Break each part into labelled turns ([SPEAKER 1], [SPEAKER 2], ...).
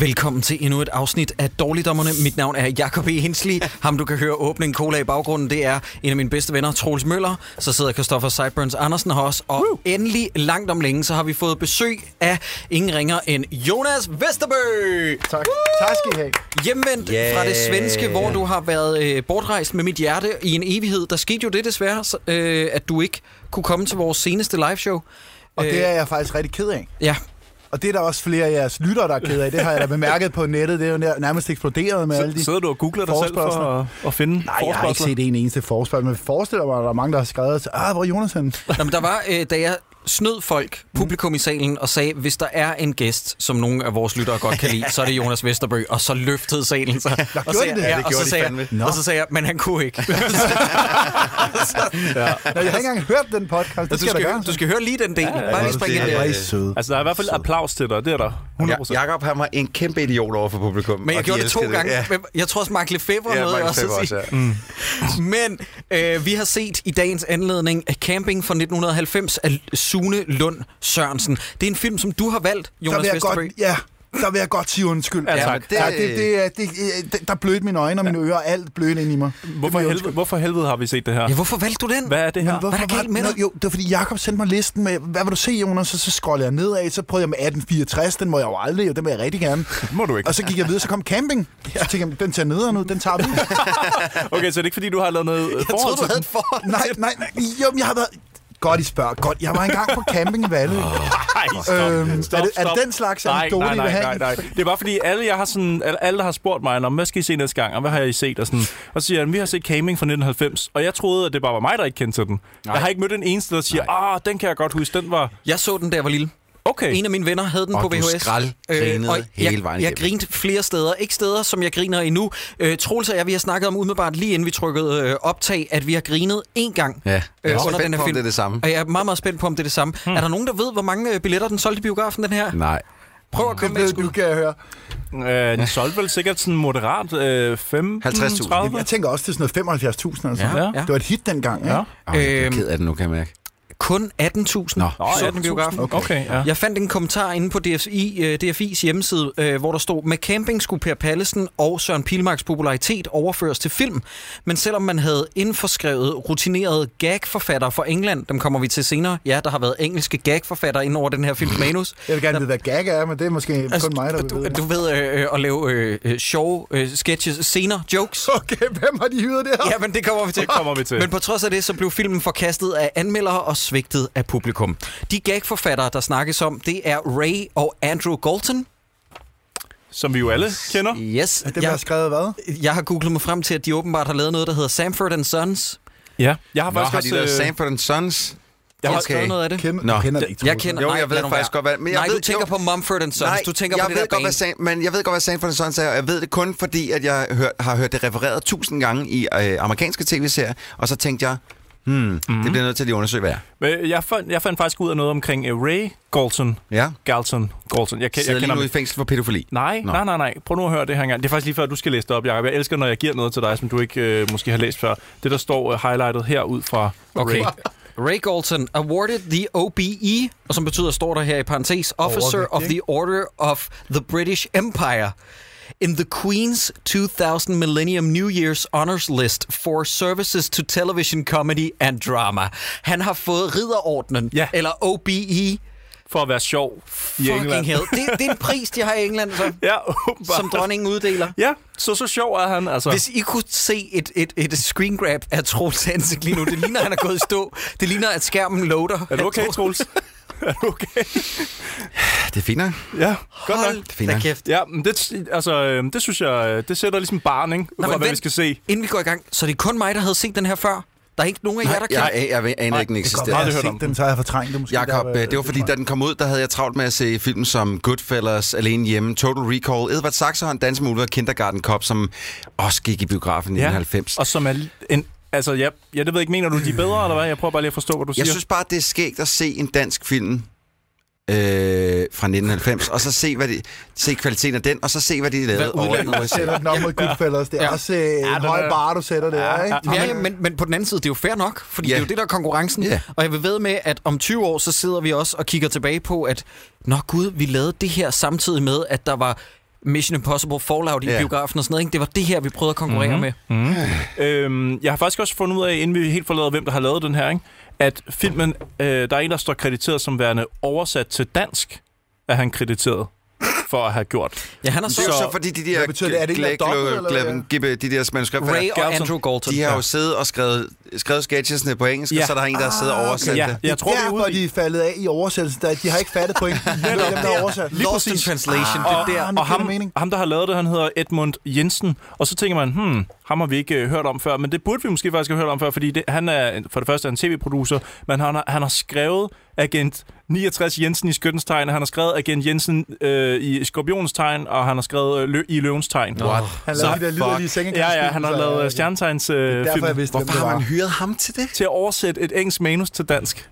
[SPEAKER 1] Velkommen til endnu et afsnit af Dårligdommerne. Mit navn er Jakob E. Hensley. Ham, du kan høre åbne en cola i baggrunden, det er en af mine bedste venner, Troels Møller. Så sidder Christoffer Sideburns Andersen her også. Og endelig, langt om længe, så har vi fået besøg af ingen ringer end Jonas Vesterbø.
[SPEAKER 2] Tak. Tak skal I have.
[SPEAKER 1] Hjemvendt yeah. fra det svenske, hvor du har været øh, bortrejst med mit hjerte i en evighed. Der skete jo det desværre, så, øh, at du ikke kunne komme til vores seneste liveshow.
[SPEAKER 2] Og det er jeg faktisk rigtig ked af.
[SPEAKER 1] Ja,
[SPEAKER 2] Og det er der også flere af jeres lyttere, der er ked af. Det har jeg da bemærket på nettet. Det er jo nær- nærmest eksploderet med alle de...
[SPEAKER 3] Sidder du og googler dig selv for
[SPEAKER 2] forespørgsler.
[SPEAKER 3] at, at finde
[SPEAKER 2] Nej, jeg har ikke set en eneste forespørgsel, men jeg forestiller mig, at der er mange, der har skrevet, ah, hvor er Jonas henne?
[SPEAKER 1] Nå, men der var, øh, da jeg snød folk, publikum i salen, og sagde, hvis der er en gæst, som nogen af vores lyttere godt kan lide, så er det Jonas Vesterbø. Og så løftede salen sig. og,
[SPEAKER 2] gjorde
[SPEAKER 1] sagde,
[SPEAKER 2] de det? Ja, det
[SPEAKER 1] og,
[SPEAKER 2] gjorde
[SPEAKER 1] så
[SPEAKER 2] de
[SPEAKER 1] sagde
[SPEAKER 2] fandme.
[SPEAKER 1] jeg,
[SPEAKER 2] Nå.
[SPEAKER 1] og så sagde jeg, men han kunne ikke.
[SPEAKER 2] Nå, jeg har ikke engang hørt den podcast. Det
[SPEAKER 1] du,
[SPEAKER 2] skal jeg da
[SPEAKER 1] skal,
[SPEAKER 2] gøre.
[SPEAKER 1] du skal høre lige den del. Ja, Bare lige springe ind
[SPEAKER 4] det
[SPEAKER 1] der.
[SPEAKER 4] er
[SPEAKER 2] Hvor er I
[SPEAKER 4] øh,
[SPEAKER 2] søde.
[SPEAKER 3] Altså, der er i hvert fald applaus til dig, det er der. 100
[SPEAKER 4] Ja, Jakob, han var en kæmpe idiot over for publikum.
[SPEAKER 1] Men jeg
[SPEAKER 4] og de
[SPEAKER 1] gjorde det to
[SPEAKER 4] elskede
[SPEAKER 1] gange.
[SPEAKER 4] Ja.
[SPEAKER 1] Ja. Jeg tror også, Mark Lefebvre
[SPEAKER 4] Ja,
[SPEAKER 1] nåede
[SPEAKER 4] Mark
[SPEAKER 1] også
[SPEAKER 4] Lefebvre
[SPEAKER 1] at sige.
[SPEAKER 4] også,
[SPEAKER 1] Men øh, vi har set i dagens anledning af Camping fra 1990 af Sune Lund Sørensen. Det er en film, som du har valgt,
[SPEAKER 2] Der
[SPEAKER 1] Jonas
[SPEAKER 2] vil jeg
[SPEAKER 1] Vesterbø.
[SPEAKER 2] godt, ja, der vil jeg godt sige undskyld.
[SPEAKER 3] Ja, tak.
[SPEAKER 2] Det, ja, det, det, er- det, det, der blødte mine øjne og mine ører, alt blødte ind i mig. Det
[SPEAKER 3] Hvorfor
[SPEAKER 2] vil jeg
[SPEAKER 3] helvede, hvorfor helvede har vi set det her?
[SPEAKER 1] Ja, hvorfor valgte du den?
[SPEAKER 3] Hvad er det her?
[SPEAKER 1] Hvad er der galt med
[SPEAKER 2] Nå,
[SPEAKER 1] dig?
[SPEAKER 2] Jo, det var fordi Jakob sendte mig listen med, hvad vil du se, Jonas? Og så scrollede jeg nedad, så prøvede jeg med 1864, den må jeg jo aldrig, og den vil jeg rigtig gerne.
[SPEAKER 3] må du ikke.
[SPEAKER 2] Og så gik jeg videre, så kom camping. Så tænkte jeg, den ser nederen ud, den tager vi.
[SPEAKER 3] Okay, så det er ikke, fordi du har lavet noget øh, jeg forhold til den?
[SPEAKER 2] forhold nej, nej, nej, jo, men jeg har været... Godt, I spørger. Godt, jeg var engang på camping i Valle.
[SPEAKER 3] Nej, stop,
[SPEAKER 2] Øhm,
[SPEAKER 3] stop,
[SPEAKER 2] er det- er
[SPEAKER 3] stop.
[SPEAKER 2] det den slags anekdote,
[SPEAKER 3] nej,
[SPEAKER 2] I
[SPEAKER 3] nej,
[SPEAKER 2] vil have?
[SPEAKER 3] nej, nej, Det er bare fordi, alle, jeg har sådan, alle, alle der har spurgt mig, om hvad skal I se næste gang, og hvad har I set? Og, sådan, og så siger jeg, vi har set Caming fra 1990, og jeg troede, at det bare var mig, der ikke kendte til den. Nej. Jeg har ikke mødt en eneste, der siger, ah, den kan jeg godt huske, den var...
[SPEAKER 1] Jeg så den, da jeg var lille.
[SPEAKER 3] Okay.
[SPEAKER 1] En af mine venner havde den
[SPEAKER 4] Og
[SPEAKER 1] på
[SPEAKER 4] du
[SPEAKER 1] VHS.
[SPEAKER 4] skraldgrinede
[SPEAKER 1] Øh, og
[SPEAKER 4] hele
[SPEAKER 1] jeg,
[SPEAKER 4] vejen
[SPEAKER 1] Jeg
[SPEAKER 4] igennem.
[SPEAKER 1] grinte flere steder. Ikke steder, som jeg griner endnu. Øh, Troels og jeg, vi har snakket om umiddelbart lige inden vi trykkede øh, optag, at vi har grinet én gang øh,
[SPEAKER 4] Ja. Jeg er også spændt på, om
[SPEAKER 1] film.
[SPEAKER 4] det er det samme.
[SPEAKER 1] Og jeg er meget, meget spændt på, om det er det samme. Hmm. Er der nogen, der ved, hvor mange øh, billetter den solgte i biografen, den her?
[SPEAKER 4] Nej.
[SPEAKER 1] Prøv at komme
[SPEAKER 2] Det
[SPEAKER 1] med et
[SPEAKER 2] ved
[SPEAKER 1] skud.
[SPEAKER 2] du, kan jeg høre.
[SPEAKER 3] Øh, den solgte vel sikkert sådan moderat øh, 15,
[SPEAKER 4] 50.000.
[SPEAKER 3] 30?
[SPEAKER 2] Jeg tænker også til sådan noget 75.000 altså.
[SPEAKER 1] Ja,
[SPEAKER 2] Ja,
[SPEAKER 1] ja.
[SPEAKER 2] ja. Det var et hit dengang, ja.
[SPEAKER 3] Ja.
[SPEAKER 2] ja.
[SPEAKER 4] Oh, jeg er
[SPEAKER 1] Øhm.
[SPEAKER 4] ked af det nu, kan jeg mærke.
[SPEAKER 1] Kun 18.000
[SPEAKER 4] Nå.
[SPEAKER 3] Nå,
[SPEAKER 1] solgte den i
[SPEAKER 3] 18.000.
[SPEAKER 1] biografen.
[SPEAKER 3] Okay, okay ja.
[SPEAKER 1] Jeg fandt en kommentar inde på DFI, øh, DFI's hjemmeside, øh, hvor der stod, med camping skulle Per Pallesen og Søren Pilmarks popularitet overføres til film, men selvom man havde indforskrevet rutinerede gag-forfattere fra England, dem kommer vi til senere, ja, der har været engelske gag-forfattere ind over den her film manus,
[SPEAKER 2] Jeg vil gerne vide, hvad gag er, men det er måske kun mig, der
[SPEAKER 1] Altså, du,
[SPEAKER 2] ved
[SPEAKER 1] du
[SPEAKER 2] det.
[SPEAKER 1] ved øh, øh, at lave øh, øh, sjove øh, sketches, scener, jokes.
[SPEAKER 2] Okay, hvem har de hyret der?
[SPEAKER 1] Ja, men det kommer vi til.
[SPEAKER 3] Det kommer vi til.
[SPEAKER 1] Men på trods af det, så blev filmen forkastet af anmeldere og svigtet af publikum. De gagforfattere, der snakkes om, det er Ray og Andrew Galton.
[SPEAKER 3] Som vi jo alle kender.
[SPEAKER 1] Yes,
[SPEAKER 2] Dem, der
[SPEAKER 1] jeg,
[SPEAKER 2] har skrevet hvad?
[SPEAKER 1] jeg har googlet mig frem til, at de åbenbart har lavet noget, der hedder Samford and Sons.
[SPEAKER 3] Ja. Jeg har
[SPEAKER 4] Nå,
[SPEAKER 3] faktisk
[SPEAKER 4] har de
[SPEAKER 3] også...
[SPEAKER 4] lavet
[SPEAKER 3] øh,
[SPEAKER 4] Sanford Sons?
[SPEAKER 1] Jeg har
[SPEAKER 4] Okay.
[SPEAKER 1] skrevet noget af det.
[SPEAKER 2] Kender,
[SPEAKER 4] Nå,
[SPEAKER 2] du kender det ikke,
[SPEAKER 1] Jeg
[SPEAKER 2] Troels.
[SPEAKER 1] kender,
[SPEAKER 4] Jo,
[SPEAKER 1] nej,
[SPEAKER 4] jeg ved
[SPEAKER 1] lad nu
[SPEAKER 4] faktisk
[SPEAKER 1] være.
[SPEAKER 4] godt, hvad- men jeg
[SPEAKER 1] nej, du
[SPEAKER 4] ved-
[SPEAKER 1] tænker
[SPEAKER 4] jo.
[SPEAKER 1] på Mumford and Sons. du tænker
[SPEAKER 4] jeg
[SPEAKER 1] på det
[SPEAKER 4] ved
[SPEAKER 1] der
[SPEAKER 4] godt, hvad
[SPEAKER 1] band.
[SPEAKER 4] San, men jeg ved godt, hvad Sanford Sons er, og jeg ved det kun, fordi at jeg hør, har hørt det refereret tusind gange i øh, amerikanske tv-serier, og så tænkte jeg, hmm, mm. det bliver nødt til at lige undersøge, hvad jeg er.
[SPEAKER 3] Men jeg fandt, jeg fandt faktisk ud af noget omkring øh, Ray Galton.
[SPEAKER 4] Ja.
[SPEAKER 3] Galton. Galton. Jeg, kan-
[SPEAKER 4] Sidder
[SPEAKER 3] jeg
[SPEAKER 4] lige
[SPEAKER 3] kender
[SPEAKER 4] nu i
[SPEAKER 3] ham.
[SPEAKER 4] fængsel for pædofili.
[SPEAKER 3] Nej,
[SPEAKER 4] Nå.
[SPEAKER 3] nej, nej, nej. Prøv nu at høre det her engang. Det er faktisk lige før, du skal læse det op, Jacob. Jeg elsker, når jeg giver noget til dig, som du ikke øh, måske har læst før. Det, der står øh, highlightet her ud fra
[SPEAKER 1] Okay.
[SPEAKER 3] Ray.
[SPEAKER 1] Ray Galton awarded the OBE, og som betyder, står der her i parentes, Officer of the Order of the British Empire in the Queen's 2000 Millennium New Year's Honors List for services to television, comedy and drama. Han har fået ridderordnen,
[SPEAKER 3] Ja.
[SPEAKER 1] eller E, OBE,
[SPEAKER 3] For at være sjov i
[SPEAKER 1] fucking
[SPEAKER 3] England.
[SPEAKER 1] hell. Det, det er en pris, de har i England, så,
[SPEAKER 3] Ja, åbenbart.
[SPEAKER 1] som dronningen uddeler.
[SPEAKER 3] Ja, så så sjov er han, altså.
[SPEAKER 1] Hvis I kunne se et, et, et screen grab af Troels ansigt lige nu, det ligner, han er gået i stå. Det ligner, at skærmen loader.
[SPEAKER 3] Er du okay, Troels? er du okay?
[SPEAKER 4] Det er fint, nok.
[SPEAKER 3] Ja, godt nok.
[SPEAKER 1] Hold
[SPEAKER 4] fint
[SPEAKER 1] da
[SPEAKER 4] nok.
[SPEAKER 1] kæft.
[SPEAKER 3] Ja, men det, altså, øh, det synes jeg, øh, det sætter ligesom barn, ikke? Ud
[SPEAKER 1] Nå,
[SPEAKER 3] fra,
[SPEAKER 1] men
[SPEAKER 3] hvad vi
[SPEAKER 1] vent.
[SPEAKER 3] skal se.
[SPEAKER 1] Inden vi går i gang, så er det kun mig, der havde set den her før. Der er ikke nogen af jer, der kan.
[SPEAKER 4] jeg, jeg, jeg aner ikke, den
[SPEAKER 2] Det
[SPEAKER 4] eksisterer.
[SPEAKER 2] kommer, jeg
[SPEAKER 3] hørt
[SPEAKER 2] har
[SPEAKER 3] om
[SPEAKER 2] set den, så har jeg fortrængt det måske.
[SPEAKER 4] Jakob,
[SPEAKER 2] Der,
[SPEAKER 4] øh, det var fordi, da den kom ud, der havde jeg travlt med at se film som Goodfellas, Alene Hjemme, Total Recall, Edward Saxon, Dans med Ulve og Kindergarten Cop, som også gik i biografen i 91.
[SPEAKER 3] Og som er en... Altså, ja, ja, det ved jeg ikke. Mener du, de er bedre, eller hvad? Jeg prøver bare lige at forstå, hvad du
[SPEAKER 4] Jeg
[SPEAKER 3] siger.
[SPEAKER 4] synes bare, det er skægt at se en dansk film øh, fra 1990, og så se, hvad de, se kvaliteten af den, og så se, hvad de lavede
[SPEAKER 1] Hvad
[SPEAKER 4] over i
[SPEAKER 1] udlandet-
[SPEAKER 2] du
[SPEAKER 4] USA.
[SPEAKER 2] sætter den op mod Goodfellas. Det er
[SPEAKER 1] Ja.
[SPEAKER 2] også øh, en
[SPEAKER 3] den
[SPEAKER 2] høj
[SPEAKER 3] er-
[SPEAKER 2] bar, du sætter der, ikke?
[SPEAKER 1] Ja, ja, men, men på den anden side, det er jo fair nok, fordi
[SPEAKER 4] Ja.
[SPEAKER 1] yeah. det er jo det, der er konkurrencen.
[SPEAKER 4] Ja.
[SPEAKER 1] Yeah. Og jeg vil ved med, at om 20 år, så sidder vi også og kigger tilbage på, at nå gud, vi lavede det her samtidig med, at der var Mission Impossible Fallout i
[SPEAKER 4] Ja.
[SPEAKER 1] yeah. biografen og sådan noget. Ikke? Det var det her, vi prøvede at konkurrere
[SPEAKER 3] Mhm.
[SPEAKER 1] mm-hmm. med.
[SPEAKER 3] Øhm, jeg har faktisk også fundet ud af, inden vi helt forlader, hvem der har lavet den her, ikke? at filmen, øh, der er en, der står krediteret som værende oversat til dansk, er han krediteret for at have gjort.
[SPEAKER 1] Ja, han har så,
[SPEAKER 4] Det er jo
[SPEAKER 3] Så-
[SPEAKER 4] så fordi de der
[SPEAKER 2] Hvad betyder det? Er det ikke
[SPEAKER 4] Gla-
[SPEAKER 2] noget dobbelt,
[SPEAKER 4] Gla-
[SPEAKER 2] eller hvad?
[SPEAKER 4] Glavin Gibbe, de der manuskriptforfattere,
[SPEAKER 1] Ray og
[SPEAKER 3] Gerson,
[SPEAKER 1] Andrew Galton.
[SPEAKER 4] de har jo
[SPEAKER 1] Ja.
[SPEAKER 4] siddet og skrevet, skrevet sketchesne på engelsk,
[SPEAKER 3] Ja.
[SPEAKER 4] og så er der en, der har siddet og oversat
[SPEAKER 3] Ja,
[SPEAKER 4] det.
[SPEAKER 3] jeg tror, vi er
[SPEAKER 2] Derfor
[SPEAKER 3] ude
[SPEAKER 2] de
[SPEAKER 3] i...
[SPEAKER 2] er faldet af i oversættelsen. Der, de har ikke fattet pointen. Det er dem, der har oversat.
[SPEAKER 1] Lost in Translation,
[SPEAKER 3] Og,
[SPEAKER 1] det er der.
[SPEAKER 2] nu
[SPEAKER 3] og
[SPEAKER 2] giver det
[SPEAKER 3] ham,
[SPEAKER 2] mening.
[SPEAKER 3] ham, der har lavet det, han hedder Edmund Jensen. Og så tænker man, hmm, ham har vi ikke øh, hørt om før, men det burde vi måske faktisk have hørt om før, fordi det, han er for det første er en tv-producer, men han har, han har skrevet Agent 69 Jensen i Skyttens Tegn, og han har skrevet Agent Jensen øh, i Skorpionens Tegn, og han har skrevet øh, lø, i Løvens Tegn.
[SPEAKER 4] What?
[SPEAKER 2] Han
[SPEAKER 3] Så-
[SPEAKER 2] lavede de der lyderlige sengekast.
[SPEAKER 3] Ja, ja, han har lavet øh, stjernetegns øh,
[SPEAKER 2] Derfor jeg
[SPEAKER 3] film
[SPEAKER 2] vidste, hvem
[SPEAKER 4] Hvorfor
[SPEAKER 2] det
[SPEAKER 4] har
[SPEAKER 2] var.
[SPEAKER 4] man hyret ham til det?
[SPEAKER 3] til at oversætte et engelsk manus til dansk.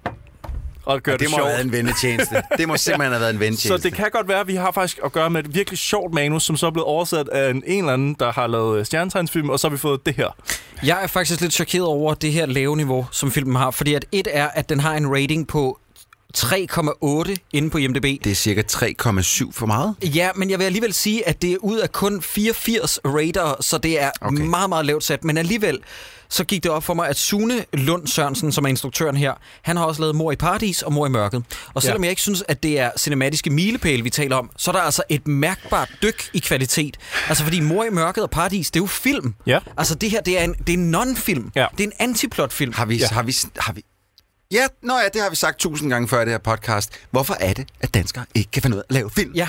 [SPEAKER 3] Og gøre
[SPEAKER 4] Ja,
[SPEAKER 3] det, det
[SPEAKER 4] det må have
[SPEAKER 3] sjovt.
[SPEAKER 4] været en vendetjeneste. Det må simpelthen have været en
[SPEAKER 3] Så
[SPEAKER 4] vendetjeneste.
[SPEAKER 3] det kan godt være, at vi har faktisk at gøre med et virkelig sjovt manus, som så er blevet oversat af en, en eller anden, der har lavet øh, stjernetegnsfilm, og så har vi fået det her.
[SPEAKER 1] Jeg er faktisk lidt chokeret over det her lave niveau, som filmen har, fordi at et er, at den har en rating på 3,8 inde på IMDb.
[SPEAKER 4] Det er cirka 3,7 for meget.
[SPEAKER 1] Ja, men jeg vil alligevel sige, at det er ud af kun 84 raider, så det er
[SPEAKER 4] Okay.
[SPEAKER 1] okay. meget, meget lavt sat. Men alligevel, så gik det op for mig, at Sune Lund Sørensen, som er instruktøren her, han har også lavet Mor i Paradis og Mor i Mørket. Og selvom
[SPEAKER 3] Ja.
[SPEAKER 1] ja. jeg ikke synes, at det er cinematiske milepæle, vi taler om, så er der altså et mærkbart dyk i kvalitet. Altså fordi Mor i Mørket og Paradis, det er jo film.
[SPEAKER 3] Ja.
[SPEAKER 1] Altså det her, det er en, det er en non-film.
[SPEAKER 3] Ja.
[SPEAKER 1] Det er en antiplot-film.
[SPEAKER 4] Har vi, ja. har vi, har vi... Ja, nå ja, det har vi sagt tusind gange før i det her podcast. Hvorfor er det, at danskere ikke kan finde ud af at lave film?
[SPEAKER 1] Ja.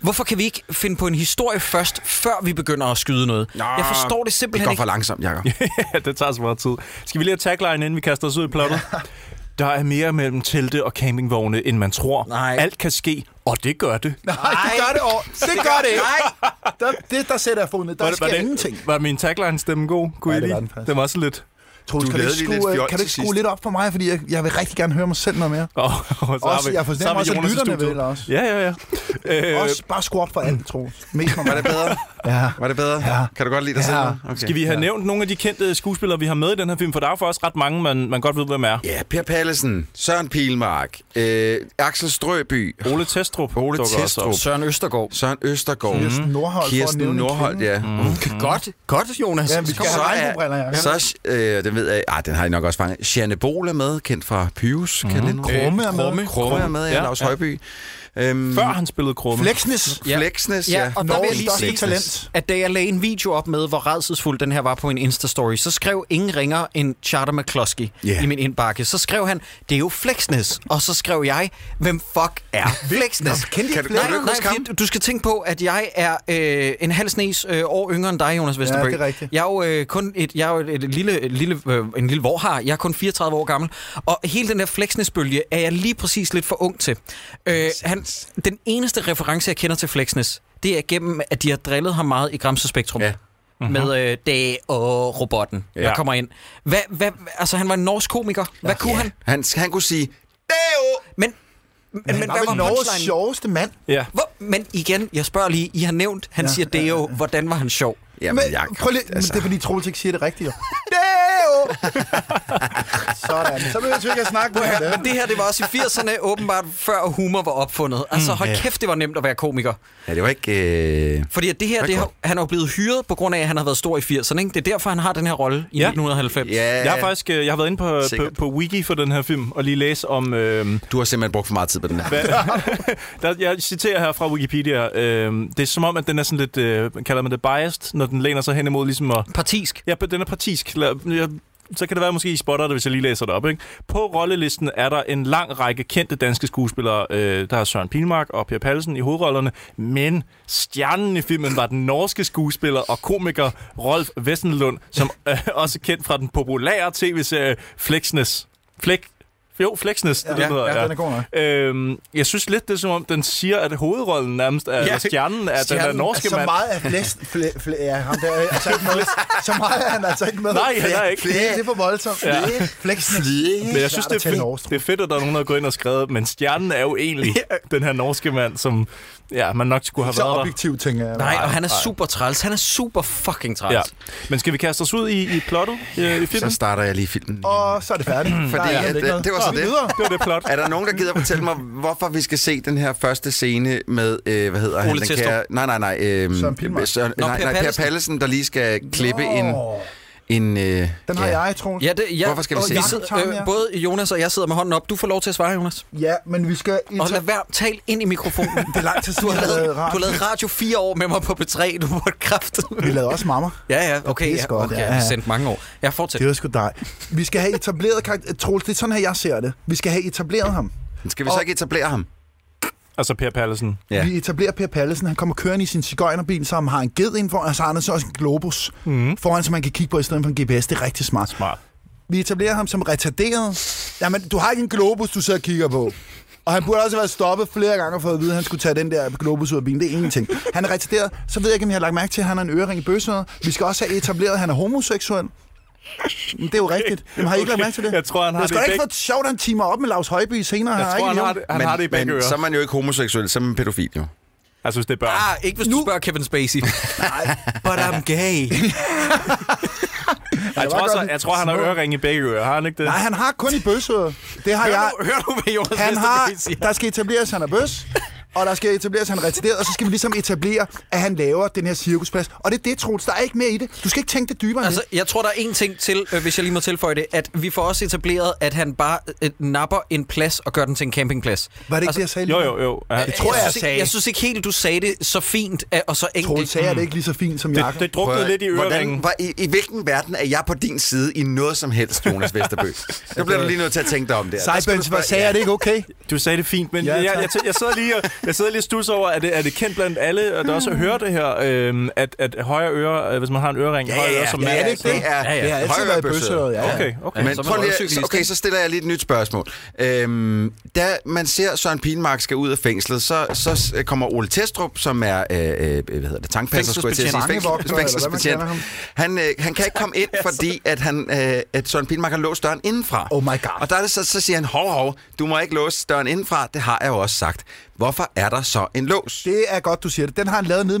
[SPEAKER 1] Hvorfor kan vi ikke finde på en historie først, før vi begynder at skyde noget? Nå, jeg forstår det
[SPEAKER 4] Det
[SPEAKER 1] simpelthen
[SPEAKER 4] går
[SPEAKER 1] ikke.
[SPEAKER 4] for langsomt, Jacob.
[SPEAKER 3] Ja, det tager så meget tid. Skal vi lige have tagline, inden vi kaster os ud i plottet? Der er mere mellem telte og campingvogne, end man tror.
[SPEAKER 1] Nej.
[SPEAKER 3] Alt kan ske, og det gør det.
[SPEAKER 2] Nej, det gør det over. Det gør det ikke. Der, det, der sætter jeg foden ned. Der
[SPEAKER 3] var,
[SPEAKER 2] sker ingenting.
[SPEAKER 3] var min tagline-stemme god? Kunne
[SPEAKER 2] Ja,
[SPEAKER 3] I
[SPEAKER 2] det
[SPEAKER 3] lide?
[SPEAKER 2] var den faktisk.
[SPEAKER 3] den var så lidt...
[SPEAKER 2] Troels,
[SPEAKER 4] Du
[SPEAKER 2] kan du
[SPEAKER 4] lavede
[SPEAKER 2] ikke
[SPEAKER 4] lige lidt
[SPEAKER 2] skrue,
[SPEAKER 4] fjol
[SPEAKER 2] kan du
[SPEAKER 4] til
[SPEAKER 2] ikke
[SPEAKER 4] sidst.
[SPEAKER 2] skrue lidt op for mig, fordi jeg, jeg vil rigtig gerne høre mig selv noget mere.
[SPEAKER 3] Og, og så har
[SPEAKER 2] Også,
[SPEAKER 3] vi,
[SPEAKER 2] jeg
[SPEAKER 3] så har
[SPEAKER 2] fornemmer
[SPEAKER 3] vi
[SPEAKER 2] også, at
[SPEAKER 3] Jonas i
[SPEAKER 2] lytterne
[SPEAKER 3] studiet.
[SPEAKER 2] vil også.
[SPEAKER 3] Ja, ja, ja. Øh,
[SPEAKER 2] Også bare skrue op for alt, Troels. Mest for
[SPEAKER 4] Var
[SPEAKER 2] mig.
[SPEAKER 4] det bedre?
[SPEAKER 2] Ja.
[SPEAKER 4] Var det bedre?
[SPEAKER 2] Ja.
[SPEAKER 4] Kan du godt lide dig
[SPEAKER 2] Ja.
[SPEAKER 4] selv? nu? Okay.
[SPEAKER 3] Skal vi have ja. nævnt nogle af de kendte skuespillere, vi har med i den her film? For der er jo faktisk ret mange, man, man godt ved, hvem er.
[SPEAKER 4] Ja, Per Pallesen, Søren Pilmark, øh, Axel Strøby,
[SPEAKER 3] Ole Testrup.
[SPEAKER 4] Ole
[SPEAKER 3] dukker også op.
[SPEAKER 4] Testrup.
[SPEAKER 1] Søren Østergaard.
[SPEAKER 4] Søren Østergaard, Mm.
[SPEAKER 2] Kirsten Nordholt, for at
[SPEAKER 4] Kirsten
[SPEAKER 2] nævne en
[SPEAKER 4] Nordholt,
[SPEAKER 2] kvinde.
[SPEAKER 4] ja. Mm.
[SPEAKER 1] Mm-hmm. Godt, godt, Jonas.
[SPEAKER 2] Mm-hmm. Ja, vi skal
[SPEAKER 4] Så
[SPEAKER 2] have
[SPEAKER 4] er-
[SPEAKER 2] regnbuebriller, Jacob.
[SPEAKER 4] Så, øh, den ved jeg, ah, den har I nok også fanget. Sianne Bol er med, kendt fra Pyrus. Mm. Kan den?
[SPEAKER 2] Øh, Krumme er med.
[SPEAKER 4] Krumme er med, ja, Lars Højby. Øhm,
[SPEAKER 3] Før han spillede Krumme.
[SPEAKER 2] Fleksnes.
[SPEAKER 1] Ja.
[SPEAKER 4] Fleksnes,
[SPEAKER 1] Ja,
[SPEAKER 4] ja.
[SPEAKER 1] og der vil jeg
[SPEAKER 2] Norges
[SPEAKER 1] lige
[SPEAKER 2] største
[SPEAKER 1] sige,
[SPEAKER 2] talent.
[SPEAKER 1] at da jeg lagde en video op med, hvor redselsfuld den her var på en Insta-story, så skrev ingen ringer en Charter McCloskey
[SPEAKER 4] Ja.
[SPEAKER 1] yeah. i min indbakke. Så skrev han, det er jo Flexness. Og så skrev jeg, hvem fuck er Flexness?
[SPEAKER 2] Kendte kan
[SPEAKER 4] Kan du-
[SPEAKER 2] du,
[SPEAKER 1] Nej,
[SPEAKER 4] kan
[SPEAKER 1] nej,
[SPEAKER 4] ikke huske ham?
[SPEAKER 1] fordi du skal tænke på, at jeg er øh, en halv snes øh, år yngre end dig, Jonas Vesterbø.
[SPEAKER 2] det er rigtigt.
[SPEAKER 1] Jeg er jo øh, kun et, jeg er jo et, et lille, et lille, øh, en lille vorhar. Jeg er kun 34 år gammel. Og hele den der Flexnes-bølge er jeg lige præcis lidt for ung til. Øh, han, den eneste reference, jeg kender til Flexnes, det er gennem, at de har drillet ham meget i Gramse Spektrum.
[SPEAKER 4] Ja.
[SPEAKER 1] Ja. Mm-hmm. Med øh, dag og robotten, ja.
[SPEAKER 3] Ja.
[SPEAKER 1] der kommer ind. Hvad, hvad, altså, han var en norsk komiker. Hvad kunne han?
[SPEAKER 4] Han, han kunne sige, Deo!
[SPEAKER 1] Men, men, men
[SPEAKER 2] Men
[SPEAKER 1] hvad
[SPEAKER 2] var
[SPEAKER 1] var
[SPEAKER 2] vel Norges
[SPEAKER 1] punchlinen?
[SPEAKER 2] sjoveste mand?
[SPEAKER 3] Ja.
[SPEAKER 1] Hvor, men igen, jeg spørger lige, I har nævnt, han ja, siger Deo, ja, ja. hvordan var han sjov?
[SPEAKER 4] Jamen,
[SPEAKER 2] Men,
[SPEAKER 4] Jacob,
[SPEAKER 2] prøv lige, men
[SPEAKER 4] altså.
[SPEAKER 2] det er fordi Troels ikke siger det rigtigt. jo. Deo! Sådan. Så behøver vi ikke at snakke med
[SPEAKER 1] Ja,
[SPEAKER 2] det.
[SPEAKER 1] men det her, det var også i 80'erne, åbenbart før humor var opfundet. Altså, hold kæft, det var nemt at være komiker.
[SPEAKER 4] Ja, det var ikke... Øh...
[SPEAKER 1] Fordi at det her,
[SPEAKER 4] Hvad
[SPEAKER 1] det har,
[SPEAKER 4] godt.
[SPEAKER 1] han er jo blevet hyret på grund af, at han har været stor i 80'erne. Ikke? Det er derfor, han har den her rolle i
[SPEAKER 3] Ja.
[SPEAKER 1] ja. 1990.
[SPEAKER 4] Ja,
[SPEAKER 3] Jeg har faktisk øh, jeg har været inde på,
[SPEAKER 4] Sikkert.
[SPEAKER 3] på, på wiki for den her film og lige læse om... Øh,
[SPEAKER 4] Du har simpelthen brugt for meget tid på den her.
[SPEAKER 3] hvad, der, jeg citerer her fra Wikipedia. Øh, det er som om, at den er sådan lidt... Øh, kalder man det biased, når den læner sig hen imod ligesom at...
[SPEAKER 1] Partisk.
[SPEAKER 3] Ja, den er partisk. La- Jeg så kan det være, at måske I spotter det, hvis jeg lige læser det op. Ikke? På rollelisten er der en lang række kendte danske skuespillere. Øh, der er Søren Pilmark og Per Pallesen i hovedrollerne. Men stjernen i filmen var den norske skuespiller og komiker Rolf Vestenlund, som øh, også er kendt fra den populære tv-serie Flexnes. Flex, jo, Flexness, det er
[SPEAKER 2] Ja,
[SPEAKER 3] det, den hedder,
[SPEAKER 2] ja, den er god nok.
[SPEAKER 3] Øhm, jeg synes lidt, det er som om, den siger, at hovedrollen nærmest er,
[SPEAKER 1] Ja,
[SPEAKER 3] ja, stjernen er den der
[SPEAKER 1] stjernen er
[SPEAKER 3] norske
[SPEAKER 2] så
[SPEAKER 3] mand.
[SPEAKER 2] meget af flæst... Flæ, flæ, ja, ham der er altså ikke med. Så meget er han altså ikke med.
[SPEAKER 3] Nej, han er ikke.
[SPEAKER 2] Flæ, det er for voldsomt.
[SPEAKER 3] Ja.
[SPEAKER 2] Flæ, flexen.
[SPEAKER 3] Men jeg synes, det er, fedt, det er fedt, at der er nogen, der er gået ind og skrevet, men stjernen er jo egentlig den her norske mand, som ja, man nok skulle have
[SPEAKER 2] Så
[SPEAKER 3] været der.
[SPEAKER 2] objektivt, tænker jeg.
[SPEAKER 1] Nej, og han er super træls. Han er super fucking træls.
[SPEAKER 3] Ja. Men skal vi kaste os ud i, i plottet øh, i
[SPEAKER 4] Så
[SPEAKER 3] filmen?
[SPEAKER 4] starter jeg lige filmen.
[SPEAKER 2] Og så er det færdigt.
[SPEAKER 4] Fordi
[SPEAKER 2] Der er
[SPEAKER 4] at,
[SPEAKER 2] ikke
[SPEAKER 4] øh,
[SPEAKER 2] noget.
[SPEAKER 4] det var så
[SPEAKER 2] vi
[SPEAKER 4] det.
[SPEAKER 2] videre.
[SPEAKER 3] Mm. Det var det plot.
[SPEAKER 4] Er der nogen, der gider fortælle mig, hvorfor vi skal se den her første scene med, øh, hvad hedder han?
[SPEAKER 1] Ole
[SPEAKER 4] den
[SPEAKER 1] Testrup.
[SPEAKER 4] nej, nej, nej. Øh,
[SPEAKER 2] Søren Pilmark.
[SPEAKER 4] Søren,
[SPEAKER 1] Nå,
[SPEAKER 4] nej,
[SPEAKER 1] Per
[SPEAKER 4] nej, Per
[SPEAKER 1] Pallesen.
[SPEAKER 4] Pallesen, der lige skal klippe en...
[SPEAKER 2] Åh,
[SPEAKER 4] en øh,
[SPEAKER 2] Den har
[SPEAKER 4] ja.
[SPEAKER 2] jeg, Troels.
[SPEAKER 1] Ja, det, ja.
[SPEAKER 4] Hvorfor skal vi
[SPEAKER 1] Og
[SPEAKER 4] se
[SPEAKER 1] vi
[SPEAKER 4] det?
[SPEAKER 1] sidder-
[SPEAKER 2] Jakob tager den, ja.
[SPEAKER 1] øh, Både Jonas og jeg sidder med hånden op. Du får lov til at svare, Jonas.
[SPEAKER 2] Ja, men vi skal... i-
[SPEAKER 1] Og lad være tal ind i mikrofonen. det
[SPEAKER 2] er lang tid siden,
[SPEAKER 1] du har
[SPEAKER 2] jeg har
[SPEAKER 1] lavet,
[SPEAKER 2] lavet radio.
[SPEAKER 1] Du har lavet radio fire år med mig på B3. Du var kraftet.
[SPEAKER 2] Vi lavede også mamma.
[SPEAKER 1] ja, ja, okay. Ja,
[SPEAKER 2] pissegodt,
[SPEAKER 1] okay,
[SPEAKER 2] ja,
[SPEAKER 1] jeg har
[SPEAKER 2] ja.
[SPEAKER 1] sendt mange år. Jeg fortsætter.
[SPEAKER 2] Det var sgu dig. Vi skal have etableret karakter... Troels, det er sådan her, jeg ser det. Vi skal have etableret ham.
[SPEAKER 4] Skal vi så ikke etablere ham?
[SPEAKER 3] Altså Per Pallesen.
[SPEAKER 4] Ja.
[SPEAKER 2] Ja. Vi etablerer Per Pallesen. Han kommer kørende i sin cigøjnerbil, som har en ged indenfor, og så har han så også en globus mm. foran, som man kan kigge på i stedet for en GPS. Det er rigtig smart.
[SPEAKER 3] Smart.
[SPEAKER 2] Vi etablerer ham som retarderet. Jamen, du har ikke en globus, du sidder og kigger på. Og han burde også have været stoppet flere gange og fået at vide, at han skulle tage den der globus ud af bilen. Det er ingenting. Han er retarderet. Så ved jeg ikke, om jeg har lagt mærke til, at han har en ørering i bøsseret. Vi skal også have etableret, at han er homoseksuel. Men det er jo rigtigt. Jamen, har I ikke
[SPEAKER 3] Okay.
[SPEAKER 2] lagt mærke til det?
[SPEAKER 3] Jeg tror, han har
[SPEAKER 2] det. Jeg
[SPEAKER 3] det i
[SPEAKER 2] skal ikke
[SPEAKER 3] begge-
[SPEAKER 2] få sjovt, at han timer op med Lars Højby senere.
[SPEAKER 3] Jeg tror, han har det, han
[SPEAKER 4] men,
[SPEAKER 3] har det i begge
[SPEAKER 4] men, så er
[SPEAKER 3] ører.
[SPEAKER 4] man jo ikke homoseksuel, så er man pædofil jo.
[SPEAKER 3] Altså, hvis det er børn.
[SPEAKER 1] Ah, ikke hvis du spørger Kevin Spacey. But I'm gay.
[SPEAKER 3] Ej, jeg, tror,
[SPEAKER 2] godt
[SPEAKER 3] også,
[SPEAKER 2] lide
[SPEAKER 3] jeg tror, han har
[SPEAKER 2] små.
[SPEAKER 3] ørering i begge ører. Har han ikke det?
[SPEAKER 2] Nej, han har kun i bøsseret. Det har jeg.
[SPEAKER 1] Hører du, hvad Jonas
[SPEAKER 2] Han har,
[SPEAKER 1] Vestergaard siger?
[SPEAKER 2] der skal etableres, at han er bøs, og der skal etableres, at han er retarderet, og så skal vi ligesom etablere, at han laver den her cirkusplads. Og det er det, Troels, der er ikke mere i det. Du skal ikke tænke det dybere altså,
[SPEAKER 1] Altså, jeg tror, der er en ting til, øh, hvis jeg lige må tilføje det, at vi får også etableret, at han bare øh, napper en plads og gør den til en campingplads.
[SPEAKER 2] Var det ikke
[SPEAKER 1] altså-
[SPEAKER 2] altså, det, jeg sagde?
[SPEAKER 3] Jo,
[SPEAKER 2] lige?
[SPEAKER 3] jo, jo. Ja.
[SPEAKER 2] Det
[SPEAKER 1] jeg
[SPEAKER 2] tror jeg, jeg
[SPEAKER 1] synes, ikke,
[SPEAKER 2] sagde.
[SPEAKER 1] jeg synes ikke helt, du sagde det så fint øh, og så
[SPEAKER 2] Troels
[SPEAKER 1] enkelt.
[SPEAKER 2] sagde, at det ikke lige så fint som Jakob.
[SPEAKER 3] Det, det druknede lidt i øreringen.
[SPEAKER 4] Hvordan, hvor, i, I hvilken verden er jeg på din side i noget som helst, Jonas Vesterbø? Nu bliver du lige nødt til at tænke dig om det. Der skal du
[SPEAKER 2] Sejbøns,
[SPEAKER 4] spørge-
[SPEAKER 2] hvad sagde jeg, er det ikke okay?
[SPEAKER 3] Du sagde det fint, men
[SPEAKER 2] Ja,
[SPEAKER 3] ja, jeg,
[SPEAKER 2] tak.
[SPEAKER 3] jeg, jeg, sidder lige og, jeg sidder lige og stusser over, er det, er det kendt blandt alle, og der også hører det her, øhm, at, at højere ører, øh, hvis man har en ørering, ja, højere ører som
[SPEAKER 4] ja,
[SPEAKER 3] mand.
[SPEAKER 4] er det ikke det?
[SPEAKER 1] Ja, ja.
[SPEAKER 2] Det har altid
[SPEAKER 4] Højere
[SPEAKER 2] været
[SPEAKER 4] bøsseret.
[SPEAKER 2] bøsseret, ja. ja.
[SPEAKER 3] Okay, okay.
[SPEAKER 4] Men
[SPEAKER 1] så er man
[SPEAKER 4] prøv lige,
[SPEAKER 1] røvsyg i
[SPEAKER 4] at- okay,
[SPEAKER 1] listen.
[SPEAKER 4] så stiller jeg lige et nyt spørgsmål. Øhm, da man ser Søren Pilmark skal ud af fængslet, så, så s- kommer Ole Testrup, som er, øh, øh, hvad hedder det, tankpasser, skulle jeg til at sige,
[SPEAKER 2] Fængselsbetjent.
[SPEAKER 4] Fængsel-
[SPEAKER 2] Fangevogter, eller
[SPEAKER 4] fængselsbetjent.
[SPEAKER 2] hvad man
[SPEAKER 4] Han, øh, han kan ikke komme ind, fordi at, han, øh, at Søren Pilmark har låst døren indenfra.
[SPEAKER 2] Oh my god.
[SPEAKER 4] Og der er det så, så siger han, hov, hov, du må ikke låse døren indenfra, det har jeg jo også sagt. Hvorfor er der så en lås?
[SPEAKER 2] Det er godt, du siger det. Den har han lavet nede i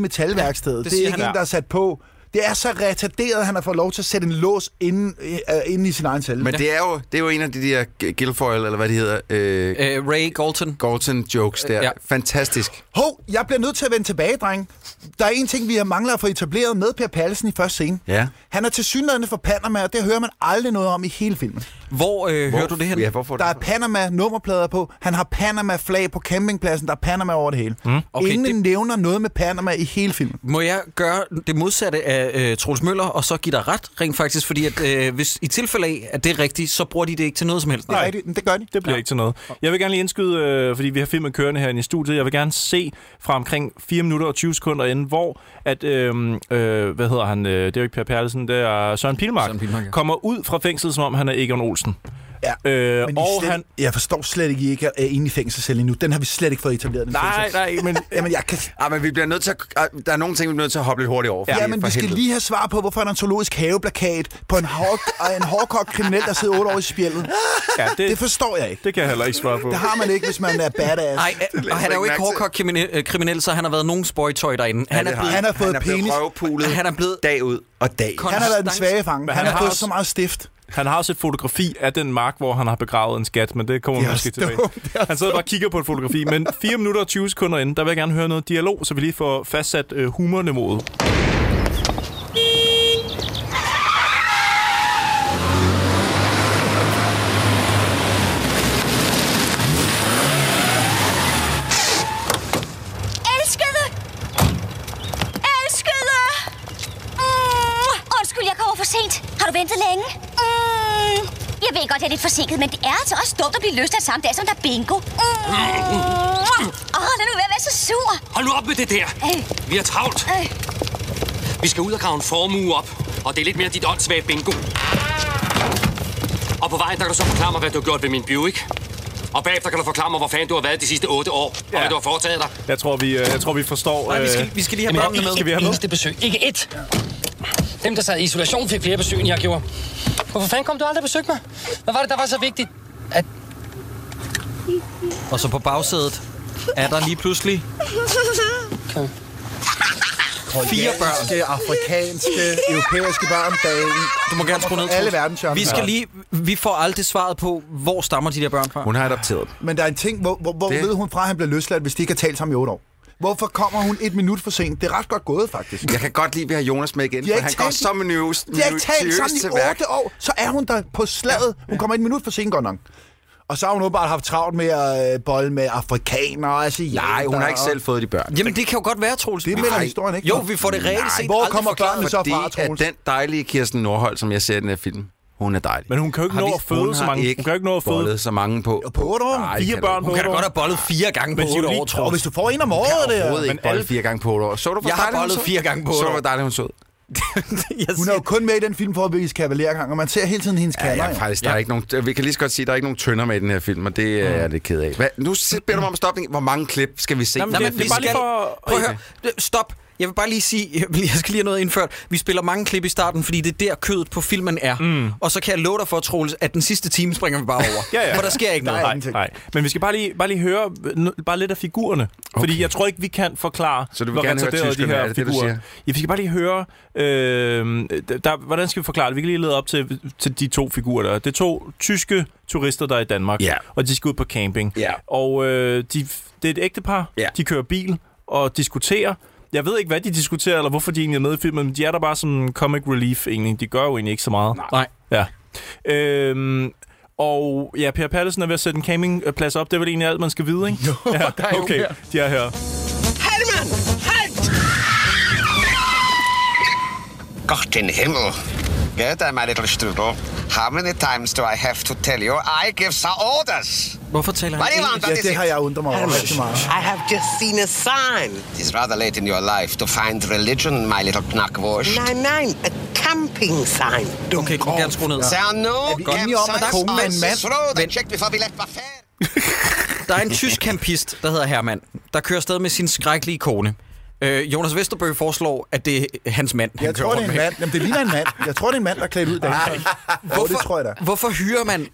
[SPEAKER 1] det
[SPEAKER 2] metalværkstedet. det, det er
[SPEAKER 1] siger
[SPEAKER 2] ikke
[SPEAKER 1] han.
[SPEAKER 2] en, der er sat på. Det er så retarderet, at han har fået lov til at sætte en lås inde, øh, øh, inde i sin egen celle.
[SPEAKER 4] Men det er, jo, det er jo en af de der G- Guilfoyle, eller hvad det hedder, øh,
[SPEAKER 1] Øh, Ray Galton.
[SPEAKER 4] Galton-jokes
[SPEAKER 2] øh,
[SPEAKER 4] der.
[SPEAKER 1] ja.
[SPEAKER 4] Fantastisk.
[SPEAKER 2] Hov, jeg bliver nødt til at vende tilbage, dreng. Der er en ting, vi har mangler at få etableret med Per Pallesen i første scene.
[SPEAKER 4] Ja.
[SPEAKER 2] Han er til synligheden fra Panama, og det hører man aldrig noget om i hele filmen.
[SPEAKER 1] Hvor øh, hører du det hen?
[SPEAKER 4] Ja, hvorfor
[SPEAKER 2] Der er Panama-nummerplader på, han har Panama-flag på campingpladsen, der er Panama over det hele. Mm.
[SPEAKER 1] Okay,
[SPEAKER 2] Okay, Ingen
[SPEAKER 1] det-
[SPEAKER 2] det... nævner noget med Panama i hele filmen.
[SPEAKER 1] Må jeg gøre det modsatte af øh, Troels Møller, og så give dig ret rent faktisk? Fordi at, øh, hvis i tilfælde af, at det er rigtigt, så bruger de det ikke til noget som helst.
[SPEAKER 2] Det, er rigtigt, men det gør de.
[SPEAKER 3] Det bliver ja. ikke til noget. Jeg vil gerne lige indskyde, øh, fordi vi har filmen kørende herinde i studiet. Jeg vil gerne se fra omkring 4 minutter og 20 sekunder inden, hvor at, øh, øh, hvad hedder han, øh, det er jo ikke Per Perlesen, det er Søren Pilmark,
[SPEAKER 1] Søren Pilmark, ja.
[SPEAKER 3] kommer ud fra fængslet, som om han er Egon Olsen.
[SPEAKER 2] Ja.
[SPEAKER 3] Øh,
[SPEAKER 2] Men I
[SPEAKER 3] og
[SPEAKER 2] slet...
[SPEAKER 3] han...
[SPEAKER 2] han... Jeg forstår slet ikke, at I ikke er inde i fængselscellen endnu. Den har vi slet ikke fået etableret. Den
[SPEAKER 3] Nej,
[SPEAKER 2] fængsel.
[SPEAKER 3] nej, men...
[SPEAKER 2] Jamen, jeg kan...
[SPEAKER 4] Ah, men vi bliver nødt til at, ah, der er nogle ting, vi bliver nødt til at hoppe lidt hurtigt over. fordi
[SPEAKER 2] Ja, men
[SPEAKER 4] for
[SPEAKER 2] vi skal
[SPEAKER 4] helvede.
[SPEAKER 2] lige have svar på, hvorfor er der en zoologisk haveplakat på en, hår... en hårdkogt kriminel, der sidder otte år i spjældet.
[SPEAKER 3] ja, det,
[SPEAKER 2] Det forstår jeg ikke.
[SPEAKER 3] det kan jeg heller ikke svare på.
[SPEAKER 2] Det har man ikke, hvis man er badass.
[SPEAKER 1] Nej, øh, og han er jo ikke
[SPEAKER 4] ikke mærke til.
[SPEAKER 1] hårdkogt kriminel, øh, kriminel, så han har været nogen spøjtøj derinde. Han
[SPEAKER 4] det
[SPEAKER 1] er
[SPEAKER 4] har
[SPEAKER 1] blevet
[SPEAKER 2] han har fået
[SPEAKER 4] han er blevet
[SPEAKER 2] penis.
[SPEAKER 4] røvpulet
[SPEAKER 1] Han er blevet-
[SPEAKER 4] dag ud og dag. ind.
[SPEAKER 2] Han har været den svage fange.
[SPEAKER 3] Men
[SPEAKER 2] Han
[SPEAKER 3] han
[SPEAKER 2] har
[SPEAKER 3] har
[SPEAKER 2] fået
[SPEAKER 3] også-
[SPEAKER 2] så meget stift.
[SPEAKER 3] Han har også et fotografi af den mark, hvor han har begravet en skat, men det kommer
[SPEAKER 2] Det
[SPEAKER 3] vi
[SPEAKER 2] er
[SPEAKER 3] måske
[SPEAKER 2] også
[SPEAKER 3] tilbage.
[SPEAKER 2] dumt. Det er
[SPEAKER 3] Han sidder bare og kigger på et fotografi, men 4 minutter og 20 sekunder inden, der vil jeg gerne høre noget dialog, så vi lige får fastsat øh, humorniveauet.
[SPEAKER 5] Elskede! Elskede! Mm. Undskyld, jeg kommer for sent. Har du ventet længe? Mm. Jeg ved godt, jeg er lidt forsinket, men det er altså også dumt at blive løsladt samme dag, som der er bingo. Åh, mm. oh, lad nu være at være så sur.
[SPEAKER 6] Hold nu op med det der.
[SPEAKER 5] Øh,
[SPEAKER 6] Vi har travlt.
[SPEAKER 5] øh.
[SPEAKER 6] Vi skal ud og grave en formue op. Og det er lidt mere dit åndssvage bingo. Og på vejen, der kan du så forklare mig, hvad du har gjort ved min Buick. Og bagefter kan du forklare mig, hvor fanden du har været de sidste otte år. Ja. Og hvad du har foretaget dig.
[SPEAKER 3] Jeg tror, vi, øh, jeg tror, vi forstår...
[SPEAKER 1] Nej, vi
[SPEAKER 3] øh,
[SPEAKER 1] skal, vi skal lige have børnene med.
[SPEAKER 3] Skal vi have med?
[SPEAKER 6] eneste besøg. Ikke ét. Dem, der sad i isolation, fik flere besøg, end jeg gjorde. Hvorfor fanden kom du aldrig og besøgte mig? Hvad var det, der var så vigtigt? At...
[SPEAKER 1] Og så på bagsædet er der lige pludselig fire børn.
[SPEAKER 2] Danske, afrikanske, europæiske børn, der
[SPEAKER 1] Du må gerne skrue ned,
[SPEAKER 2] alle
[SPEAKER 1] Troels.
[SPEAKER 2] verdenshjørner.
[SPEAKER 1] Vi skal lige, vi får aldrig svaret på, hvor stammer de der børn fra.
[SPEAKER 4] Hun har adopteret dem.
[SPEAKER 2] Men der er en ting, hvor, hvor, hvor
[SPEAKER 4] Det-
[SPEAKER 2] ved hun fra, at han bliver løsladt, hvis de ikke har talt sammen i otte år? Hvorfor kommer hun et minut for sent? Det er ret godt gået, faktisk.
[SPEAKER 4] Jeg kan godt lide, at vi har Jonas med igen,
[SPEAKER 2] De har
[SPEAKER 4] for
[SPEAKER 2] ikke
[SPEAKER 4] han går
[SPEAKER 2] talt-
[SPEAKER 4] så minøs,
[SPEAKER 2] De har ikke talt
[SPEAKER 4] minutiøst
[SPEAKER 2] sammen i
[SPEAKER 4] til værk.
[SPEAKER 2] otte år, så er hun der på slaget. Hun kommer et minut for sent godt nok. Og så har hun åbenbart haft travlt med at øh, bolle med afrikanere og asiater.
[SPEAKER 4] Nej, hun har ikke selv fået de børn.
[SPEAKER 1] Jamen, det kan jo godt være, Troels.
[SPEAKER 2] Det melder historien ikke.
[SPEAKER 1] Jo,
[SPEAKER 2] om.
[SPEAKER 1] vi får det reelt set
[SPEAKER 2] Hvor
[SPEAKER 1] aldrig
[SPEAKER 2] kommer
[SPEAKER 1] forklaret.
[SPEAKER 2] børnene så
[SPEAKER 4] Det
[SPEAKER 2] fra,
[SPEAKER 4] er
[SPEAKER 2] Troels?
[SPEAKER 4] den dejlige Kirsten Nordhold, som jeg ser i den her film. Hun er dejlig.
[SPEAKER 3] Men hun kan jo ikke
[SPEAKER 4] Har
[SPEAKER 3] nå
[SPEAKER 4] vi-
[SPEAKER 3] at føde
[SPEAKER 4] hun
[SPEAKER 3] så
[SPEAKER 4] har
[SPEAKER 3] mange- hun kan jo ikke nå at føde-
[SPEAKER 4] bollet så mange på.
[SPEAKER 2] På otte år?
[SPEAKER 4] Nej,
[SPEAKER 3] Fire
[SPEAKER 4] kan
[SPEAKER 3] børn
[SPEAKER 4] du
[SPEAKER 3] på
[SPEAKER 1] Hun kan da
[SPEAKER 3] otte
[SPEAKER 1] godt
[SPEAKER 3] år.
[SPEAKER 1] have bollet fire gange på
[SPEAKER 3] Men de er jo
[SPEAKER 1] otte
[SPEAKER 3] lige-
[SPEAKER 1] år,
[SPEAKER 2] Og
[SPEAKER 1] Troels.
[SPEAKER 2] hvis du får en om året,
[SPEAKER 4] ikke.
[SPEAKER 2] der.
[SPEAKER 4] Overhovedet ikke
[SPEAKER 3] Men
[SPEAKER 4] bollet
[SPEAKER 3] alle-
[SPEAKER 4] fire gange på otte år. Så du, hvor
[SPEAKER 1] Jeg har
[SPEAKER 4] dejlig hun
[SPEAKER 1] bollet
[SPEAKER 4] så?
[SPEAKER 1] fire gange på
[SPEAKER 4] Så
[SPEAKER 1] otte
[SPEAKER 4] du, hvor
[SPEAKER 1] år.
[SPEAKER 4] dejlig hun så?
[SPEAKER 1] Jeg
[SPEAKER 2] Hun er jo kun med i den film for at vise kavalergang, og man ser hele tiden hendes
[SPEAKER 4] Ja,
[SPEAKER 2] kalder.
[SPEAKER 4] ja, faktisk, der er ikke nogen, vi kan lige så godt sige, at der er ikke nogen tønder med i den her film, og det øh, er jeg lidt ked af. Hvad, nu s- beder du mig om stopning. Hvor mange klip skal vi se?
[SPEAKER 1] Jamen,
[SPEAKER 4] Det er
[SPEAKER 1] Jamen, vi
[SPEAKER 3] det er bare
[SPEAKER 1] skal...
[SPEAKER 3] lige for-
[SPEAKER 1] Prøv at høre. Stop. Jeg vil bare lige sige, jeg skal lige have noget indført. Vi spiller mange klip i starten, fordi det er der kødet på filmen er. Mm. Og så kan jeg love dig for, Troels, at den sidste time springer vi bare over.
[SPEAKER 3] Ja, ja.
[SPEAKER 1] For der sker ikke noget.
[SPEAKER 2] Nej.
[SPEAKER 3] Nej,
[SPEAKER 2] ingenting.
[SPEAKER 3] nej. Men vi skal bare lige, bare lige høre øh, n- bare lidt af figurerne. Okay. Fordi jeg tror ikke, vi kan forklare,
[SPEAKER 4] Så du vil
[SPEAKER 3] hvor
[SPEAKER 4] gerne høre
[SPEAKER 3] retarderede
[SPEAKER 4] tyskerne,
[SPEAKER 3] de her
[SPEAKER 4] er det det, du
[SPEAKER 3] figurer.
[SPEAKER 4] siger?
[SPEAKER 3] Ja, vi skal bare lige høre, øh, der, hvordan skal vi forklare det? Vi kan lige lede op til, til de to figurer der. Det er to tyske turister, der er i Danmark,
[SPEAKER 4] Ja.
[SPEAKER 3] og de skal ud på camping.
[SPEAKER 4] Ja.
[SPEAKER 3] Og øh, de, det er et ægtepar,
[SPEAKER 4] Ja.
[SPEAKER 3] de kører bil og diskuterer. Jeg ved ikke, hvad de diskuterer, eller hvorfor de egentlig er med i filmen, men de er der bare som comic relief egentlig. De gør jo egentlig ikke så meget.
[SPEAKER 1] Nej.
[SPEAKER 3] Ja. Øhm, og ja, Per Pallesen er ved at sætte en campingplads op. Det er vel egentlig alt, man skal vide, ikke? Jo, ja, der er okay. De er her.
[SPEAKER 7] Hermann, halt! Gott in Himmel. Get on my little strudel. How many times do I have to tell you I give some orders?
[SPEAKER 1] Hvorfor taler
[SPEAKER 7] What do you
[SPEAKER 1] han ikke?
[SPEAKER 7] want?
[SPEAKER 2] Ja,
[SPEAKER 7] That is
[SPEAKER 2] det har
[SPEAKER 7] it.
[SPEAKER 2] jeg undret mig over rigtig meget.
[SPEAKER 8] I have just seen a sign.
[SPEAKER 7] It is rather late in your life to find religion, my little knackwurst.
[SPEAKER 8] Nein, nein, a camping sign.
[SPEAKER 1] Okay, du må gerne skrue ned.
[SPEAKER 7] There are no
[SPEAKER 2] Er vi enige om, at der er
[SPEAKER 7] Gemsons
[SPEAKER 2] kun
[SPEAKER 7] on
[SPEAKER 2] en
[SPEAKER 7] this
[SPEAKER 2] mand?
[SPEAKER 7] road. I
[SPEAKER 1] Men-
[SPEAKER 7] checked before we left Bafair.
[SPEAKER 1] Der er en tysk campist, der hedder Hermann, der kører afsted med sin skrækkelige kone. Øh, Jonas Vesterbø foreslår, at det er hans mand, han
[SPEAKER 2] Jeg
[SPEAKER 1] kører
[SPEAKER 2] tror,
[SPEAKER 1] rundt
[SPEAKER 2] det er en
[SPEAKER 1] med.
[SPEAKER 2] mand. Jamen, det ligner en mand. Jeg tror, det er en mand, der er klædt ud.
[SPEAKER 3] Ah.
[SPEAKER 2] Hvorfor? det tror jeg da.
[SPEAKER 1] Hvorfor hyrer man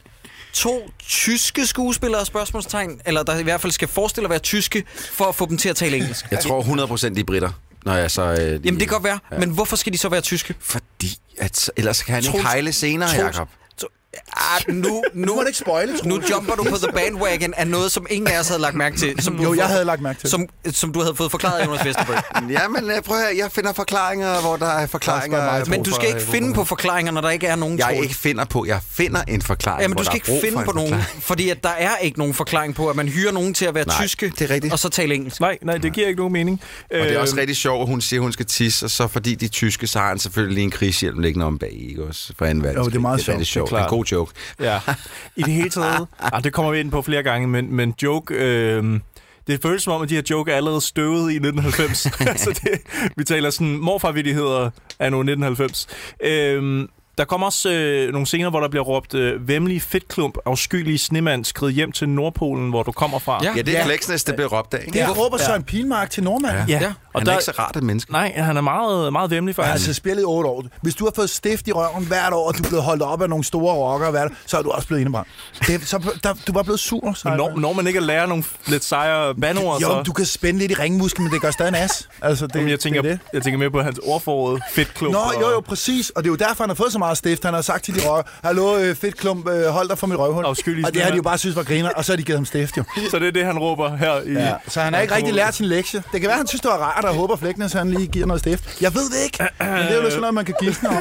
[SPEAKER 1] to tyske skuespillere, spørgsmålstegn, eller der i hvert fald skal forestille at være tyske, for at få dem til at tale engelsk?
[SPEAKER 4] Jeg tror 100% de er britter. Når jeg så, øh, lige-
[SPEAKER 1] Jamen det kan godt være, ja. men hvorfor skal de så være tyske?
[SPEAKER 4] Fordi, at, så- ellers kan han ikke
[SPEAKER 1] Troels-
[SPEAKER 4] hejle senere,
[SPEAKER 1] Troels-
[SPEAKER 4] Jacob.
[SPEAKER 1] To- Ah, nu, nu,
[SPEAKER 2] må du ikke spoile, Troels.
[SPEAKER 1] nu jumper du på the bandwagon af noget, som ingen af os havde lagt mærke til. Som du
[SPEAKER 2] Jo,
[SPEAKER 1] havde
[SPEAKER 2] jeg
[SPEAKER 1] fået-
[SPEAKER 2] havde lagt mærke til.
[SPEAKER 1] Som, som du havde fået forklaret af Jonas Vesterbø.
[SPEAKER 4] Jamen, øh, prøv at høre, jeg finder forklaringer, hvor der er forklaringer.
[SPEAKER 2] Der er meget
[SPEAKER 1] Men du skal ikke finde på forklaringer, når der ikke er nogen
[SPEAKER 4] øh, Jeg
[SPEAKER 1] Troels.
[SPEAKER 4] ikke finder på, jeg finder en forklaring,
[SPEAKER 1] Jamen,
[SPEAKER 4] hvor
[SPEAKER 1] du skal
[SPEAKER 4] der er brug
[SPEAKER 1] ikke
[SPEAKER 4] for
[SPEAKER 1] finde
[SPEAKER 4] en
[SPEAKER 1] på nogen,
[SPEAKER 4] forklaring.
[SPEAKER 1] fordi at der er ikke nogen forklaring på, at man hyrer nogen til at være
[SPEAKER 4] Nej,
[SPEAKER 1] tyske,
[SPEAKER 4] det er rigtigt.
[SPEAKER 1] og så tale engelsk.
[SPEAKER 3] Nej, nej, det giver ikke nogen mening. Øhm,
[SPEAKER 4] Og det er også rigtig sjovt, at hun siger, at hun skal tisse, og så fordi de er tyske, så har han selvfølgelig lige en krigshjelm liggende om bag, ikke også? For anden verdenskrig.
[SPEAKER 2] det er meget
[SPEAKER 4] det er rigtig
[SPEAKER 2] sjovt,
[SPEAKER 4] sjovt.
[SPEAKER 3] det
[SPEAKER 4] Det
[SPEAKER 3] er
[SPEAKER 4] er en god joke.
[SPEAKER 3] Ja. I det hele taget... Ah, det kommer vi ind på flere gange, men, men joke... Øh, det føles som om, at de her joke er allerede støvet i 1990. altså det, vi taler sådan morfarvittigheder af nu 1990. Øhm, der kommer også øh, nogle scener, hvor der bliver råbt, øh, vemmelig fedtklump, afskyelige snemand, skrid hjem til Nordpolen, hvor du kommer fra.
[SPEAKER 1] Ja.
[SPEAKER 4] Ja, det er ja. Fleksnes, det bliver råbt af. Ikke?
[SPEAKER 2] Det
[SPEAKER 4] Ja.
[SPEAKER 2] er råber Søren Pilmark til Nordmand.
[SPEAKER 3] ja.
[SPEAKER 1] Ja.
[SPEAKER 3] Og
[SPEAKER 4] Han
[SPEAKER 3] der,
[SPEAKER 4] er ikke så rart et menneske.
[SPEAKER 3] Nej, han er meget, meget vemmelig faktisk.
[SPEAKER 2] Altså spillet i otte år. Hvis du har fået stift i røven hvert år, og du er blevet holdt op af nogle store rockere hvert år, så er du også blevet indebrændt. Det, så, der, du var blevet sur. Så
[SPEAKER 3] Men når, når man ikke lærer nogle lidt sejere bandord,
[SPEAKER 2] jo,
[SPEAKER 3] så...
[SPEAKER 2] men du kan spænde lidt i ringmusklen, men det gør stadig en as. Altså, det,
[SPEAKER 3] Jamen, jeg, tænker,
[SPEAKER 2] det, er det.
[SPEAKER 3] jeg tænker mere på hans ordforråd, fedtklub.
[SPEAKER 2] Nå, jo, jo, præcis. Og det er jo derfor, han har fået så meget stift. Han har sagt til de rockere, Hallo, øh, fedt klump, øh, hold dig fra mit røvhul.
[SPEAKER 3] Afskyelige
[SPEAKER 2] Og det har de jo
[SPEAKER 3] snemand.
[SPEAKER 2] bare synes var griner, og så har de givet ham stift, jo.
[SPEAKER 3] Så det er det, han råber her i...
[SPEAKER 2] Ja, så han har ikke rigtig lært sin lektie. Det kan være, han synes, det var rart, og håber, Flæknes han lige giver noget stift. Jeg ved det ikke. Men det er jo sådan noget, man kan gisne om.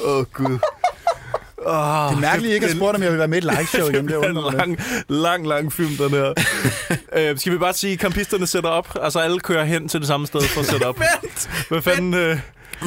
[SPEAKER 3] Åh, oh, Gud.
[SPEAKER 2] Det er mærkeligt, I ikke har spurgt, om jeg vil være med i et liveshow igen. Det
[SPEAKER 3] Det er en
[SPEAKER 2] undrer mig lidt.
[SPEAKER 3] lang, lang, lang film, den her. øh, skal vi bare sige, at kampisterne sætter op? Altså, alle kører hen til det samme sted for at sætte op. Hvad fanden... Øh,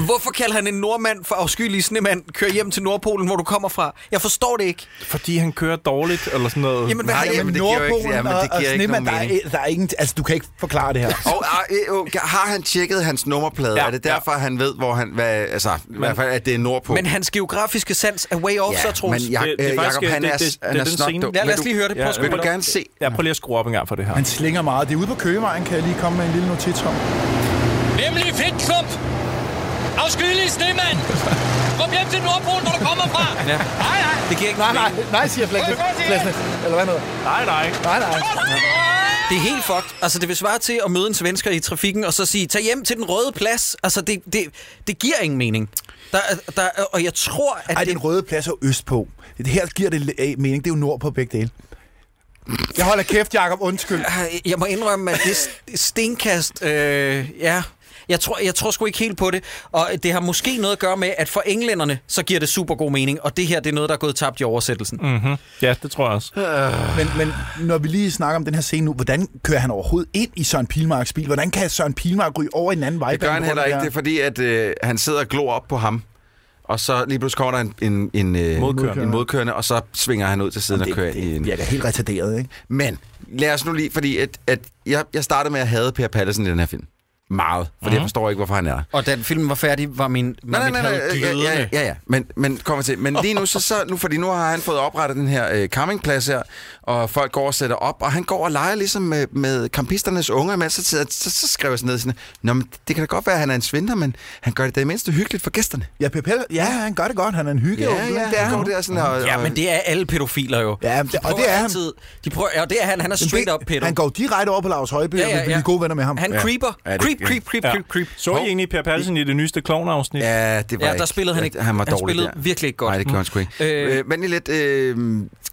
[SPEAKER 1] Hvorfor kalder han en nordmand for afskyelig snemand? Kør hjem til Nordpolen, hvor du kommer fra. Jeg forstår det ikke.
[SPEAKER 3] Fordi han kører dårligt, eller sådan noget.
[SPEAKER 1] Jamen, hvad
[SPEAKER 4] Nej,
[SPEAKER 1] har jeg
[SPEAKER 4] jamen,
[SPEAKER 1] med
[SPEAKER 4] det giver jo ikke- jamen, det
[SPEAKER 2] og- og
[SPEAKER 4] giver ikke
[SPEAKER 2] Snemand,
[SPEAKER 4] nogen
[SPEAKER 2] der er,
[SPEAKER 4] mening.
[SPEAKER 2] der er ingen... Altså, du kan ikke forklare det her.
[SPEAKER 4] Og øh, øh, har han tjekket hans nummerplade?
[SPEAKER 3] Ja,
[SPEAKER 4] Ja, er det derfor, ja. han ved, hvor han... Hvad, altså, i hvert fald, at det er nordpå.
[SPEAKER 1] Men hans geografiske sans er way off, så Troels.
[SPEAKER 4] men jeg,
[SPEAKER 3] Det- det er
[SPEAKER 4] øh,
[SPEAKER 3] faktisk-
[SPEAKER 4] Jacob, han
[SPEAKER 3] det-
[SPEAKER 4] er,
[SPEAKER 3] det-
[SPEAKER 4] han
[SPEAKER 3] det
[SPEAKER 4] er
[SPEAKER 3] er den
[SPEAKER 4] snot
[SPEAKER 3] scene.
[SPEAKER 4] dum.
[SPEAKER 1] Ja, lad
[SPEAKER 4] Vil
[SPEAKER 1] os
[SPEAKER 4] du-
[SPEAKER 1] lige høre det.
[SPEAKER 3] Ja,
[SPEAKER 1] Prøv at spille
[SPEAKER 4] Vil
[SPEAKER 1] det
[SPEAKER 4] du
[SPEAKER 1] op.
[SPEAKER 4] gerne se?
[SPEAKER 3] Jeg prøver lige at skrue op en gang for det her.
[SPEAKER 2] Han slinger meget. Det er ude på Køgevejen, kan jeg lige komme med en lille notits om.
[SPEAKER 6] Nemlig Fedtklump. Afskyelig snemand. Kom hjem til Nordpolen, hvor du kommer fra.
[SPEAKER 1] Ja.
[SPEAKER 6] Nej, nej.
[SPEAKER 1] Det giver ikke
[SPEAKER 2] Nej,
[SPEAKER 1] mening.
[SPEAKER 2] nej, nej, siger Flæsnes. Flæsnes. Eller hvad noget?
[SPEAKER 3] Nej, nej.
[SPEAKER 2] Nej, nej.
[SPEAKER 1] Det er helt fucked. Altså, det vil svare til at møde en svensker i trafikken, og så sige, tag hjem til den røde plads. Altså, det, det, det giver ingen mening. Der, er- der, er- og jeg tror, at
[SPEAKER 2] Ej,
[SPEAKER 1] det...
[SPEAKER 2] den røde plads er øst på. Det her giver det lidt af mening. Det er jo nord på begge dele. Jeg holder kæft, Jacob. Undskyld.
[SPEAKER 1] Ej, Jeg må indrømme, at det st- stenkast... Øh, ja... Jeg tror, jeg tror sgu ikke helt på det, og det har måske noget at gøre med, at for englænderne, så giver det super god mening, og det her, det er noget, der er gået tabt i oversættelsen. Mm.
[SPEAKER 3] Ja, det tror jeg også.
[SPEAKER 2] Men, men når vi lige snakker om den her scene nu, hvordan kører han overhovedet ind i Søren Pilmarks bil? Hvordan kan Søren Pilmark ryge over i en anden vej?
[SPEAKER 4] Det gør han heller ikke. Det er fordi, at øh, han sidder og glor op på ham. Og så lige pludselig kommer der en, en, en, øh,
[SPEAKER 3] Modkørende.
[SPEAKER 4] en modkørende, og så svinger han ud til siden og
[SPEAKER 2] det,
[SPEAKER 4] kører ind i
[SPEAKER 2] det,
[SPEAKER 4] en...
[SPEAKER 2] det er da helt retarderet, ikke?
[SPEAKER 4] Men lad os nu lige, fordi at, at jeg, jeg startede med at hade Per Pallesen i den her film. Meget. Fordi mm. jeg forstår ikke, hvorfor han er der.
[SPEAKER 1] Og da filmen var færdig, var min, var
[SPEAKER 4] Nej,
[SPEAKER 1] mit
[SPEAKER 4] nej, nej,
[SPEAKER 1] had øh.
[SPEAKER 4] nej, ja, ja,
[SPEAKER 1] glødende.
[SPEAKER 4] ja, ja, men, men kommer til. Men lige nu, så, så nu, fordi nu har han fået oprettet den her øh, campingplads her, og folk går og sætter op, og han går og leger ligesom med, med campisternes unger, men så, så, så, så skriver jeg sådan ned sådan, Nå, men det kan da godt være, at han er en svindler, men han gør det da i mindste hyggeligt for gæsterne.
[SPEAKER 2] Ja, Per Pell, ja, han gør det godt. Han er en hygge.
[SPEAKER 4] Ja, ja, det er han. Der, sådan, og,
[SPEAKER 1] Ja, men det er alle pædofiler jo.
[SPEAKER 2] Ja, men det- og det er han.
[SPEAKER 1] han. De prøver, ja, og det er han. Han er straight up pædo.
[SPEAKER 2] Han går direkte over på Lars Højby, ja, ja, ja. og bliver gode venner med ham.
[SPEAKER 1] Han creeper.
[SPEAKER 4] Ja, det-
[SPEAKER 1] creep,
[SPEAKER 4] ja.
[SPEAKER 1] creep, creep,
[SPEAKER 3] Ja.
[SPEAKER 1] creep, creep.
[SPEAKER 3] Så I egentlig Per Pallesen i det nyeste klovneafsnit?
[SPEAKER 4] Ja, det var
[SPEAKER 1] Ja, der
[SPEAKER 4] ikke.
[SPEAKER 1] spillede han ikke-
[SPEAKER 4] Han var
[SPEAKER 1] han
[SPEAKER 4] dårlig
[SPEAKER 1] spillede
[SPEAKER 4] der.
[SPEAKER 1] virkelig ikke godt.
[SPEAKER 4] Nej, det gjorde han sgu ikke.
[SPEAKER 1] Øh.
[SPEAKER 4] Øh. Øh, men lige lidt, øh,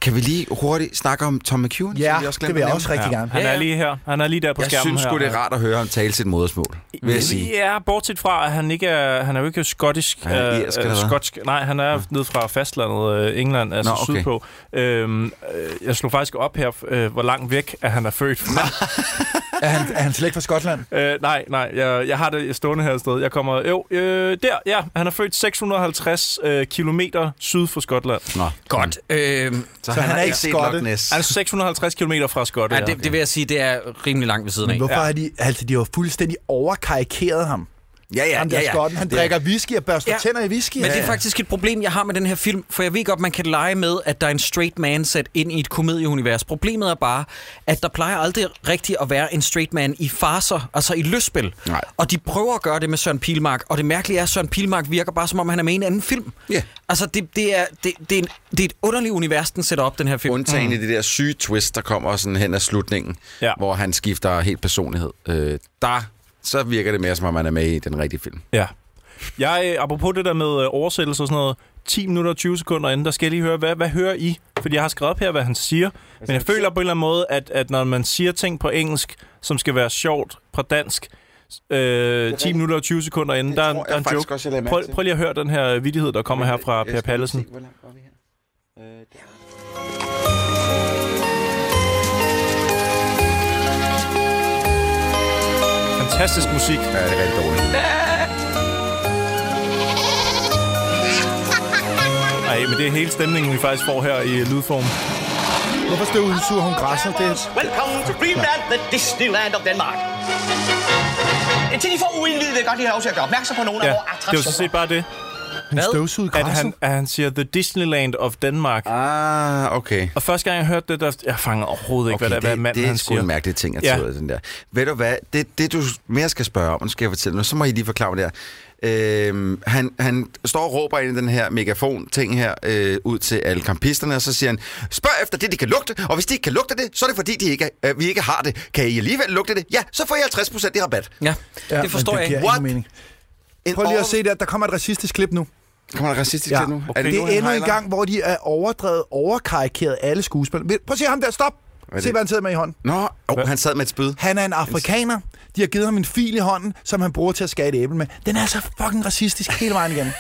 [SPEAKER 4] kan vi lige hurtigt snakke om Tom McEwan?
[SPEAKER 2] Ja,
[SPEAKER 4] som vi også glemte
[SPEAKER 2] det vil
[SPEAKER 4] at
[SPEAKER 2] jeg
[SPEAKER 4] nævne?
[SPEAKER 2] også rigtig gerne.
[SPEAKER 3] Han
[SPEAKER 1] Ja,
[SPEAKER 3] er
[SPEAKER 1] ja.
[SPEAKER 3] lige her. Han er lige der på
[SPEAKER 4] Jeg
[SPEAKER 3] skærmen
[SPEAKER 4] synes
[SPEAKER 3] her.
[SPEAKER 4] sgu, det er rart at høre ham tale sit modersmål, vil jeg sige.
[SPEAKER 3] Ja, bortset fra, at han ikke er, han er jo ikke skotsk.
[SPEAKER 4] Han er irsk, eller hvad?
[SPEAKER 3] skotsk. Nej, han er nede fra fastlandet, øh, England, altså
[SPEAKER 4] Nå,
[SPEAKER 3] Nå,
[SPEAKER 4] okay.
[SPEAKER 3] okay. sydpå. Øhm, øh, jeg slog faktisk op her, øh, hvor langt væk at han er født. Men,
[SPEAKER 2] Er han, er han slet ikke fra Skotland?
[SPEAKER 3] øh, nej, nej, jeg, jeg har det stående her et sted. Jeg kommer, jo, øh, der, ja, han er født 650 øh, kilometer syd for Skotland.
[SPEAKER 4] Nå.
[SPEAKER 1] Godt. Øhm,
[SPEAKER 4] Så,
[SPEAKER 2] han er ikke skotte.
[SPEAKER 4] Ness.
[SPEAKER 3] Han er 650 kilometer fra Skotland.
[SPEAKER 1] ja, det, det vil jeg sige, det er rimelig langt ved siden af.
[SPEAKER 2] Hvorfor
[SPEAKER 3] Ja.
[SPEAKER 2] har de... Altså, de har jo fuldstændig overkarikeret ham.
[SPEAKER 4] Ja, ja,
[SPEAKER 2] Ham der
[SPEAKER 4] ja, ja.
[SPEAKER 2] Skotten, han
[SPEAKER 4] Det er-
[SPEAKER 2] drikker whisky og børster
[SPEAKER 1] Ja.
[SPEAKER 2] tænder i whisky.
[SPEAKER 1] Men det er faktisk et problem, jeg har med den her film, for jeg ved godt, man kan lege med, at der er en straight man sat ind i et komedieunivers. Problemet er bare, at der plejer aldrig rigtigt at være en straight man i farser, altså i løsspil.
[SPEAKER 4] Nej.
[SPEAKER 1] Og de prøver at gøre det med Søren Pilmark, og det mærkelige er, at Søren Pilmark virker bare, som om han er med i en anden film.
[SPEAKER 4] Ja.
[SPEAKER 1] Altså, det, det, er, det, det, er en, det er et underligt univers, den sætter op, den her film.
[SPEAKER 4] Undtagen i det der syge twist, der kommer sådan hen ad slutningen,
[SPEAKER 3] Mm. Ja.
[SPEAKER 4] hvor han skifter helt personlighed. Øh, der, så virker det mere, som om man er med i den rigtige film.
[SPEAKER 3] Ja. Jeg, øh, apropos det der med øh, oversættelse og sådan noget, 10 minutter og 20 sekunder inden, der skal jeg lige høre, hvad, hvad hører I? Fordi jeg har skrevet op her, hvad han siger,
[SPEAKER 4] Altså,
[SPEAKER 3] men jeg føler på en eller anden måde, at, at når man siger ting på engelsk, som skal være sjovt på dansk, øh, 10 minutter og 20 sekunder inden, der, er en-
[SPEAKER 4] tror jeg
[SPEAKER 3] der er en
[SPEAKER 4] faktisk
[SPEAKER 3] joke.
[SPEAKER 4] også, jeg lagde mærke
[SPEAKER 3] prøv,
[SPEAKER 4] til.
[SPEAKER 3] prøv lige at høre den her øh, vittighed, der kommer her fra Per Pallesen. Fantastisk musik.
[SPEAKER 4] Ja, det er rigtig dårligt.
[SPEAKER 3] Ej, men det er hele stemningen, vi faktisk får her i lydform.
[SPEAKER 2] Hvorfor støvsuger hun græsser? Det er...
[SPEAKER 9] Welcome to Dreamland, the Disneyland of Denmark. Til de få uindvidede vil jeg godt lige have lov til at gøre opmærksom på nogle af
[SPEAKER 3] Ja,
[SPEAKER 9] vores
[SPEAKER 3] det er jo sådan
[SPEAKER 9] attraktioner.
[SPEAKER 3] set bare det.
[SPEAKER 2] Hun støvsuger
[SPEAKER 3] at
[SPEAKER 2] græsset.
[SPEAKER 3] han, at han siger The Disneyland of Denmark.
[SPEAKER 4] Ah, okay.
[SPEAKER 3] Og første gang, jeg hørte det, der jeg fangede overhovedet ikke,
[SPEAKER 4] Okay,
[SPEAKER 3] okay, hvad, det, hvad
[SPEAKER 4] det,
[SPEAKER 3] manden
[SPEAKER 4] det er
[SPEAKER 3] han
[SPEAKER 4] sgu
[SPEAKER 3] siger.
[SPEAKER 4] en mærkelig ting at
[SPEAKER 3] Ja.
[SPEAKER 4] tage ud af den der. Ved du hvad, det, det du mere skal spørge om, nu skal jeg fortælle nu, så må I lige forklare mig det her. Øhm, han, han står og råber ind i den her megafon-ting her øh, ud til alle kampisterne, og så siger han, spørg efter det, de kan lugte, og hvis de ikke kan lugte det, så er det fordi, de ikke, er- øh, vi ikke har det. Kan I alligevel lugte det? Ja, så får I 50% i rabat.
[SPEAKER 1] Ja, ja,
[SPEAKER 2] men
[SPEAKER 1] det forstår
[SPEAKER 2] det
[SPEAKER 1] jeg ikke.
[SPEAKER 2] giver
[SPEAKER 4] What?
[SPEAKER 2] ingen mening.
[SPEAKER 4] En
[SPEAKER 2] Prøv lige
[SPEAKER 4] over-
[SPEAKER 2] at se der, der kommer et racistisk klip nu.
[SPEAKER 4] Kommer der racistisk
[SPEAKER 2] Ja.
[SPEAKER 4] ja. nu?
[SPEAKER 3] Okay.
[SPEAKER 4] nu,
[SPEAKER 2] Det
[SPEAKER 4] han
[SPEAKER 2] er endnu en
[SPEAKER 4] hejler?
[SPEAKER 2] gang, hvor de er overdrevet, overkarikeret alle skuespillere. Vil- Prøv at se ham der, stop!
[SPEAKER 4] det?
[SPEAKER 2] Se, hvad Altså- han sidder med i hånden.
[SPEAKER 4] Nå, oh, han sad med et spyd.
[SPEAKER 2] Han er en afrikaner. De har givet ham en fil i hånden, som han bruger til at skære et æble med. Den er så fucking racistisk hele vejen igen.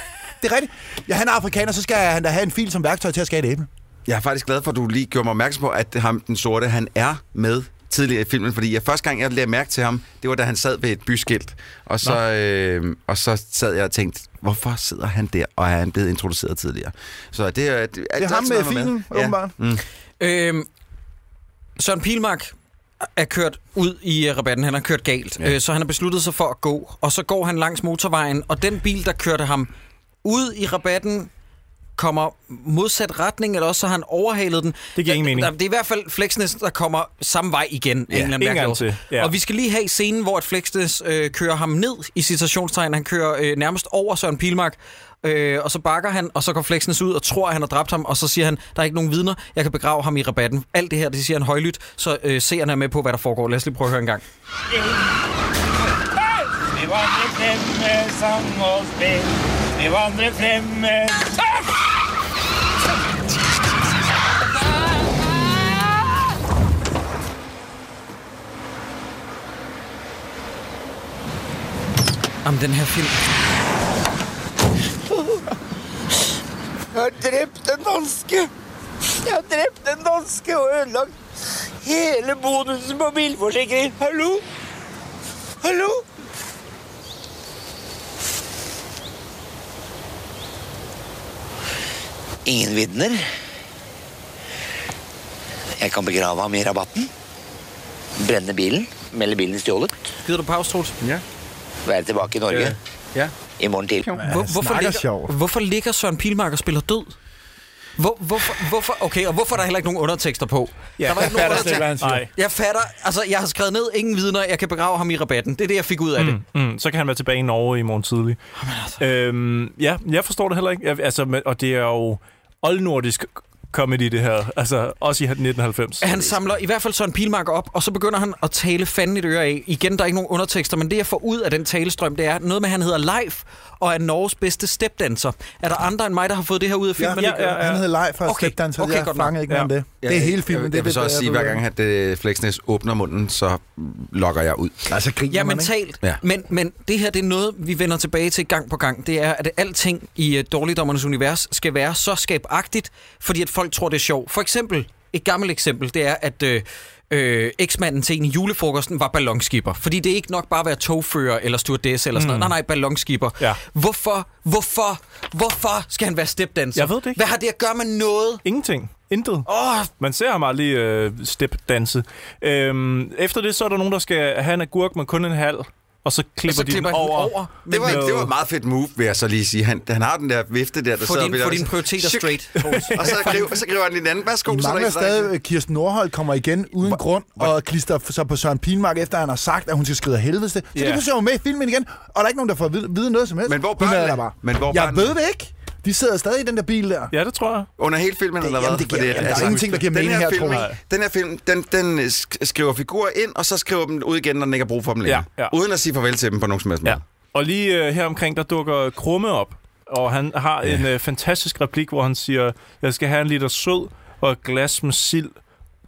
[SPEAKER 2] Det er rigtigt. Ja, han er afrikaner, så skal han da have en fil som værktøj til at skære et æble.
[SPEAKER 4] Jeg er faktisk glad for, at du lige gjorde mig opmærksom på, at ham, den sorte, han er med tidligere i filmen, fordi jeg første gang, jeg lagde mærke til ham, det var, da han sad ved et byskilt. Og så, øh, og så sad jeg og tænkte, hvorfor sidder han der, og er han blevet introduceret tidligere? Så det, er- det, det
[SPEAKER 2] Det er ham med filen, åbenbart.
[SPEAKER 4] Mm.
[SPEAKER 1] Øhm, Søren Pilmark er kørt ud i øh, rabatten. Han har kørt galt. Ja. Øh, så han har besluttet sig for at gå. Og så går han langs motorvejen, og den bil, der kørte ham ud i rabatten, kommer modsat retning, eller også så har han overhalet den.
[SPEAKER 3] Det giver ingen
[SPEAKER 1] Der-
[SPEAKER 3] mening.
[SPEAKER 1] der- Det er i hvert fald Flexnes, der kommer samme vej igen. Ja, en eller anden
[SPEAKER 3] en gang
[SPEAKER 1] mærkelig
[SPEAKER 3] til,
[SPEAKER 1] årsag.
[SPEAKER 3] ja.
[SPEAKER 1] Og vi skal lige have scenen, hvor at Flexnes øh, kører ham ned i citationstegn. Han kører øh, nærmest over Søren Pilmark, øh, og så bakker han, og så går Flexnes ud og tror, at han har dræbt ham, og så siger han, der er ikke nogen vidner, jeg kan begrave ham i rabatten. Alt det her, det siger han højlydt, så øh, seerne er med på, hvad der foregår. Lad os lige prøve at høre en gang.
[SPEAKER 10] Vi vandrer fremme, sang og spil. Vi vandrer fremme.
[SPEAKER 1] Jamen, den her film.
[SPEAKER 10] Jeg har drept den danske. Jeg har drept den danske og ødelagt hele bonusen på bilforsikring. Hallo? Hallo?
[SPEAKER 9] Ingen vidner. Jeg kan begrave ham i rabatten. Brænde bilen. Melde bilen stjålet.
[SPEAKER 1] Gider du pause, Troels?
[SPEAKER 9] Ja. Være tilbage i Norge.
[SPEAKER 4] Ja.
[SPEAKER 9] I morgen til.
[SPEAKER 1] Hvor, hvorfor, ligger, hvorfor ligger Søren Pilmark og spiller død? Hvor, hvorfor, hvorfor, okay, og hvorfor er der heller ikke nogen undertekster på?
[SPEAKER 3] Ja,
[SPEAKER 1] der var
[SPEAKER 3] jeg
[SPEAKER 1] ikke nogen
[SPEAKER 3] fatter slet ikke, hvad han siger.
[SPEAKER 1] undertekster.
[SPEAKER 3] Nej.
[SPEAKER 1] Jeg fatter, altså jeg har skrevet ned, ingen vidner, jeg kan begrave ham i rabatten. Det er det, jeg fik ud af mm. det.
[SPEAKER 3] Mm, mm, så kan han være tilbage i Norge i morgen tidlig. Altså. Øhm, ja, jeg forstår det heller ikke. Jeg, altså, men- og det er jo oldnordisk comedy, det her. Altså, også i 1990.
[SPEAKER 1] Han samler i hvert fald Søren Pilmark op, og så begynder han at tale fanden i øre af. Igen, der er ikke nogen undertekster, men det jeg får ud af den talestrøm, det er noget med, at han hedder Leif, og er Norges bedste stepdanser. Er der andre end mig, der har fået det her ud af filmen?
[SPEAKER 3] ja, ja.
[SPEAKER 2] Han hedder Leif fra
[SPEAKER 1] Okay,
[SPEAKER 2] okay. Stepdanser.
[SPEAKER 1] okay,
[SPEAKER 2] Okay, jeg
[SPEAKER 1] godt nok.
[SPEAKER 2] fangede ikke mere
[SPEAKER 3] Ja.
[SPEAKER 2] om det. Det er hele filmen.
[SPEAKER 4] Jeg,
[SPEAKER 2] det
[SPEAKER 4] jeg
[SPEAKER 2] er
[SPEAKER 4] vil så
[SPEAKER 2] det,
[SPEAKER 4] også
[SPEAKER 2] der
[SPEAKER 4] sige,
[SPEAKER 2] er
[SPEAKER 4] hver
[SPEAKER 2] ved-
[SPEAKER 4] gang at øh, Flexnes åbner munden, så lokker jeg ud.
[SPEAKER 2] Altså, griner
[SPEAKER 1] Ja,
[SPEAKER 2] man, ikke?
[SPEAKER 1] mentalt. Ja.
[SPEAKER 4] Ja.
[SPEAKER 1] Men, men det her, det er noget, vi vender tilbage til gang på gang. Det er, at alting i uh, dårligdommernes univers skal være så skabagtigt, fordi at folk tror, det er sjovt. For eksempel, et gammelt eksempel, det er, at øh, øh, eksmanden til en i julefrokosten var ballonskipper. Fordi det er ikke nok bare at være togfører eller stewardesse eller sådan noget. Nej, nej, ballonskipper.
[SPEAKER 3] Mm. Ja.
[SPEAKER 1] Hvorfor, hvorfor, hvorfor skal han være stepdanser?
[SPEAKER 3] Jeg ved det ikke.
[SPEAKER 1] Hvad har det at gøre med noget?
[SPEAKER 3] Ingenting. Intet.
[SPEAKER 1] Åh, oh,
[SPEAKER 3] Man ser ham aldrig øh, stepdanse. Øhm, efter det, så er der nogen, der skal have en agurk, men kun en halv. Og så klipper,
[SPEAKER 1] så
[SPEAKER 3] de
[SPEAKER 1] klipper
[SPEAKER 3] den
[SPEAKER 1] han
[SPEAKER 3] over.
[SPEAKER 1] over.
[SPEAKER 4] Det var,
[SPEAKER 3] Men,
[SPEAKER 4] det
[SPEAKER 3] øh,
[SPEAKER 4] var et meget fedt move, vil jeg så lige sige. Han, han har den der vifte der, der
[SPEAKER 1] Få
[SPEAKER 4] sidder
[SPEAKER 1] din-
[SPEAKER 4] ved
[SPEAKER 1] få
[SPEAKER 4] der-
[SPEAKER 1] dine prioriteter
[SPEAKER 4] Shuk.
[SPEAKER 1] straight,
[SPEAKER 4] og så griber, så griber han i den anden. Værsgo,
[SPEAKER 2] I
[SPEAKER 4] så er der
[SPEAKER 2] mangler
[SPEAKER 4] ikke- der er ikke-
[SPEAKER 2] stadig, øh, Kirsten Nordholt kommer igen uden grund og klister f- sig på Søren Pilmark, efter han har sagt, at hun skal skride af helvede. til. Så
[SPEAKER 3] Ja.
[SPEAKER 2] det forsøger hun med i filmen igen, og der er ikke nogen, der får at vide, vide noget som helst.
[SPEAKER 4] Men hvor
[SPEAKER 2] Hun er
[SPEAKER 4] børnene?
[SPEAKER 2] der bare.
[SPEAKER 4] Men hvor
[SPEAKER 2] jeg
[SPEAKER 4] børnene?
[SPEAKER 2] ved det ikke. De sidder stadig i den der bil der.
[SPEAKER 3] Ja, det tror jeg.
[SPEAKER 4] Under hele filmen, eller hvad?
[SPEAKER 2] jamen, det giver-
[SPEAKER 4] Fordi,
[SPEAKER 2] jamen, der er ingenting, der giver
[SPEAKER 4] den
[SPEAKER 2] mening her,
[SPEAKER 4] film,
[SPEAKER 2] tror jeg.
[SPEAKER 4] ikke? Den her film, den, den øh, sk- skriver figurer ind, og så skriver dem ud igen, når den ikke har brug for dem længere.
[SPEAKER 3] Ja, ja.
[SPEAKER 4] Uden at sige farvel til dem på nogen som helst måde.
[SPEAKER 3] Ja. Og lige øh, her omkring, der dukker Krumme op, og han har ja. en øh, fantastisk replik, hvor han siger, jeg skal have en liter sød og et glas med sild.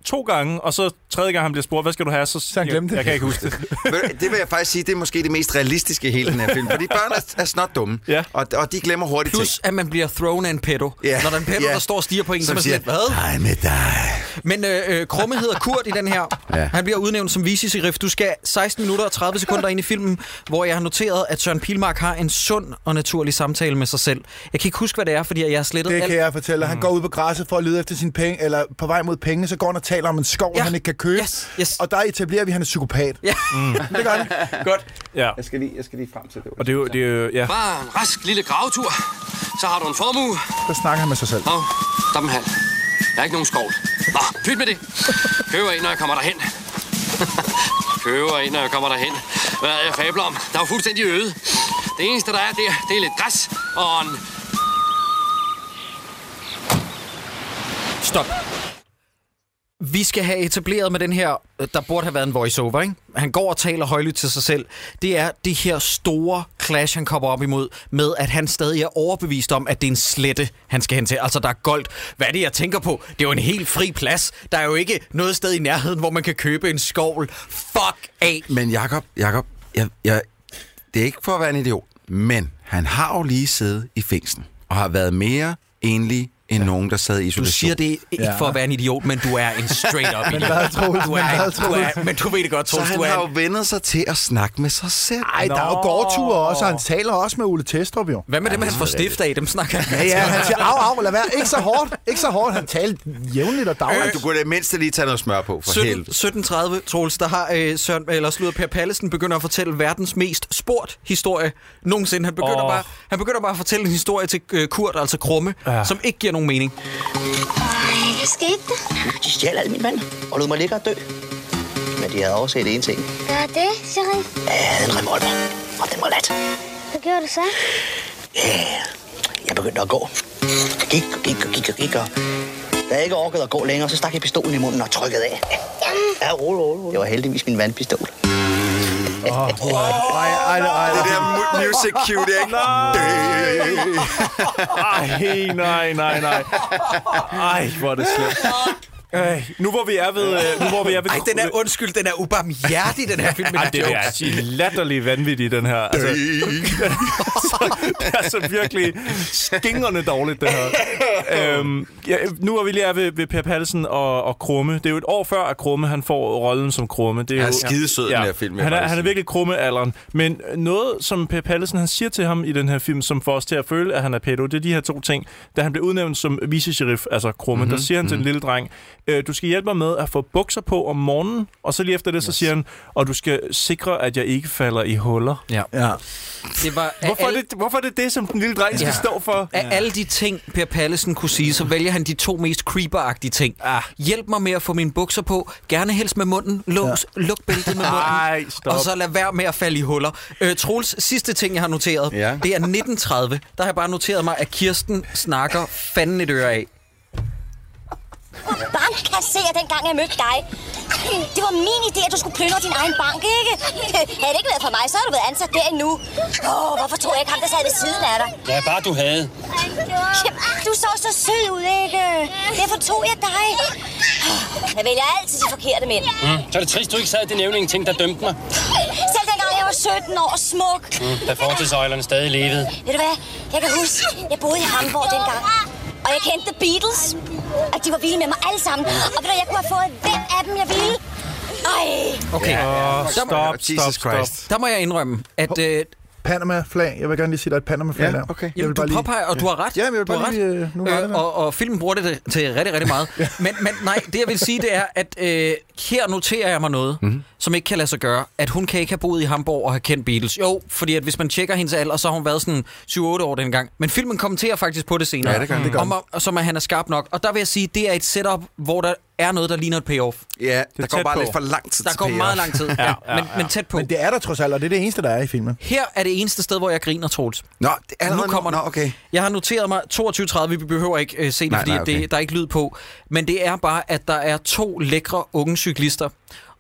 [SPEAKER 3] To gange, og så tredje gang, han bliver spurgt, hvad skal du have? Så,
[SPEAKER 2] han glemte det.
[SPEAKER 3] jeg, jeg kan ikke huske det.
[SPEAKER 4] Ved du, det vil jeg faktisk sige, det er måske det mest realistiske i hele den her film. Fordi børn er, er snot dumme,
[SPEAKER 3] Ja.
[SPEAKER 4] og, og de glemmer hurtigt
[SPEAKER 1] Plus,
[SPEAKER 4] ting.
[SPEAKER 1] at man bliver thrown af en pedo.
[SPEAKER 4] Ja,
[SPEAKER 1] Når der er en pedo,
[SPEAKER 4] ja.
[SPEAKER 1] der står og stiger på en, så er
[SPEAKER 4] Som
[SPEAKER 1] man sådan
[SPEAKER 4] siger,
[SPEAKER 1] lidt, hvad?
[SPEAKER 4] hej med dig.
[SPEAKER 1] Men øh, øh, Krumme hedder Kurt i den her. Ja.
[SPEAKER 4] Ja.
[SPEAKER 1] Han bliver udnævnt som vicesirif. Du skal 16 minutter og 30 sekunder ind i filmen, hvor jeg har noteret, at Søren Pilmark har en sund og naturlig samtale med sig selv. Jeg kan ikke huske, hvad det er, fordi jeg har slettet
[SPEAKER 2] Det
[SPEAKER 1] alt.
[SPEAKER 2] kan jeg fortælle. dig.
[SPEAKER 4] Mm.
[SPEAKER 2] Han går ud på græsset for at lede efter sine penge, eller på vej mod penge, så går han og taler om en skov,
[SPEAKER 1] Ja.
[SPEAKER 2] han ikke kan købe.
[SPEAKER 1] Yes, yes.
[SPEAKER 2] Og der etablerer vi, at han er psykopat.
[SPEAKER 1] Ja.
[SPEAKER 4] Mm.
[SPEAKER 2] Det gør han.
[SPEAKER 1] Godt.
[SPEAKER 3] Ja.
[SPEAKER 4] skal lige, jeg skal lige frem til det.
[SPEAKER 3] Og det er jo, det er jo ja.
[SPEAKER 6] Bare en rask lille gravetur. Så har du en formue.
[SPEAKER 2] Der snakker han med sig selv.
[SPEAKER 6] Nå, der er den halv. Der er ikke nogen skovl. Nå, pyt med det. Køber en, når jeg kommer derhen. Køber en, når jeg kommer derhen. Hvad er jeg fabler om? Der er jo fuldstændig øde. Det eneste, der er der, det er lidt græs og en
[SPEAKER 1] Stop. Vi skal have etableret med den her, øh, der burde have været en voiceover, ikke? Han går og taler højlydt til sig selv. Det er det her store clash, han kommer op imod, med at han stadig er overbevist om, at det er en slette, han skal hen til. Altså, der er goldt. Hvad er det, jeg tænker på? Det er jo en helt fri plads. Der er jo ikke noget sted i nærheden, hvor man kan købe en skovl. Fuck af.
[SPEAKER 4] Men Jakob, Jakob, jeg, jeg, det er ikke for at være en idiot, men han har jo lige siddet i fængsel og har været mere enlig end nogen, der sad i isolation.
[SPEAKER 1] Du siger det ikke ja. for at være en idiot, men du er en straight up
[SPEAKER 4] Men
[SPEAKER 1] idiot.
[SPEAKER 4] hvad, Troels?
[SPEAKER 1] du
[SPEAKER 4] Men
[SPEAKER 1] er,
[SPEAKER 4] hvad,
[SPEAKER 1] en- du er,
[SPEAKER 4] Troels?
[SPEAKER 1] men du ved det godt,
[SPEAKER 4] Så
[SPEAKER 1] Troels.
[SPEAKER 4] han
[SPEAKER 1] du er
[SPEAKER 4] har
[SPEAKER 1] en-
[SPEAKER 4] jo vendet sig til at snakke med sig selv.
[SPEAKER 2] Ej, der er jo gårdture også, og han taler også med Ole Testrup, jo.
[SPEAKER 1] Hvad med dem, han får stift af? Dem snakker
[SPEAKER 2] Ja, ja, han siger, au, au, lad være. Ikke så hårdt. Ikke så hårdt. Han talte jævnligt og dagligt.
[SPEAKER 4] Ej, Øh, du kunne da mindst lige tage noget smør på, for
[SPEAKER 1] 17,
[SPEAKER 4] helvede.
[SPEAKER 1] 17.30, Troels, der har øh, Søren, eller slutter Per Pallesen begynder at fortælle verdens mest sport historie nogensinde. Han begynder,
[SPEAKER 4] Åh.
[SPEAKER 1] oh. bare, han begynder bare at fortælle en historie til øh, Kurt, altså Krumme, ja. som ikke giver nogen mening.
[SPEAKER 10] Hvad skete der? De stjal alt min vand og lod mig ligge og dø. Men de havde overset én ting.
[SPEAKER 11] Gør det, Sherif?
[SPEAKER 10] Jeg havde en revolver, og den var lat.
[SPEAKER 11] Hvad gjorde du så?
[SPEAKER 10] Ja, jeg begyndte at gå. Jeg gik og gik og gik og gik, og da jeg ikke orkede at gå længere, så stak jeg pistolen i munden og trykkede af. Ja, rolig, rolig, rolig. Det var heldigvis min vandpistol.
[SPEAKER 2] Åh, oh, ej, ej, ej.
[SPEAKER 4] Det der mu- music cue, det er ikke...
[SPEAKER 3] Ej, nej, nej, nej. Ej, hvor er det slemt. Ej, nu hvor vi er ved... øh, Nu hvor vi er ved
[SPEAKER 1] Ej, den er, undskyld, den er ubarmhjertig, den her film. med
[SPEAKER 3] Ej,
[SPEAKER 1] de
[SPEAKER 3] det er
[SPEAKER 1] jokes.
[SPEAKER 3] altså latterlig vanvittig, den her. Altså, så, det er altså virkelig skingrende dårligt, det her. Øhm, ja, nu er vi lige er ved, ved Per Pallesen og, og Krumme. Det er jo et år før, at Krumme han får rollen som Krumme. Det er,
[SPEAKER 4] Han er
[SPEAKER 3] jo,
[SPEAKER 4] skidesød, den her film, vil jeg
[SPEAKER 3] Han er,
[SPEAKER 4] faktisk
[SPEAKER 3] han er virkelig Krumme-alderen. Men øh, noget, som Per Pallesen han siger til ham i den her film, som får os til at føle, at han er pedo, det er de her to ting. Da han blev udnævnt som vicesheriff, altså Krumme,
[SPEAKER 4] Mhm,
[SPEAKER 3] mm-hmm. der siger han til den lille dreng, øh, du skal hjælpe mig med at få bukser på om morgenen, og så lige efter det, yes. så siger han, og du skal sikre, at jeg ikke falder i huller.
[SPEAKER 1] Ja.
[SPEAKER 2] ja.
[SPEAKER 1] Det var af
[SPEAKER 3] Hvorfor, er det, hvorfor er det det, som den lille dreng skal ja. stå for?
[SPEAKER 1] Af alle de ting, Per Pallesen kunne sige, så vælger han de to mest creeper-agtige ting. Ah. Hjælp mig med at få mine bukser på. Gerne helst med munden. Lås. Ja. Luk bæltet med munden.
[SPEAKER 3] Ej, stop.
[SPEAKER 1] Og så lad være med at falde i huller. Øh, Troels, sidste ting, jeg har noteret, ja. det er 1930. Der har jeg bare noteret mig, at Kirsten snakker fanden et øre af.
[SPEAKER 5] Bankkasserer, dengang jeg mødte dig. Det var min idé, at du skulle plyndre din egen bank, ikke? Havde det ikke været for mig, så havde du været ansat der endnu. Åh, hvorfor tror jeg ikke ham, der sad ved siden af dig?
[SPEAKER 9] Ja, bare du havde.
[SPEAKER 5] Jamen, du så så sød ud, ikke? Derfor tog jeg dig. Jeg vælger altid de forkerte mænd.
[SPEAKER 9] Mm. Så er det trist, du ikke sad i din evning ting, der dømte mig.
[SPEAKER 5] Mm, Selv dengang jeg var 17 år og smuk.
[SPEAKER 9] Mm. Da fortidsøjlerne stadig levede.
[SPEAKER 5] Ved du hvad? Jeg kan huske, jeg boede i Hamburg dengang. Og jeg kendte The Beatles. Og de var vilde med mig alle sammen. Og ved du, jeg kunne have fået hvem af dem, jeg ville. Ej,
[SPEAKER 1] Okay.
[SPEAKER 3] Åh,
[SPEAKER 1] Der
[SPEAKER 3] stop,
[SPEAKER 1] må-
[SPEAKER 3] stop, stop.
[SPEAKER 1] Der må jeg indrømme, at... Øh,
[SPEAKER 2] Panama-flag. Jeg vil gerne lige sige, der er et Panama-flag der. Jeg
[SPEAKER 1] Jamen,
[SPEAKER 2] vil
[SPEAKER 1] du
[SPEAKER 2] bare lige-
[SPEAKER 1] påpeger, og du har ret.
[SPEAKER 2] Ja, men jeg vil
[SPEAKER 1] du
[SPEAKER 2] bare
[SPEAKER 1] har
[SPEAKER 2] lige... øh, Nu var det
[SPEAKER 1] Øh, og, og filmen bruger det til rigtig, rigtig meget. men, men nej, det jeg vil sige, det er, at øh, her noterer jeg mig noget,
[SPEAKER 4] Mhm.
[SPEAKER 1] mm-hmm. som ikke kan lade sig gøre. At hun kan ikke have boet i Hamburg og have kendt Beatles. Jo, fordi at hvis man tjekker hendes alder, så har hun været sådan 7-8 år dengang. Men filmen kommenterer faktisk på det senere.
[SPEAKER 4] Ja, det gør den. Det gør
[SPEAKER 1] om, at- Som at han er skarp nok. Og der vil jeg sige, det er et setup, hvor der er noget, der ligner et payoff.
[SPEAKER 4] Ja,
[SPEAKER 1] er
[SPEAKER 4] der
[SPEAKER 1] tæt
[SPEAKER 4] går bare
[SPEAKER 1] på.
[SPEAKER 4] lidt for lang tid
[SPEAKER 1] Der
[SPEAKER 4] til
[SPEAKER 1] går meget
[SPEAKER 4] payoff.
[SPEAKER 1] lang tid. Ja, ja, Men- ja. men tæt på.
[SPEAKER 2] Men det er der trods alt, og det er det eneste, der er i filmen.
[SPEAKER 1] Her er det eneste sted, hvor jeg griner, Troels.
[SPEAKER 4] Nå, det er
[SPEAKER 1] nu
[SPEAKER 4] allerede
[SPEAKER 1] kommer
[SPEAKER 4] Nå,
[SPEAKER 1] den.
[SPEAKER 4] okay.
[SPEAKER 1] Jeg har noteret mig 22.30, vi behøver ikke øh, se det,
[SPEAKER 4] Nej,
[SPEAKER 1] fordi
[SPEAKER 4] nej, okay.
[SPEAKER 1] det, der er ikke lyd på. Men det er bare, at der er to lækre unge cyklister.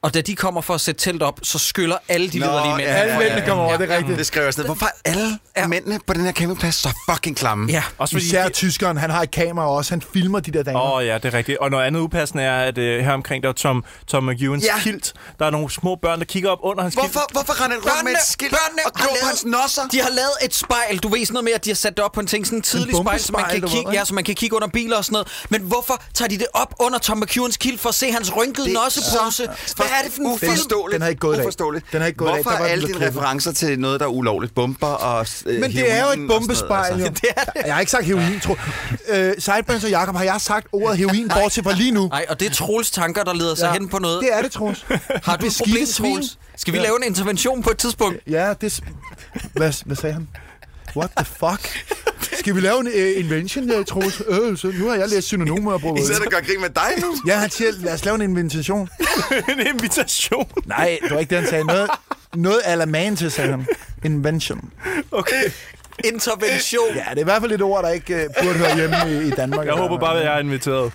[SPEAKER 1] Og da de kommer for at sætte telt op, så skyller alle de lederlige mænd.
[SPEAKER 2] Alle mændene kommer over, det er rigtigt.
[SPEAKER 4] Det skrev jeg sådan noget. Hvorfor er alle ja. mændene på den her campingplads så fucking klamme?
[SPEAKER 1] Ja.
[SPEAKER 3] Også fordi
[SPEAKER 2] Især tyskeren, han har et kamera også. Han filmer de der damer.
[SPEAKER 3] Åh oh, ja, det er rigtigt. Og noget andet upassende er, at øh, her omkring der er Tom, Tom McEwens
[SPEAKER 4] Ja.
[SPEAKER 3] ja. kilt. Der er nogle små børn, der kigger op under hans
[SPEAKER 4] Hvorfor,
[SPEAKER 3] kilt.
[SPEAKER 4] hvorfor render han rundt med et skilt og
[SPEAKER 1] har
[SPEAKER 4] klog på
[SPEAKER 1] lavet-
[SPEAKER 4] hans nosser?
[SPEAKER 1] De har lavet et spejl. Du ved sådan noget med, at de har sat det op på en ting, sådan en tidlig
[SPEAKER 2] En
[SPEAKER 1] spejl, så man,
[SPEAKER 2] bombespejl,
[SPEAKER 1] kan
[SPEAKER 2] du
[SPEAKER 1] kigge,
[SPEAKER 2] ved,
[SPEAKER 1] ja,
[SPEAKER 2] ikke?
[SPEAKER 1] så man kan kigge under biler og sådan noget. Men hvorfor tager de det op under Tom McEwens kild for at se hans rynkede
[SPEAKER 4] Det er
[SPEAKER 1] nossepose? Hvad er det for en film?
[SPEAKER 4] Uforståeligt.
[SPEAKER 2] Den har ikke gået i dag.
[SPEAKER 4] Uforståeligt.
[SPEAKER 2] Den har ikke gået i dag.
[SPEAKER 4] Hvorfor
[SPEAKER 2] Der var
[SPEAKER 4] er
[SPEAKER 2] den
[SPEAKER 4] alle
[SPEAKER 2] blevet
[SPEAKER 4] dine
[SPEAKER 2] klippet.
[SPEAKER 4] referencer til noget, der er ulovligt? Bomber og øh,
[SPEAKER 2] Men det er jo
[SPEAKER 4] heroin
[SPEAKER 2] et
[SPEAKER 4] og sådan noget,
[SPEAKER 2] bombespejl, jo.
[SPEAKER 4] altså.
[SPEAKER 1] Det er det.
[SPEAKER 2] Jeg har ikke sagt heroin, tro. Øh, Sideburns og Jakob, har jeg sagt ordet heroin, bortset fra lige nu?
[SPEAKER 1] Nej, og det er Troels tanker, der leder sig
[SPEAKER 2] Ja,
[SPEAKER 1] hen på noget.
[SPEAKER 2] Det er det, Troels.
[SPEAKER 1] Har du et
[SPEAKER 2] Beskidte
[SPEAKER 1] problem,
[SPEAKER 2] svin.
[SPEAKER 1] Troels? Skal vi
[SPEAKER 2] Ja.
[SPEAKER 1] lave en intervention på et tidspunkt?
[SPEAKER 2] Ja, det... s- Hvad, hvad sagde han? What the fuck? Skal vi lave en uh, invention, der, Troels? Øh, så nu har jeg læst synonymer og brugt
[SPEAKER 4] I sidder og gør grin med dig nu.
[SPEAKER 2] Ja, han siger, lad os lave en invitation.
[SPEAKER 3] en invitation.
[SPEAKER 2] Nej, det var ikke det, han sagde. Noget, noget alarmante, sagde han. Invention.
[SPEAKER 3] Okay.
[SPEAKER 1] Intervention.
[SPEAKER 2] Ja, det er i hvert fald et ord, der ikke uh, burde høre hjemme i, i Danmark.
[SPEAKER 3] Jeg håber bare, at jeg er inviteret.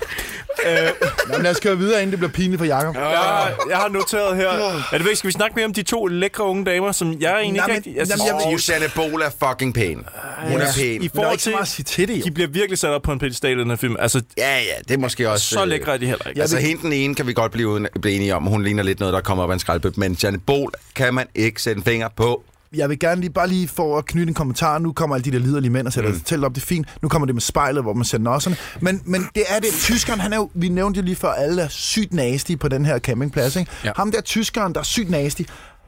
[SPEAKER 2] Nå, men lad os køre videre, inden det bliver pinligt for Jakob.
[SPEAKER 3] Jeg, jeg har noteret her. Er det væk? Skal vi snakke mere om de to lækre unge damer, som jeg egentlig
[SPEAKER 2] Nej,
[SPEAKER 3] ikke
[SPEAKER 2] men-
[SPEAKER 3] rigtig... Jeg,
[SPEAKER 2] jamen, jeg
[SPEAKER 4] Og Susanne Bol er fucking pæn. Hun er pæn.
[SPEAKER 3] I
[SPEAKER 2] Men der er
[SPEAKER 3] forhold
[SPEAKER 2] ikke så
[SPEAKER 3] til...
[SPEAKER 2] meget at sige til det, jo.
[SPEAKER 3] De bliver virkelig sat op på en pedestal i den her film. Altså,
[SPEAKER 4] Ja, ja, det er måske også...
[SPEAKER 3] så
[SPEAKER 4] øh,
[SPEAKER 3] lækre er de heller ikke.
[SPEAKER 4] Altså,
[SPEAKER 3] Altså,
[SPEAKER 4] hende den ene kan vi godt blive, uden, blive enige om. Hun ligner lidt noget, der kommer op af en skraldbøb. Men Janne Bol kan man ikke sætte en finger på.
[SPEAKER 2] jeg vil gerne lige bare lige for at knytte en kommentar. Nu kommer alle de der liderlige mænd og sætter mm. telt op, det er fint. Nu kommer det med spejlet, hvor man sætter nosserne. Men, men det er det. Tyskeren, han er jo, vi nævnte jo lige før, alle er sygt nasty på den her campingplads. Ikke? Ja. Ham der tyskeren, der er sygt nasty,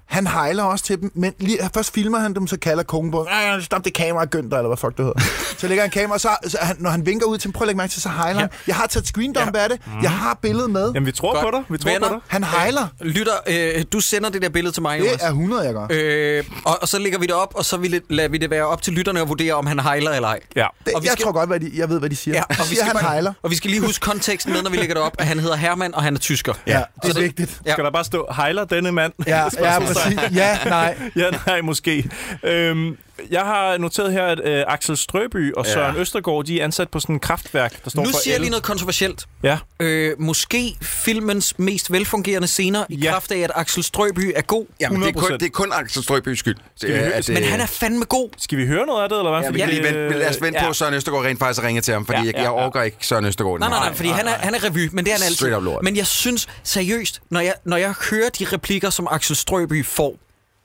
[SPEAKER 2] han hejler også til dem, men lige, først filmer han dem, så kalder kongen på, "Øh, stop det kamera, gøn dig, eller hvad fuck det hedder. så lægger han kamera, så, så han, når han vinker ud til dem, prøv at lægge mærke til, så hejler ja. han. Jeg har taget screendump ja. af det, jeg har billedet med.
[SPEAKER 3] Jamen, vi tror
[SPEAKER 1] Godt.
[SPEAKER 3] på dig. Vi tror
[SPEAKER 1] Venner,
[SPEAKER 3] på dig.
[SPEAKER 2] Han hejler.
[SPEAKER 1] Øh, lytter, øh, du sender det der billede til mig,
[SPEAKER 2] Det
[SPEAKER 1] Jonas.
[SPEAKER 2] er 100, jeg gør.
[SPEAKER 1] Øh, og, og så lægger vi det op, og så vil, lader vi det være op til lytterne at vurdere, om han hejler eller ej.
[SPEAKER 3] Ja.
[SPEAKER 2] Det,
[SPEAKER 1] og vi
[SPEAKER 2] jeg
[SPEAKER 1] skal-
[SPEAKER 2] tror godt, hvad de, jeg ved, hvad de siger.
[SPEAKER 1] Ja,
[SPEAKER 2] og siger, han
[SPEAKER 1] bare-
[SPEAKER 2] hejler.
[SPEAKER 1] og vi skal lige huske konteksten med, når vi lægger det op, at han hedder Herman, og han er tysker.
[SPEAKER 2] Ja, det er
[SPEAKER 1] Så
[SPEAKER 2] vigtigt.
[SPEAKER 1] Ja.
[SPEAKER 3] Skal der bare stå, hejler denne mand?
[SPEAKER 2] Ja, ja,
[SPEAKER 3] Spørgsmålstegn.
[SPEAKER 2] præcis. Ja, nej.
[SPEAKER 3] ja, nej, måske. Øhm, jeg har noteret her, at øh, Axel Strøby og Søren ja. Østergaard, de er ansat på sådan et kraftværk, der står
[SPEAKER 1] Nu
[SPEAKER 3] for
[SPEAKER 1] siger jeg
[SPEAKER 3] el.
[SPEAKER 1] lige noget kontroversielt.
[SPEAKER 3] Ja.
[SPEAKER 1] Øh, måske filmens mest velfungerende scener i
[SPEAKER 3] Ja.
[SPEAKER 1] kraft af, at Axel Strøby er god.
[SPEAKER 4] Jamen, det er kun,
[SPEAKER 3] 100%.
[SPEAKER 4] det er kun Axel Strøbys skyld. Det,
[SPEAKER 3] vi høre-
[SPEAKER 4] at,
[SPEAKER 1] Men
[SPEAKER 4] øh,
[SPEAKER 1] han er fandme god.
[SPEAKER 3] Skal vi høre noget af det, eller hvad?
[SPEAKER 4] Ja, vi kan lige vente, men lad os vente ja. på, at Søren Østergaard rent faktisk ringer til ham, fordi
[SPEAKER 3] øh, Ja,
[SPEAKER 4] ja,
[SPEAKER 3] ja,
[SPEAKER 4] ja, ja. jeg
[SPEAKER 3] ja.
[SPEAKER 4] overgår ikke Søren Østergaard.
[SPEAKER 1] Nej, nej, nej, fordi han er, han er revy, men det er han altid.
[SPEAKER 4] Straight up lort.
[SPEAKER 1] Men jeg synes seriøst, når jeg, når jeg hører de replikker, som Axel Strøby får,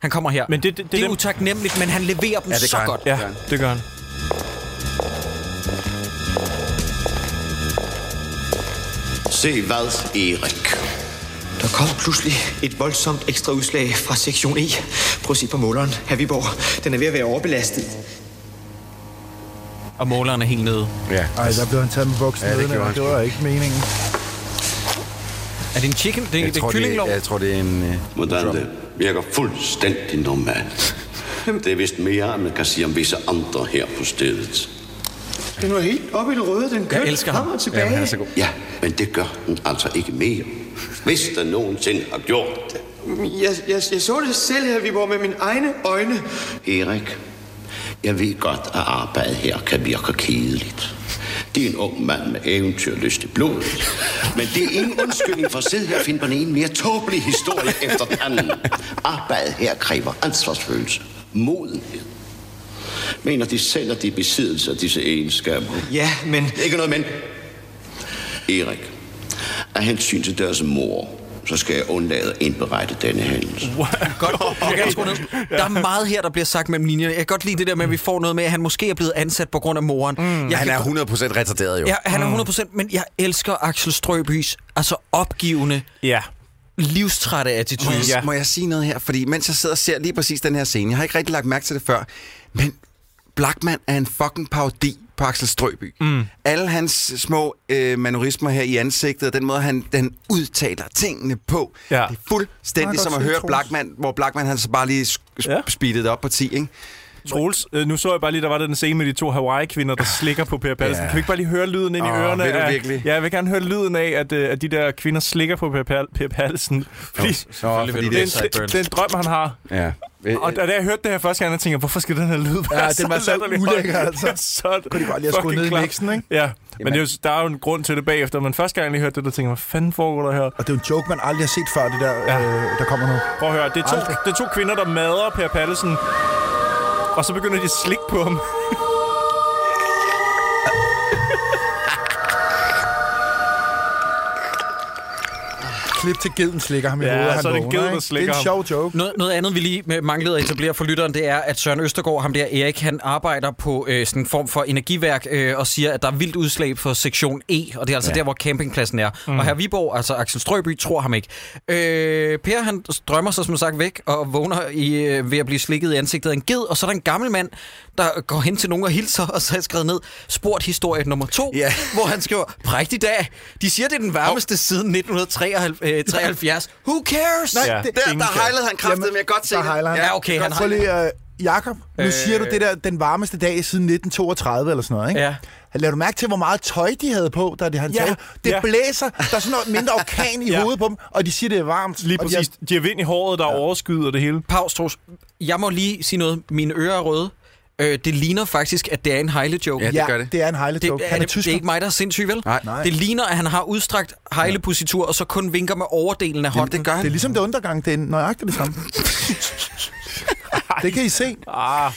[SPEAKER 1] han kommer her.
[SPEAKER 3] Men det- det- det er
[SPEAKER 1] det er
[SPEAKER 3] dem-
[SPEAKER 1] utaknemmeligt, men han leverer dem
[SPEAKER 4] Ja,
[SPEAKER 1] ja,
[SPEAKER 4] det
[SPEAKER 1] så
[SPEAKER 4] gør han.
[SPEAKER 1] godt.
[SPEAKER 3] Ja, det gør han.
[SPEAKER 12] Se hvad, Erik?
[SPEAKER 9] Der kom pludselig et voldsomt ekstra udslag fra sektion E. Prøv at se på måleren, her Viborg. Den er ved at være overbelastet.
[SPEAKER 1] Og måleren er helt nede.
[SPEAKER 4] Ja.
[SPEAKER 2] Ej, der blev han taget med buksen
[SPEAKER 4] Ja,
[SPEAKER 2] ja,
[SPEAKER 4] det
[SPEAKER 2] det,
[SPEAKER 4] gjorde han
[SPEAKER 2] det var ikke meningen.
[SPEAKER 1] Er det en chicken? Det,
[SPEAKER 4] Jeg
[SPEAKER 1] det er
[SPEAKER 4] tror, det,
[SPEAKER 1] kyllinglov?
[SPEAKER 4] er- jeg tror, det er en... Øh,
[SPEAKER 12] Hvordan det virker fuldstændig normalt. Det er vist mere, end man kan sige om visse andre her på stedet.
[SPEAKER 9] Den var helt oppe i det røde, den
[SPEAKER 1] Jeg elsker ham.
[SPEAKER 4] Jamen, han er så god.
[SPEAKER 12] Ja, men det gør den altså ikke mere. Hvis den nogensinde har gjort det.
[SPEAKER 9] Jeg, jeg, jeg så det selv her, Viborg, med mine egne øjne.
[SPEAKER 12] Erik, jeg ved godt, at arbejdet her kan virke kedeligt. Det er en ung mand med eventyrlyst i blodet. Men det er ingen undskyldning for at sidde her og finde på den ene mere tåbelig historie efter den anden. Arbejdet her kræver ansvarsfølelse, modenhed. Mener de selv, at de er i besiddelse af disse egenskaber?
[SPEAKER 9] Ja, men...
[SPEAKER 12] Ikke noget men. Erik, af hensyn til deres mor, så skal jeg undlade at indberette denne hændelse.
[SPEAKER 1] Godt. Du kan gerne skrue ned. Der er meget her, der bliver sagt mellem linjerne. Jeg kan godt lide det der med, at vi får noget med, at han måske er blevet ansat på grund af moren. Mm, jeg
[SPEAKER 4] han
[SPEAKER 1] kan
[SPEAKER 4] er
[SPEAKER 1] godt-
[SPEAKER 4] 100% retarderet, jo.
[SPEAKER 1] Ja, han er 100%, men jeg elsker Axel Strøbys altså opgivende,
[SPEAKER 3] Ja.
[SPEAKER 1] livstrætte attitude.
[SPEAKER 4] Må jeg,
[SPEAKER 3] Ja.
[SPEAKER 4] ja. må jeg sige noget her? Fordi mens jeg sidder og ser lige præcis den her scene, jeg har ikke rigtig lagt mærke til det før, men Blackman er en fucking parodi på Axel Strøby. Mm. Alle hans små øh, manorismer her i ansigtet, og den måde, han, han udtaler tingene på,
[SPEAKER 3] Ja.
[SPEAKER 4] ja. det er
[SPEAKER 2] Jeg
[SPEAKER 4] fuldstændig
[SPEAKER 2] kan
[SPEAKER 4] som at
[SPEAKER 2] godt se,
[SPEAKER 4] høre
[SPEAKER 2] Troels.
[SPEAKER 4] Blackman, hvor Blackman han så bare lige sp-
[SPEAKER 3] Ja.
[SPEAKER 4] ja. speedede det op på 10, ikke?
[SPEAKER 3] Troels, øh, nu så jeg bare lige, der var den scene med de to Hawaii-kvinder, der slikker på Per Pallesen.
[SPEAKER 4] Ja.
[SPEAKER 3] Kan vi ikke bare lige høre lyden ind i
[SPEAKER 4] Åh,
[SPEAKER 3] ørerne?
[SPEAKER 4] vil du
[SPEAKER 3] af-
[SPEAKER 4] virkelig?
[SPEAKER 3] Ja, jeg vil gerne høre lyden af, at, øh, at de der kvinder slikker på Per, Pall- per Pallesen. Fordi,
[SPEAKER 4] Nå,
[SPEAKER 1] vil
[SPEAKER 4] fordi
[SPEAKER 1] du
[SPEAKER 3] det,
[SPEAKER 4] det
[SPEAKER 3] er
[SPEAKER 4] er...
[SPEAKER 1] det.
[SPEAKER 3] en, det, det er en drøm, han har.
[SPEAKER 4] Ja. Øh,
[SPEAKER 3] Og da da jeg hørte det her første gang, jeg tænkte, jeg, hvorfor skal den her lyd være
[SPEAKER 2] Ja, den var så
[SPEAKER 3] latterlig høj?
[SPEAKER 2] ulækker, altså.
[SPEAKER 3] Ja, så
[SPEAKER 2] Kunne de godt lige have skruet
[SPEAKER 3] fucking
[SPEAKER 2] ned i
[SPEAKER 3] klap.
[SPEAKER 2] mixen, ikke?
[SPEAKER 3] Ja, men det er jo, der er jo en grund til det bagefter. Men første gang, jeg lige hørte det, der tænkte jeg, hvad fanden foregår der her?
[SPEAKER 2] Og det er jo en joke, man aldrig har set før, det der, ja. øh, der kommer nu.
[SPEAKER 3] Prøv at høre, det er to,
[SPEAKER 2] Aldrig.
[SPEAKER 3] det er to kvinder, der mader Per Pallesen. Og så begynder de at slikke på ham.
[SPEAKER 2] Klip til geden slikker ham i
[SPEAKER 3] Ja,
[SPEAKER 2] hovedet, og
[SPEAKER 3] så er det
[SPEAKER 2] han
[SPEAKER 3] en ged, der
[SPEAKER 2] vågner, ikke? Det
[SPEAKER 3] slikker
[SPEAKER 2] er en sjov joke.
[SPEAKER 1] Noget, noget andet, vi lige øh, manglede at etablere for lytteren, det er, at Søren Østergaard, ham der Erik, han arbejder på øh, sådan en form for energiværk øh, og siger, at der er vildt udslag for sektion E, og det er altså ja. der, hvor campingpladsen er. Mm. Og her Viborg, altså Axel Strøby, tror ham ikke. Øh, per, han drømmer sig som sagt væk og vågner i, øh, ved at blive slikket i ansigtet af en ged, og så er der en gammel mand, der går hen til nogen og hilser, og så har jeg skrevet ned, spurgt historie nummer to,
[SPEAKER 4] Ja.
[SPEAKER 1] hvor han skriver, prægtig dag, de siger, det er den varmeste oh. siden 1973. Who cares?
[SPEAKER 3] Nej,
[SPEAKER 4] Der,
[SPEAKER 3] Ja, ingen
[SPEAKER 4] der
[SPEAKER 3] kan.
[SPEAKER 4] hejlede han kraftedeme, jeg kan godt se
[SPEAKER 2] der
[SPEAKER 4] det.
[SPEAKER 2] hejler han.
[SPEAKER 1] Ja, okay, han
[SPEAKER 2] Prøv lige, øh, Jakob, nu
[SPEAKER 1] Øh.
[SPEAKER 2] siger du det der, den varmeste dag siden 1932 eller sådan noget, ikke?
[SPEAKER 1] Ja.
[SPEAKER 2] Lad du mærke til, hvor meget tøj de havde på, da det han
[SPEAKER 3] Ja.
[SPEAKER 2] talte? Det
[SPEAKER 3] Ja.
[SPEAKER 2] blæser, der er sådan noget mindre orkan i
[SPEAKER 3] Ja.
[SPEAKER 2] hovedet på dem, og de siger, det er varmt.
[SPEAKER 3] Lige
[SPEAKER 2] og
[SPEAKER 3] præcis.
[SPEAKER 2] De
[SPEAKER 3] De har vind i håret, der ja. overskyder det hele.
[SPEAKER 1] Pause, Troels. Jeg må lige sige noget. Mine ører er røde. Øh, det ligner faktisk, at det er en hejlejoke.
[SPEAKER 4] Ja,
[SPEAKER 2] har,
[SPEAKER 4] det
[SPEAKER 2] ja,
[SPEAKER 4] gør det.
[SPEAKER 2] det er en hejlet
[SPEAKER 1] det,
[SPEAKER 2] joke.
[SPEAKER 1] er
[SPEAKER 2] Han er
[SPEAKER 1] det, det er
[SPEAKER 2] tysker.
[SPEAKER 1] ikke mig, der er sindssyg, vel?
[SPEAKER 4] Nej.
[SPEAKER 2] Nej.
[SPEAKER 1] Det ligner, at han har udstrakt hejlepositur, og så kun vinker med overdelen af
[SPEAKER 4] Jamen,
[SPEAKER 1] hånden.
[SPEAKER 4] det gør han.
[SPEAKER 2] Det er ligesom det undergang, det er nøjagtigt det samme. det kan I se.
[SPEAKER 3] Ah.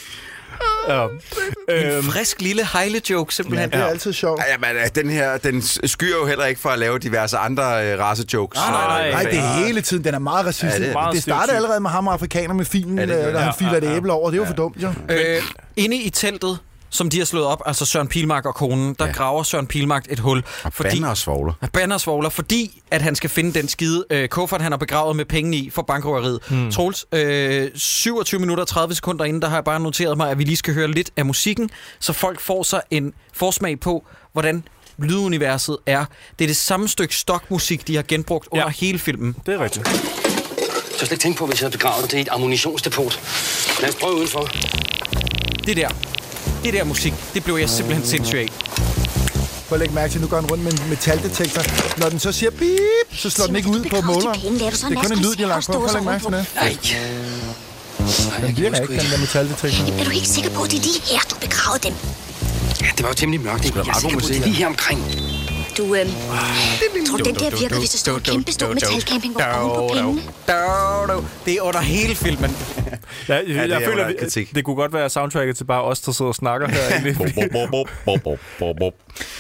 [SPEAKER 3] Ja.
[SPEAKER 2] ligesom-
[SPEAKER 1] En
[SPEAKER 2] Øhm.
[SPEAKER 1] frisk lille hejle-joke, simpelthen.
[SPEAKER 4] Ja, det er
[SPEAKER 2] altid sjovt.
[SPEAKER 4] Ja, men øh, den her, den skyer jo heller ikke for at lave diverse andre øh, race-jokes.
[SPEAKER 2] Nej, nej, nej. Nej, det er hele tiden. Den er meget racistisk.
[SPEAKER 4] Ja,
[SPEAKER 2] Ja,
[SPEAKER 4] det er
[SPEAKER 2] det,
[SPEAKER 4] meget
[SPEAKER 2] det startede
[SPEAKER 4] stereotyp.
[SPEAKER 2] allerede med ham og afrikaner med filen, ja,
[SPEAKER 4] det gør
[SPEAKER 2] der
[SPEAKER 4] det.
[SPEAKER 2] han
[SPEAKER 4] Ja,
[SPEAKER 2] filer
[SPEAKER 4] ja,
[SPEAKER 2] et æble over. Det er jo for dumt, jo.
[SPEAKER 1] Øh, inde i teltet, som de har slået op, altså Søren Pilmark og konen, der ja. graver Søren Pilmark et hul. Og fordi,
[SPEAKER 4] bander og svogler.
[SPEAKER 1] Bander og svogler, fordi at han skal finde den skide øh, kuffert, han har begravet med pengene i for bankrøveriet. Hmm. Troels, øh, 27 minutter og 30 sekunder inden, der har jeg bare noteret mig, at vi lige skal høre lidt af musikken, så folk får sig en forsmag på, hvordan lyduniverset er. Det er det samme stykke stokmusik, de har genbrugt under hele filmen.
[SPEAKER 3] Det er rigtigt.
[SPEAKER 6] Jeg tør slet ikke tænke på, hvis jeg havde begravet det i et ammunitionsdepot. Lad os prøve udenfor.
[SPEAKER 1] Det der. Det der musik, det blev jeg simpelthen sindssyg af.
[SPEAKER 2] Prøv at lægge mærke til, nu går han rundt med en metaldetektor. Når den så siger bip, så slår den ikke ud på måleren. Det er kun en lyd, de har lagt på. Prøv at lægge mærke til det.
[SPEAKER 6] Nej.
[SPEAKER 2] Den virker ikke, den der metaldetektor.
[SPEAKER 5] Er du ikke sikker på, at det er lige her, du begravede dem?
[SPEAKER 6] Ja, det var jo temmelig mørkt. Ikke? Jeg er sikker på, det er lige her omkring.
[SPEAKER 5] Du, øhm, tror du, den der virker, hvis der står en kæmpe stor metalcampingvogn oven på pindene?
[SPEAKER 1] Det er under hele filmen.
[SPEAKER 3] Ja, jeg,
[SPEAKER 1] det
[SPEAKER 3] ja,
[SPEAKER 1] er
[SPEAKER 3] jeg føler,
[SPEAKER 1] under
[SPEAKER 3] vi- det kunne godt være soundtracket til bare os, der sidder og snakker her. egentlig.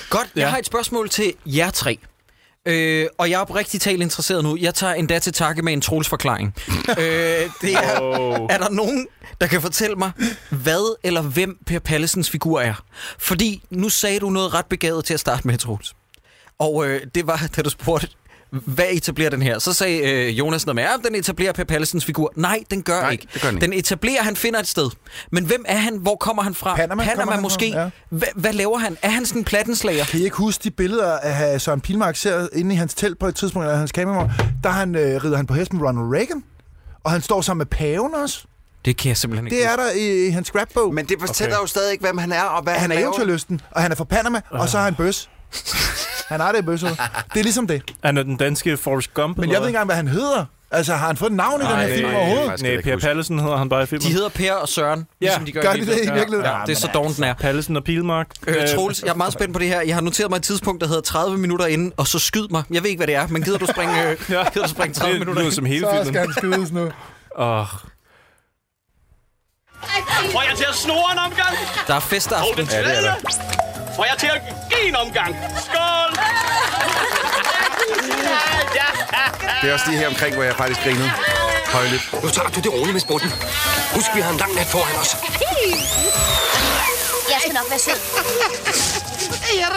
[SPEAKER 1] Godt, jeg har et spørgsmål til jer tre. Øh, og jeg er oprigtigt talt interesseret nu. Jeg tager endda til takke med en trolsforklaring. øh, det er,
[SPEAKER 3] Oh.
[SPEAKER 1] er der nogen, der kan fortælle mig, hvad eller hvem Per Pallesens figur er? Fordi nu sagde du noget ret begavet til at starte med, Troels. Og øh, det var, da du spurgte, hvad etablerer den her? Så sagde øh, Jonas noget med, ja, den etablerer Per Pallesens figur. Nej, den gør, Nej, ikke.
[SPEAKER 4] det gør den ikke.
[SPEAKER 1] Den etablerer, han finder et sted. Men hvem er han? Hvor kommer han fra?
[SPEAKER 2] Panama
[SPEAKER 1] Panama
[SPEAKER 2] kommer han fra,
[SPEAKER 1] måske?
[SPEAKER 2] ja.
[SPEAKER 1] Hva, hvad laver han? Er han sådan en plattenslager?
[SPEAKER 2] Kan I ikke huske de billeder af Søren Pilmark ser inde i hans telt på et tidspunkt, eller hans kamera, der han, øh, rider han på hesten Ronald Reagan? Og han står sammen med paven også.
[SPEAKER 1] Det kan jeg simpelthen ikke
[SPEAKER 2] Det er der i, i hans scrapbog.
[SPEAKER 4] Men det fortæller jo stadig ikke, hvem han er og hvad
[SPEAKER 2] han
[SPEAKER 4] han
[SPEAKER 2] er
[SPEAKER 4] laver.
[SPEAKER 2] eventyrlysten, og han er fra Panama, og så har han bøs. han er det i bøsser. Det er ligesom det.
[SPEAKER 3] Han er den danske Forrest Gump.
[SPEAKER 2] Men jeg ved ikke engang, hvad han hedder. Altså, har han fået et navn i den her film overhovedet?
[SPEAKER 3] Nej, Per Pallesen hedder han bare i filmen.
[SPEAKER 1] De hedder Per og Søren, ja. ligesom de gør,
[SPEAKER 2] gør de
[SPEAKER 1] i
[SPEAKER 2] det i
[SPEAKER 1] virkeligheden.
[SPEAKER 2] virkeligheden?
[SPEAKER 1] Ja, ja, det er så
[SPEAKER 3] men
[SPEAKER 1] dovent den er.
[SPEAKER 3] Pallesen og Pilmark.
[SPEAKER 1] Øh, Troels, jeg er meget spændt på det her. Jeg har noteret mig et tidspunkt, der hedder 30 minutter inden, og så skyd mig. Jeg ved ikke, hvad det er, men gider du springe, øh, gider du springe 30
[SPEAKER 3] Det
[SPEAKER 1] minutter
[SPEAKER 3] lyder som hele
[SPEAKER 2] Så
[SPEAKER 3] filmen.
[SPEAKER 2] skal han skydes nu.
[SPEAKER 3] Åh,
[SPEAKER 13] Får jeg til at snore en omgang?
[SPEAKER 1] Der er festaften.
[SPEAKER 13] Og den
[SPEAKER 1] Ja, det er
[SPEAKER 13] tredje? Får jeg til at give en omgang? Skål! ja,
[SPEAKER 4] Det er også lige her omkring, hvor jeg faktisk grinede. Højligt.
[SPEAKER 6] Nu tager du det roligt med sporten. Husk, vi har en lang nat foran os.
[SPEAKER 5] Jeg skal nok være sød. Jeg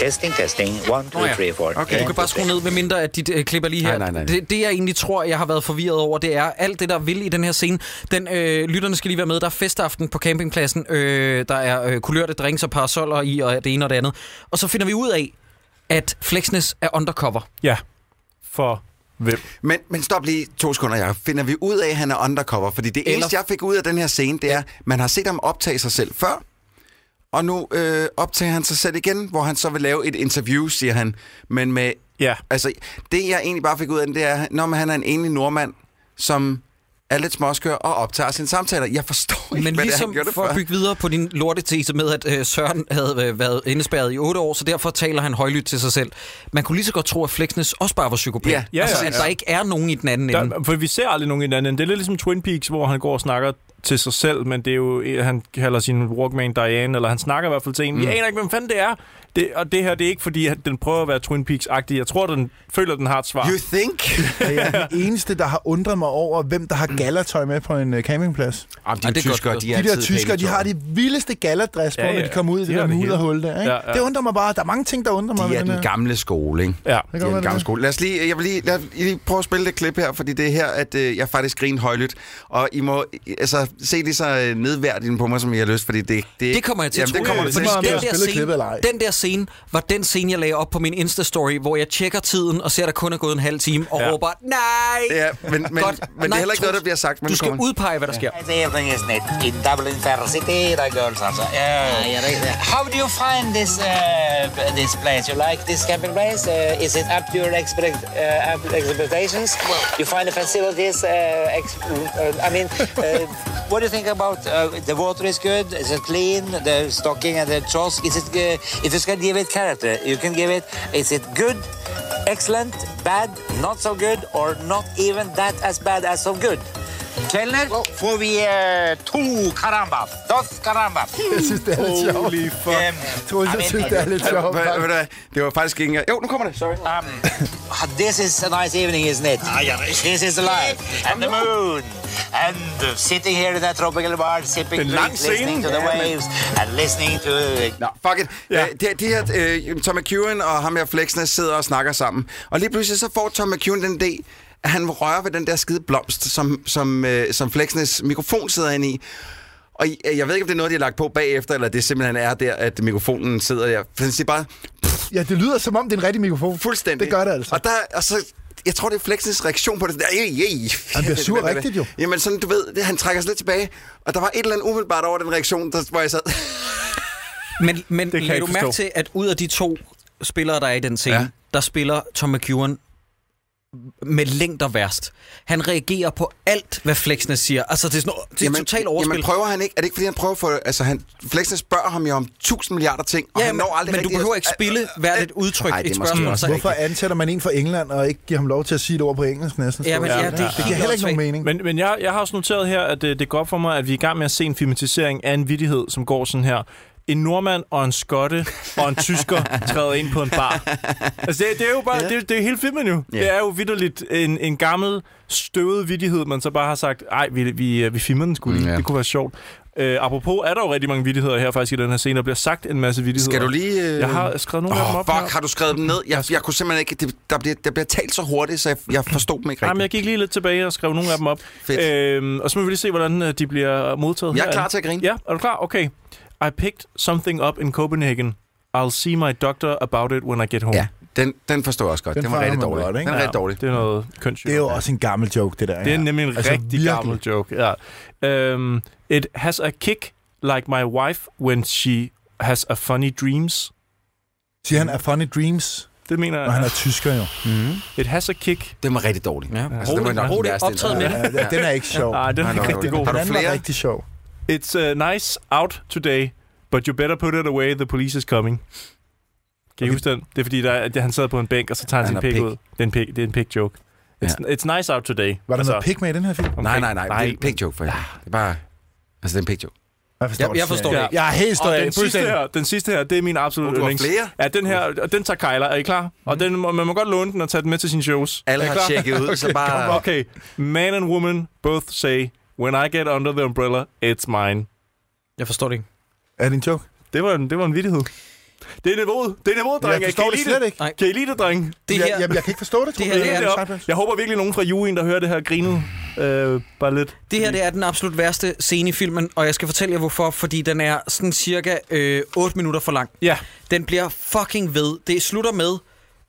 [SPEAKER 14] Testing, testing. One, two,
[SPEAKER 1] Nå ja.
[SPEAKER 14] three, four.
[SPEAKER 1] Okay. Du kan bare skrue ned, med mindre at dit øh, klipper lige her.
[SPEAKER 14] Nej, nej, nej.
[SPEAKER 1] Det, det, jeg egentlig tror, jeg har været forvirret over, det er alt det, der vil i den her scene. Den, øh, lytterne skal lige være med. Der er festaften på campingpladsen. Øh, der er øh, kulørte drinks og parasoller i, og det ene og det andet. Og så finder vi ud af, at Flexness er undercover.
[SPEAKER 3] Ja, for hvem?
[SPEAKER 4] Men, men stop lige to sekunder, Jacob. Finder vi ud af, at han er undercover? Fordi det
[SPEAKER 1] Eller-
[SPEAKER 4] eneste, jeg fik ud af den her scene, det er, man har set ham optage sig selv før, og nu øh, optager han sig selv igen, hvor han så vil lave et interview, siger han. Men med...
[SPEAKER 3] Ja.
[SPEAKER 4] Altså, det jeg egentlig bare fik ud af den, det er, når man, han er en enlig nordmand, som er lidt småskør og optager sine samtaler. Jeg forstår ikke,
[SPEAKER 1] Men
[SPEAKER 4] hvad
[SPEAKER 1] ligesom
[SPEAKER 4] det er, han gjorde det
[SPEAKER 1] for at bygge videre på din lortetese med, at øh, Søren havde øh, været indespærret i otte år, så derfor taler han højlydt til sig selv. Man kunne lige så godt tro, at Flexnes også bare var psykopat.
[SPEAKER 3] Ja, ja,
[SPEAKER 1] altså,
[SPEAKER 3] ja,
[SPEAKER 1] at
[SPEAKER 3] ja.
[SPEAKER 1] der ikke er nogen i den anden ende.
[SPEAKER 3] Der, for vi ser aldrig nogen i den anden. ende. Det er lidt ligesom Twin Peaks, hvor han går og snakker til sig selv, men det er jo, eh, han kalder sin Walkman Diane, eller han snakker i hvert fald til en. Mm.
[SPEAKER 4] Mm.
[SPEAKER 3] Jeg aner ikke, hvem fanden det er. Det, og det her, det er ikke fordi, at den prøver at være Twin Peaks-agtig. Jeg tror, den føler, den har et svar.
[SPEAKER 4] You think?
[SPEAKER 2] Og jeg er den eneste, der har undret mig over, hvem der har gallertøj med på en øh, campingplads.
[SPEAKER 4] Jamen, de
[SPEAKER 1] Ej, det er godt
[SPEAKER 4] tyskere,
[SPEAKER 1] gået.
[SPEAKER 4] de er
[SPEAKER 2] de der
[SPEAKER 4] altid
[SPEAKER 2] tyskere, de
[SPEAKER 4] pæne
[SPEAKER 2] har de vildeste galladress på,
[SPEAKER 4] Ja,
[SPEAKER 2] ja,
[SPEAKER 4] ja.
[SPEAKER 2] ja. når de kommer ud i
[SPEAKER 4] De
[SPEAKER 2] det
[SPEAKER 4] har
[SPEAKER 2] der
[SPEAKER 4] det hele.
[SPEAKER 2] mudderhul der. Ikke?
[SPEAKER 4] Ja,
[SPEAKER 2] Ja,
[SPEAKER 4] ja.
[SPEAKER 2] ja. Det undrer mig bare. Der er mange ting, der undrer mig.
[SPEAKER 4] De
[SPEAKER 2] ved
[SPEAKER 4] er den
[SPEAKER 2] her.
[SPEAKER 4] gamle skole, ikke?
[SPEAKER 3] Ja.
[SPEAKER 4] Det
[SPEAKER 2] Det kan
[SPEAKER 4] er
[SPEAKER 2] godt
[SPEAKER 4] den
[SPEAKER 2] være,
[SPEAKER 4] gamle
[SPEAKER 2] det.
[SPEAKER 4] skole. Lad os lige, jeg vil lige, lad, I lige prøve at spille det klip her, fordi det er her, at øh, jeg faktisk griner højlydt. Og I må I- altså, se lige så øh, nedværdigende på mig, som I har lyst, fordi det... Det,
[SPEAKER 1] Det kommer jeg til
[SPEAKER 4] jamen, det
[SPEAKER 1] Troels.
[SPEAKER 4] kommer det til.
[SPEAKER 1] Fordi den, der scene, den der scene var den scene, jeg lagde op på min Insta-story, hvor jeg tjekker tiden og ser, der kun er gået en halv time, og
[SPEAKER 4] Ja.
[SPEAKER 1] ja. råber, nej!
[SPEAKER 4] Ja, men- men-
[SPEAKER 1] Godt.
[SPEAKER 4] men det er heller ikke noget, der bliver sagt, men
[SPEAKER 1] du
[SPEAKER 4] det
[SPEAKER 1] skal
[SPEAKER 4] kommer.
[SPEAKER 1] udpege, hvad der sker.
[SPEAKER 14] Everything is neat. In Dublin Fair City, the girls are so... Yeah, yeah, Ah, right there. How do you find this uh, this place? You like this camping place? Uh, is it up to your expect, uh, up expectations? you find the facilities? Uh, ex- uh, I mean, uh, what do you think about uh, the water is good? Is it clean? The stocking and the kiosk? Is it uh, if you can give it character, you can give it. Is it good? Excellent, bad, not so good, or not even that as bad as so good. Kellner får vi
[SPEAKER 2] uh,
[SPEAKER 14] eh, to karamba. Dos karamba.
[SPEAKER 2] Jeg synes, det er lidt sjovt. Holy fuck. Troels, jeg synes, det er lidt sjovt.
[SPEAKER 4] Hvad- hvad- hvad- Det var faktisk ikke engang... Jo, nu kommer det. Sorry.
[SPEAKER 14] Um, Ah, This is a nice evening, isn't it? This is life. Ah, And the moon. And uh, sitting here in that tropical bar, sipping
[SPEAKER 4] Det er en lang
[SPEAKER 14] drink, listening
[SPEAKER 4] scene.
[SPEAKER 14] to the
[SPEAKER 4] Ja, men-
[SPEAKER 14] waves and listening to...
[SPEAKER 4] Nå, Ah, fuck it. Ja. Det, det her, øh, Tom McEwen og ham her Flexnes sidder og snakker sammen. Og lige pludselig så får Tom McEwen den idé, at han rører ved den der skide blomst, som, som, øh, som Flexnes mikrofon sidder inde i. Og i- jeg ved ikke, om det er noget, de har lagt på bagefter, eller det simpelthen er der, at mikrofonen sidder der. For den siger bare,
[SPEAKER 2] Ja, det lyder som om, det er en rigtig mikrofon.
[SPEAKER 4] Fuldstændig.
[SPEAKER 2] Det gør det altså.
[SPEAKER 4] Og, der, og så, jeg tror, det er Flexens reaktion på det. Der, ej, ej.
[SPEAKER 2] Han bliver sur rigtigt, jo.
[SPEAKER 4] Jamen, sådan, du ved, det, han trækker sig lidt tilbage. Og der var et eller andet umiddelbart over den reaktion, der, hvor jeg sad.
[SPEAKER 1] Men, men
[SPEAKER 4] kan jeg
[SPEAKER 1] lagde
[SPEAKER 4] ikke
[SPEAKER 1] du mærke
[SPEAKER 4] forstå.
[SPEAKER 1] til, at ud af de to spillere, der er i den scene, ja. der spiller Tom McEwan med længder værst. Han reagerer på alt, hvad Flexnes siger. Altså, det er, sådan, det er jamen, totalt overspil.
[SPEAKER 4] Jamen, prøver han ikke? Er det ikke, fordi han prøver for... Altså, han, Flexen spørger ham jo om tusind milliarder ting, og
[SPEAKER 1] Ja,
[SPEAKER 4] han
[SPEAKER 1] men-
[SPEAKER 4] når aldrig
[SPEAKER 1] men du
[SPEAKER 4] rigtig-
[SPEAKER 1] behøver ikke spille hvert et udtryk
[SPEAKER 4] Nej,
[SPEAKER 1] i
[SPEAKER 4] det
[SPEAKER 1] et
[SPEAKER 4] er måske
[SPEAKER 1] spørgsmål,
[SPEAKER 4] også
[SPEAKER 1] så-
[SPEAKER 2] Hvorfor ansætter man en fra England og ikke giver ham lov til at sige et ord på engelsk næsten? Stort set. det giver heller ikke nogen mening.
[SPEAKER 3] Men, men jeg, jeg har også noteret her, at øh, det, det går op for mig, at vi er i gang med at se en filmatisering af en vittighed, som går sådan her. En nordmand og en skotte og en tysker træder ind på en bar. Altså, det, det er jo bare, det, det er hele filmen jo.
[SPEAKER 4] Ja.
[SPEAKER 3] Det er jo vidderligt en, en gammel, støvet vittighed, man så bare har sagt, ej, vi, vi, vi filmer den skulle lige. Det kunne være sjovt. Øh, apropos, er der jo rigtig mange vittigheder her faktisk i den her scene, der bliver sagt en masse vittigheder.
[SPEAKER 4] Skal du lige...
[SPEAKER 3] Øh... Jeg har skrevet nogle oh, af dem op
[SPEAKER 4] fuck,
[SPEAKER 3] her.
[SPEAKER 4] har du skrevet dem ned? Jeg, jeg kunne simpelthen ikke... Det, der, bliver, der bliver talt så hurtigt, så jeg, jeg forstod dem ikke
[SPEAKER 3] Nej,
[SPEAKER 4] rigtigt.
[SPEAKER 3] men jeg gik lige lidt tilbage og skrev nogle af dem op. Øhm, og så må vi lige se, hvordan øh, de bliver modtaget
[SPEAKER 4] Jeg er
[SPEAKER 3] herinde.
[SPEAKER 4] klar til at grine.
[SPEAKER 3] Ja, er du klar? Okay. I picked something up in Copenhagen. I'll see my doctor about it when I get home. Ja,
[SPEAKER 4] den, den forstår jeg også godt.
[SPEAKER 2] Den Den var fanger rigtig man dårlig. godt, ikke? Den er rigtig dårlig.
[SPEAKER 3] Det er noget kønssygt.
[SPEAKER 2] Det er jo også en gammel joke, det der.
[SPEAKER 3] Det er
[SPEAKER 2] her.
[SPEAKER 3] nemlig en altså, rigtig
[SPEAKER 2] virkelig.
[SPEAKER 3] gammel joke. Ja. Um, it has a kick like my wife when she has a funny dreams.
[SPEAKER 2] Siger han, er funny dreams?
[SPEAKER 3] Det mener jeg.
[SPEAKER 2] Når han er tysker jo.
[SPEAKER 3] Mm. It has a kick.
[SPEAKER 4] Den var rigtig dårlig.
[SPEAKER 3] Ja.
[SPEAKER 4] Altså, den var nok den værste indtil videre.
[SPEAKER 2] Ja, den er ikke sjov.
[SPEAKER 3] Nej, Ah, den er ikke rigtig god.
[SPEAKER 2] Den anden var rigtig sjov.
[SPEAKER 3] It's uh, nice out today, but you better put it away, the police is coming. Kan I huske den? Det er fordi, der, er- at han sad på en bænk, og så tager han,
[SPEAKER 4] Han
[SPEAKER 3] sin
[SPEAKER 4] er
[SPEAKER 3] pik
[SPEAKER 4] pik.
[SPEAKER 3] ud. Det er en pik, det er en pik joke. It's, it's nice out today. Altså.
[SPEAKER 2] Var der noget pik med i den her film?
[SPEAKER 3] om
[SPEAKER 4] Nej,
[SPEAKER 3] pik-
[SPEAKER 4] nej, nej. Det er en pig joke, for helvede. Det er bare... Altså, det er en pig joke.
[SPEAKER 2] Jeg
[SPEAKER 3] forstår
[SPEAKER 4] Jeg- jeg
[SPEAKER 3] slet
[SPEAKER 4] forstår
[SPEAKER 3] ikke.
[SPEAKER 4] det ikke. Jeg er helt stået
[SPEAKER 3] Og
[SPEAKER 4] af.
[SPEAKER 3] den sidste,
[SPEAKER 4] Fuldstændig.
[SPEAKER 3] her, den sidste her, det er min absolut
[SPEAKER 4] Og du har
[SPEAKER 3] yndlings.
[SPEAKER 4] flere?
[SPEAKER 3] Ja, den her, og den tager Kejler. Er I klar? Og den, må- man må godt låne den og tage den med til sine shows.
[SPEAKER 4] Alle
[SPEAKER 3] Er I
[SPEAKER 4] har
[SPEAKER 3] klar?
[SPEAKER 4] tjekket ud, så bare-
[SPEAKER 3] kom op. Okay, man and woman both say, when I get under the umbrella, it's mine.
[SPEAKER 1] Jeg forstår det ikke.
[SPEAKER 2] Er det en joke?
[SPEAKER 3] Det var en, det var en vittighed. Det er niveauet. Det er niveauet, drenge.
[SPEAKER 2] forstår
[SPEAKER 3] Kan I
[SPEAKER 2] det
[SPEAKER 3] lide
[SPEAKER 2] slet ikke.
[SPEAKER 3] Kan I lide det, drenge?
[SPEAKER 2] Det her- Jeg- jamen, jeg kan ikke forstå det, tror
[SPEAKER 3] det
[SPEAKER 2] jeg.
[SPEAKER 3] her,
[SPEAKER 2] Det er
[SPEAKER 3] det
[SPEAKER 2] en
[SPEAKER 3] op.
[SPEAKER 2] sejplads.
[SPEAKER 3] Jeg håber virkelig, nogen fra juryen, der hører det her, griner øh, bare lidt.
[SPEAKER 1] Det her det er den absolut værste scene i filmen, og jeg skal fortælle jer hvorfor, fordi den er sådan cirka øh, 8 minutter for lang.
[SPEAKER 3] Ja.
[SPEAKER 1] Den bliver fucking ved. Det slutter med,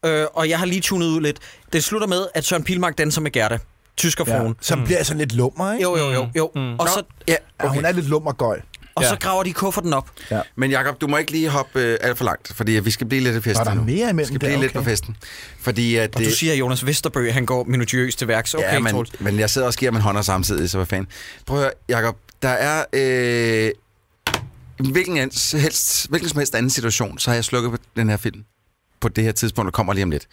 [SPEAKER 1] øh, og jeg har lige tunet ud lidt, det slutter med, at Søren Pilmark danser med Gerda, tyskerfruen.
[SPEAKER 2] Ja, som bliver sådan lidt lummer, ikke?
[SPEAKER 1] Jo, jo, jo. jo.
[SPEAKER 2] Mm.
[SPEAKER 1] Og så,
[SPEAKER 4] ja,
[SPEAKER 2] okay. Hun er lidt lummergøj.
[SPEAKER 1] Og så graver de kufferten op.
[SPEAKER 2] Ja.
[SPEAKER 4] Men Jakob, du må ikke lige hoppe øh, alt for langt, fordi vi skal blive lidt af festen
[SPEAKER 1] Var der
[SPEAKER 4] nu.
[SPEAKER 1] mere imellem
[SPEAKER 4] Vi skal
[SPEAKER 1] der?
[SPEAKER 4] blive lidt
[SPEAKER 1] Okay.
[SPEAKER 4] på festen. Fordi at,
[SPEAKER 1] Og du
[SPEAKER 4] øh,
[SPEAKER 1] siger, at Jonas Vesterbø, han går minutiøst til værks. Okay,
[SPEAKER 4] ja, men,
[SPEAKER 1] Troels.
[SPEAKER 4] men jeg sidder og skiver med hånder samtidig, så hvad fanden. Prøv at høre, Jacob. Der er... Øh, hvilken, ans- helst, hvilken som helst anden situation, så har jeg slukket på den her film. På det her tidspunkt, der kommer lige om lidt.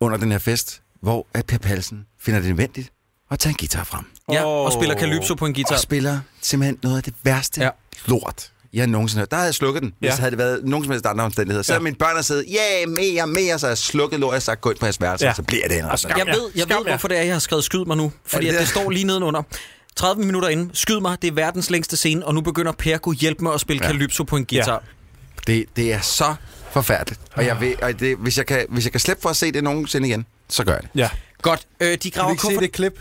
[SPEAKER 4] Under den her fest, hvor at Per Palsen finder det nødvendigt at tage en guitar frem.
[SPEAKER 1] Ja, og spiller Calypso på en guitar.
[SPEAKER 4] Og spiller simpelthen noget af det værste ja. lort, jeg nogensinde har hørt. Der havde jeg slukket den, hvis
[SPEAKER 3] Ja.
[SPEAKER 4] ja. havde det været nogen som helst andre omstændigheder. Så
[SPEAKER 3] Ja.
[SPEAKER 4] ja. mine børn har siddet, ja, yeah, mere, mere, så har jeg slukket lort, og sagt, gå ind på jeres værelse, ja. så bliver det en resten.
[SPEAKER 1] jeg ved, jeg ved hvorfor det er, jeg har skrevet skyd mig nu. Fordi
[SPEAKER 4] det
[SPEAKER 1] det, at det
[SPEAKER 4] det?
[SPEAKER 1] står lige nedenunder. 30 minutter inden, skyd mig, det er verdens længste scene, og nu begynder Per kunne hjælpe mig at spille ja.
[SPEAKER 4] Ja.
[SPEAKER 1] Calypso på en guitar.
[SPEAKER 4] Det, det er så forfærdeligt. Og, jeg ved, og det, hvis, jeg kan, hvis jeg kan slippe for at se det nogensinde igen, så gør jeg det.
[SPEAKER 3] Ja.
[SPEAKER 1] Godt, øh, de graver kuffert.
[SPEAKER 2] klip?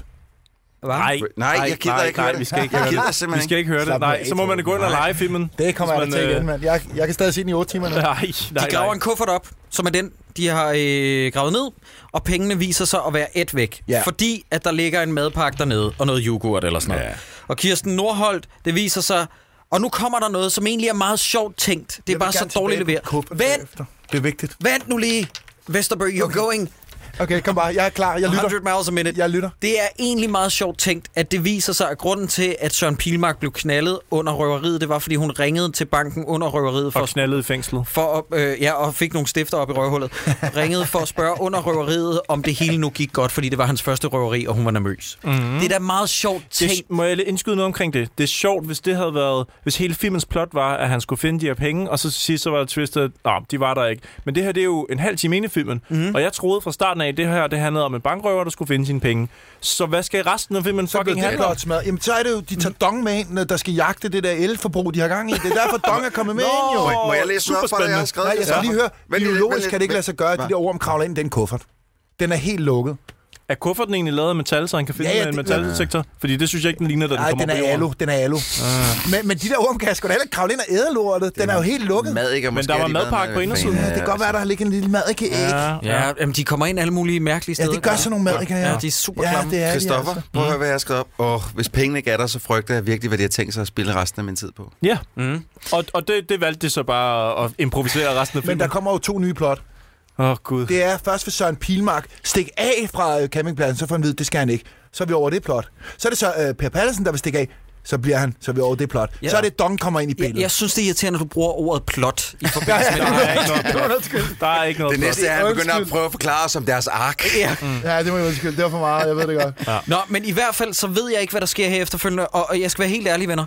[SPEAKER 3] Nej,
[SPEAKER 4] Nej, jeg gider ikke
[SPEAKER 3] nej,
[SPEAKER 4] høre det.
[SPEAKER 3] vi skal ikke
[SPEAKER 4] Jeg
[SPEAKER 3] høre
[SPEAKER 4] gider
[SPEAKER 3] det.
[SPEAKER 4] simpelthen
[SPEAKER 3] Vi skal ikke høre det.
[SPEAKER 2] Slap nu
[SPEAKER 3] Nej,
[SPEAKER 2] af,
[SPEAKER 3] så må man gå ind og
[SPEAKER 2] Troels.
[SPEAKER 3] lege filmen.
[SPEAKER 2] Det kommer jeg
[SPEAKER 3] hvis
[SPEAKER 2] da til
[SPEAKER 3] man,
[SPEAKER 2] igen,
[SPEAKER 3] øh,
[SPEAKER 2] mand. Jeg, jeg kan stadig se den i 8 timer nu.
[SPEAKER 3] Nej, nej,
[SPEAKER 1] de graver en kuffert op, som er den, de har øh, gravet ned, og pengene viser sig at være et væk.
[SPEAKER 2] Ja.
[SPEAKER 1] Fordi at der ligger en madpakke dernede, og noget yoghurt eller sådan noget. Ja. Og Kirsten Nordholt, det viser sig... Og nu kommer der noget, som egentlig er meget sjovt tænkt. Det er bare så dårligt leveret. Vent,
[SPEAKER 2] Det er vigtigt.
[SPEAKER 1] vent nu lige, Vesterbø, you're going
[SPEAKER 2] Okay, kom bare. Jeg er klar. Jeg lytter.
[SPEAKER 1] 100 miles a minute.
[SPEAKER 2] Jeg lytter.
[SPEAKER 1] Det er egentlig meget sjovt tænkt, at det viser sig, at grunden til, at Søren Pilmark blev knaldet under røveriet, det var, fordi hun ringede til banken under røveriet. For,
[SPEAKER 3] og knaldet i fængslet.
[SPEAKER 1] For, at- øh, ja, og fik nogle stifter op i røvhullet. ringede for at spørge under røveriet, om det hele nu gik godt, fordi det var hans første røveri, og hun var nervøs.
[SPEAKER 2] Mhm.
[SPEAKER 1] Mm. Det er da meget sjovt
[SPEAKER 3] Det,
[SPEAKER 1] tænkt.
[SPEAKER 3] må jeg lige indskyde noget omkring det? Det er sjovt, hvis det havde været... Hvis hele filmens plot var, at han skulle finde de her penge, og så til sidst så var det twistet, at "Nå, de var der ikke. Men det her, det er jo en halv time inde i filmen. Mm. Og jeg troede fra starten af, at det her, det handlede om en bankrøver, der skulle finde sine penge. Så hvad skal resten af filmen
[SPEAKER 2] Så blev
[SPEAKER 3] fucking
[SPEAKER 2] det
[SPEAKER 3] handle om?
[SPEAKER 2] blot smadret. Jamen, så er det jo, de tager dong med ind, der skal jagte det der elforbrug, de har gang i. Det er derfor, dong er kommet med
[SPEAKER 4] Nå,
[SPEAKER 2] ind, jo.
[SPEAKER 4] må jeg- må jeg læse noget op fra det, jeg har
[SPEAKER 2] Superspændende.
[SPEAKER 4] skrevet?
[SPEAKER 2] Nej, jeg skal
[SPEAKER 4] Ja.
[SPEAKER 2] lige høre.
[SPEAKER 4] Vent lidt, vent
[SPEAKER 2] Biologisk
[SPEAKER 4] lidt,
[SPEAKER 2] kan det ikke
[SPEAKER 4] vent-
[SPEAKER 2] lade sig gøre, at de der orm kravler ind i den kuffert. Den er helt lukket.
[SPEAKER 3] Er kufferten egentlig lavet af metal, så han kan finde
[SPEAKER 2] Ja,
[SPEAKER 3] ja,
[SPEAKER 2] ja,
[SPEAKER 3] ja, en
[SPEAKER 2] det-
[SPEAKER 3] metaldetektor? Fordi det synes jeg ikke, den ligner, da den
[SPEAKER 2] Nej,
[SPEAKER 3] kommer
[SPEAKER 2] den
[SPEAKER 3] op i
[SPEAKER 2] er
[SPEAKER 3] jorden.
[SPEAKER 2] alu. Den er alu. Men, men de der orm kan sgu da heller ikke kravle ind og æde lortet. Den er jo helt lukket.
[SPEAKER 4] Mad ikke, og
[SPEAKER 3] Men
[SPEAKER 4] måske
[SPEAKER 3] der
[SPEAKER 4] har
[SPEAKER 3] var
[SPEAKER 4] de været
[SPEAKER 3] madpakke
[SPEAKER 4] med
[SPEAKER 3] på
[SPEAKER 4] altså. i
[SPEAKER 3] indersiden.
[SPEAKER 4] fanen.
[SPEAKER 2] Det kan godt være, der har ligget en lille madike æg. Ja,
[SPEAKER 1] Ja, jamen, de kommer ind alle mulige mærkelige steder.
[SPEAKER 2] det gør sådan nogle madrikker,
[SPEAKER 1] Ja, de er super
[SPEAKER 2] ja,
[SPEAKER 1] klamme.
[SPEAKER 2] det er de
[SPEAKER 4] Christoffer,
[SPEAKER 2] altså.
[SPEAKER 4] prøv at høre, hvad jeg har skrevet op. Og hvis pengene ikke er der, så frygter jeg virkelig, hvad de har tænkt sig at spille resten af min tid på.
[SPEAKER 3] Ja, mm. og, og det, det valgte de så bare at improvisere resten af
[SPEAKER 2] Men
[SPEAKER 3] filmen.
[SPEAKER 2] der kommer jo to nye plot.
[SPEAKER 3] Åh, oh, gud.
[SPEAKER 2] Det er først for Søren Pilmark. Stik af fra øh, campingpladsen, så får han ved, det skal han ikke. Så er vi over det plot. Så er det så øh, Per Pallesen, der vil stikke af. Så bliver han, så er vi over det plot.
[SPEAKER 1] Ja.
[SPEAKER 2] Så er det, Dong kommer ind i
[SPEAKER 1] Jeg,
[SPEAKER 2] billedet.
[SPEAKER 1] jeg synes, det er irriterende, at du bruger ordet plot i forbindelse med det.
[SPEAKER 3] Der er ikke noget plot. Der er ikke noget
[SPEAKER 4] Det næste er, at han
[SPEAKER 2] Undskyld.
[SPEAKER 4] begynder at prøve at forklare os om deres ark.
[SPEAKER 1] Ja.
[SPEAKER 2] Ja, det må jeg undskylde. Det var for meget, jeg ved det godt.
[SPEAKER 1] Nå, men i hvert fald, så ved jeg ikke, hvad der sker her efterfølgende, og, og jeg skal være helt ærlig, venner.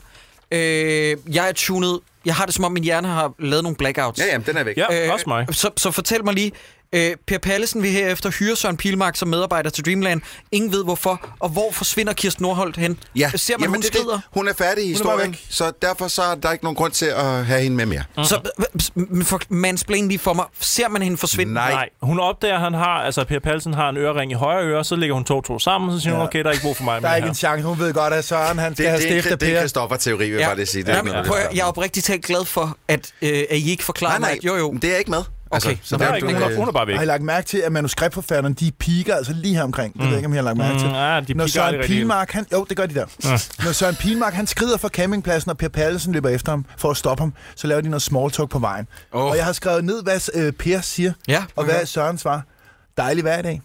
[SPEAKER 1] Øh, jeg er tunet. Jeg har det, som om min hjerne har lavet nogle blackouts.
[SPEAKER 4] Ja, jamen, den er væk.
[SPEAKER 3] Ja, øh, også mig.
[SPEAKER 1] Så, så fortæl mig lige, øh, Per Pallesen vil herefter hyre Søren Pilmark som medarbejder til Dreamland. Ingen ved hvorfor, og hvor forsvinder Kirsten Nordholt hen?
[SPEAKER 4] Ja,
[SPEAKER 1] Ser man, hun
[SPEAKER 4] det er det.
[SPEAKER 1] skrider?
[SPEAKER 3] Mhm.
[SPEAKER 4] Hun er færdig i
[SPEAKER 2] er bare
[SPEAKER 4] historien,
[SPEAKER 2] væk.
[SPEAKER 4] så derfor så er der ikke nogen grund til at have hende med mere.
[SPEAKER 1] Så m- m- for- mansplain lige for mig. Ser man hende forsvinde?
[SPEAKER 4] Nej.
[SPEAKER 3] Nej, hun opdager, at han har, altså Per Palsen har en ørering i højre øre, så lægger hun to og to sammen, så siger hun,
[SPEAKER 2] Ja.
[SPEAKER 3] okay, der er ikke brug for mig
[SPEAKER 2] Der er
[SPEAKER 3] mere
[SPEAKER 2] ikke
[SPEAKER 3] her.
[SPEAKER 2] en chance. Hun ved godt, at Søren han skal
[SPEAKER 4] Det,
[SPEAKER 2] have
[SPEAKER 4] det,
[SPEAKER 2] stiftet
[SPEAKER 4] det, det er
[SPEAKER 2] Per.
[SPEAKER 4] Christoffer-teori, vil jeg bare lige sige. Det er
[SPEAKER 1] Jamen,
[SPEAKER 4] ikke noget,
[SPEAKER 1] prøv,
[SPEAKER 4] vi
[SPEAKER 1] at-
[SPEAKER 4] snakker
[SPEAKER 1] jeg er
[SPEAKER 4] om.
[SPEAKER 1] oprigtigt talt glad for, at, øh, at I ikke forklarer
[SPEAKER 4] Nej, nej,
[SPEAKER 1] mig. Jo, jo.
[SPEAKER 4] men det er ikke med.
[SPEAKER 1] Okay,
[SPEAKER 4] så
[SPEAKER 1] nå, der
[SPEAKER 4] der,
[SPEAKER 3] Der
[SPEAKER 1] er
[SPEAKER 3] er
[SPEAKER 4] du
[SPEAKER 3] ikke,
[SPEAKER 1] ikke
[SPEAKER 3] hun,
[SPEAKER 4] kan-
[SPEAKER 3] er, hun er bare væk.
[SPEAKER 2] Har I lagt mærke til, at manuskriptforfatterne, de piker altså lige her omkring? Det ved jeg ikke, om I har lagt mærke til.
[SPEAKER 3] Mm, ja, de piker
[SPEAKER 2] Når Søren
[SPEAKER 3] aldrig rigtig
[SPEAKER 2] Pilmark, han, jo, det gør de der. Når Søren Pilmark, han skrider fra campingpladsen, og Per Pallesen løber efter ham for at stoppe ham, så laver de noget small talk på vejen.
[SPEAKER 4] Åh.
[SPEAKER 2] Og jeg har skrevet ned, hvad øh, Per siger,
[SPEAKER 1] Ja,
[SPEAKER 2] og hvad
[SPEAKER 1] okay.
[SPEAKER 2] Søren svarer. Dejlig hverdag. Det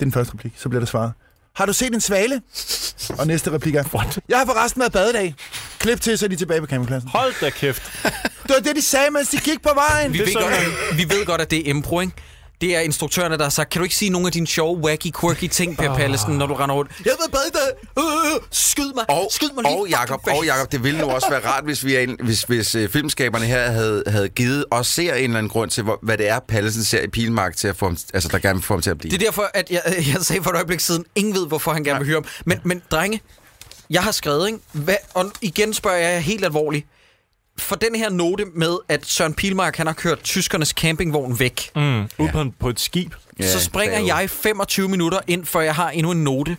[SPEAKER 2] er den første replik, så bliver der svaret. Har du set en svale? Og næste replik er, What? jeg har forresten været badedag. Klip til, så er de tilbage på campingpladsen.
[SPEAKER 3] Hold da kæft.
[SPEAKER 2] Det var det, de sagde, mens de gik på vejen.
[SPEAKER 1] Vi
[SPEAKER 3] Det er
[SPEAKER 1] ved,
[SPEAKER 3] sådan,
[SPEAKER 1] godt, at, vi ved godt, at det er impro, ikke? Det er instruktørerne, der har sagt, kan du ikke sige nogle af dine sjove, wacky, quirky ting, Per Pallesen, når du render rundt? Jeg ved bad i dag! Øh, skyd mig!
[SPEAKER 4] Og,
[SPEAKER 1] skyd mig lige!
[SPEAKER 4] og,
[SPEAKER 1] i
[SPEAKER 4] Jacob,
[SPEAKER 1] fucking
[SPEAKER 4] og
[SPEAKER 1] face!"
[SPEAKER 4] Jacob, det ville nu også være rart, hvis, vi er en, hvis, hvis øh, filmskaberne her havde, havde givet os ser en eller anden grund til, hvor, hvad det er, Pallesen ser i Pilmark til at få ham, altså, der gerne vil få ham til at blive.
[SPEAKER 1] Det er derfor, at jeg, jeg sagde for et øjeblik siden, ingen ved, hvorfor han gerne vil hyre ham. Men, men drenge, jeg har skrevet, ikke? Hvad, og igen spørger jeg jer helt alvorligt. For den her note med, at Søren Pilmark, han har kørt tyskernes campingvogn væk, mm.
[SPEAKER 3] Ude på, en- på et skib.
[SPEAKER 4] Ja,
[SPEAKER 1] så springer
[SPEAKER 4] bagud.
[SPEAKER 1] jeg 25 minutter ind, før jeg har endnu en note.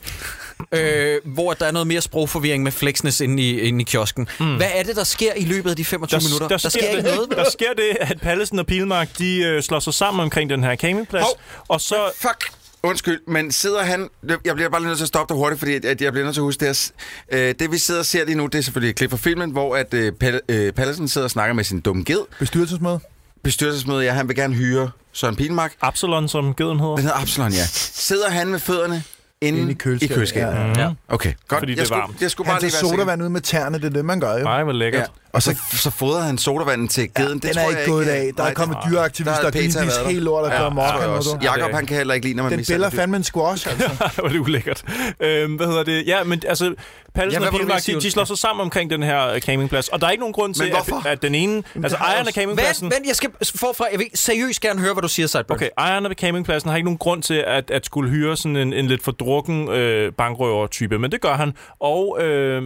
[SPEAKER 1] øh, hvor der er noget mere sprogforvirring med flexness inde i, inde i kiosken. Mm. Hvad er det, der sker i løbet af de 25 minutter? Der, sker ikke noget.
[SPEAKER 3] der sker det, at Pallesen og Pilmark, de øh, slår sig sammen omkring den her campingplads.
[SPEAKER 4] Hov.
[SPEAKER 3] Og så...
[SPEAKER 4] Fuck! Undskyld, men sidder han... Jeg bliver bare lige nødt til at stoppe dig hurtigt, fordi at- at jeg bliver nødt til at huske det. her. Øh, Det, vi sidder og ser lige nu, det er selvfølgelig et klip fra filmen, hvor at øh, Pall- øh, Pallesen sidder og snakker med sin dumme ged.
[SPEAKER 2] Bestyrelsesmøde.
[SPEAKER 4] Bestyrelsesmøde, ja, han vil gerne hyre Søren Pilmark.
[SPEAKER 3] Absalon, som geden hedder.
[SPEAKER 4] Den hedder Absalon, ja. Sidder han med fødderne inde,
[SPEAKER 2] Inde i køleskabet,
[SPEAKER 4] I køleskabet.
[SPEAKER 3] Mm.
[SPEAKER 2] ja,
[SPEAKER 4] ja. Okay, godt.
[SPEAKER 3] Fordi det
[SPEAKER 4] jeg
[SPEAKER 3] er varmt.
[SPEAKER 4] Skulle, jeg skulle
[SPEAKER 2] Han
[SPEAKER 4] bare
[SPEAKER 2] tager
[SPEAKER 4] lige være sikker.
[SPEAKER 2] sodavand ud med tæerne, det er det, man gør jo.
[SPEAKER 3] Nej, hvor lækkert.
[SPEAKER 4] Ja. Og så, så fodrede han sodavanden til geden. det
[SPEAKER 2] Den
[SPEAKER 4] tror
[SPEAKER 2] er
[SPEAKER 4] jeg øh,
[SPEAKER 2] ikke gået i dag. Der er
[SPEAKER 4] Nej,
[SPEAKER 2] kommet
[SPEAKER 4] det-
[SPEAKER 2] dyreaktivister,
[SPEAKER 4] der
[SPEAKER 2] der
[SPEAKER 4] er PETA været
[SPEAKER 2] er
[SPEAKER 4] der.
[SPEAKER 2] helt lort, der
[SPEAKER 4] Ja,
[SPEAKER 2] kører
[SPEAKER 4] det
[SPEAKER 2] mok.
[SPEAKER 4] tror jeg også. Jakob, han kan heller ikke lide, når man
[SPEAKER 2] Den
[SPEAKER 4] mishandler
[SPEAKER 2] biller
[SPEAKER 4] dyr.
[SPEAKER 2] fandme en squash, altså.
[SPEAKER 3] det var det ulækkert. Øhm, hvad hedder det? Ja, men altså,
[SPEAKER 1] Ja,
[SPEAKER 3] Pallesen
[SPEAKER 1] hvad var det,
[SPEAKER 3] og
[SPEAKER 1] du ville
[SPEAKER 3] Pilmark,
[SPEAKER 1] sige,
[SPEAKER 3] de, de
[SPEAKER 1] undskyld?
[SPEAKER 3] slår sig sammen omkring den her øh, campingplads. Og der er ikke nogen grund til, at,
[SPEAKER 4] hvorfor?
[SPEAKER 3] at den ene... altså,
[SPEAKER 2] har jeg
[SPEAKER 3] ejeren af
[SPEAKER 2] også-
[SPEAKER 3] campingpladsen...
[SPEAKER 1] Vent, vent, jeg skal forfra. Jeg vil seriøst gerne høre, hvad du siger, Sideburn.
[SPEAKER 3] Okay, ejeren af campingpladsen har ikke nogen grund til at, at skulle hyre sådan en, en lidt fordrukken øh, bankrøver-type, men det gør han. Og øh,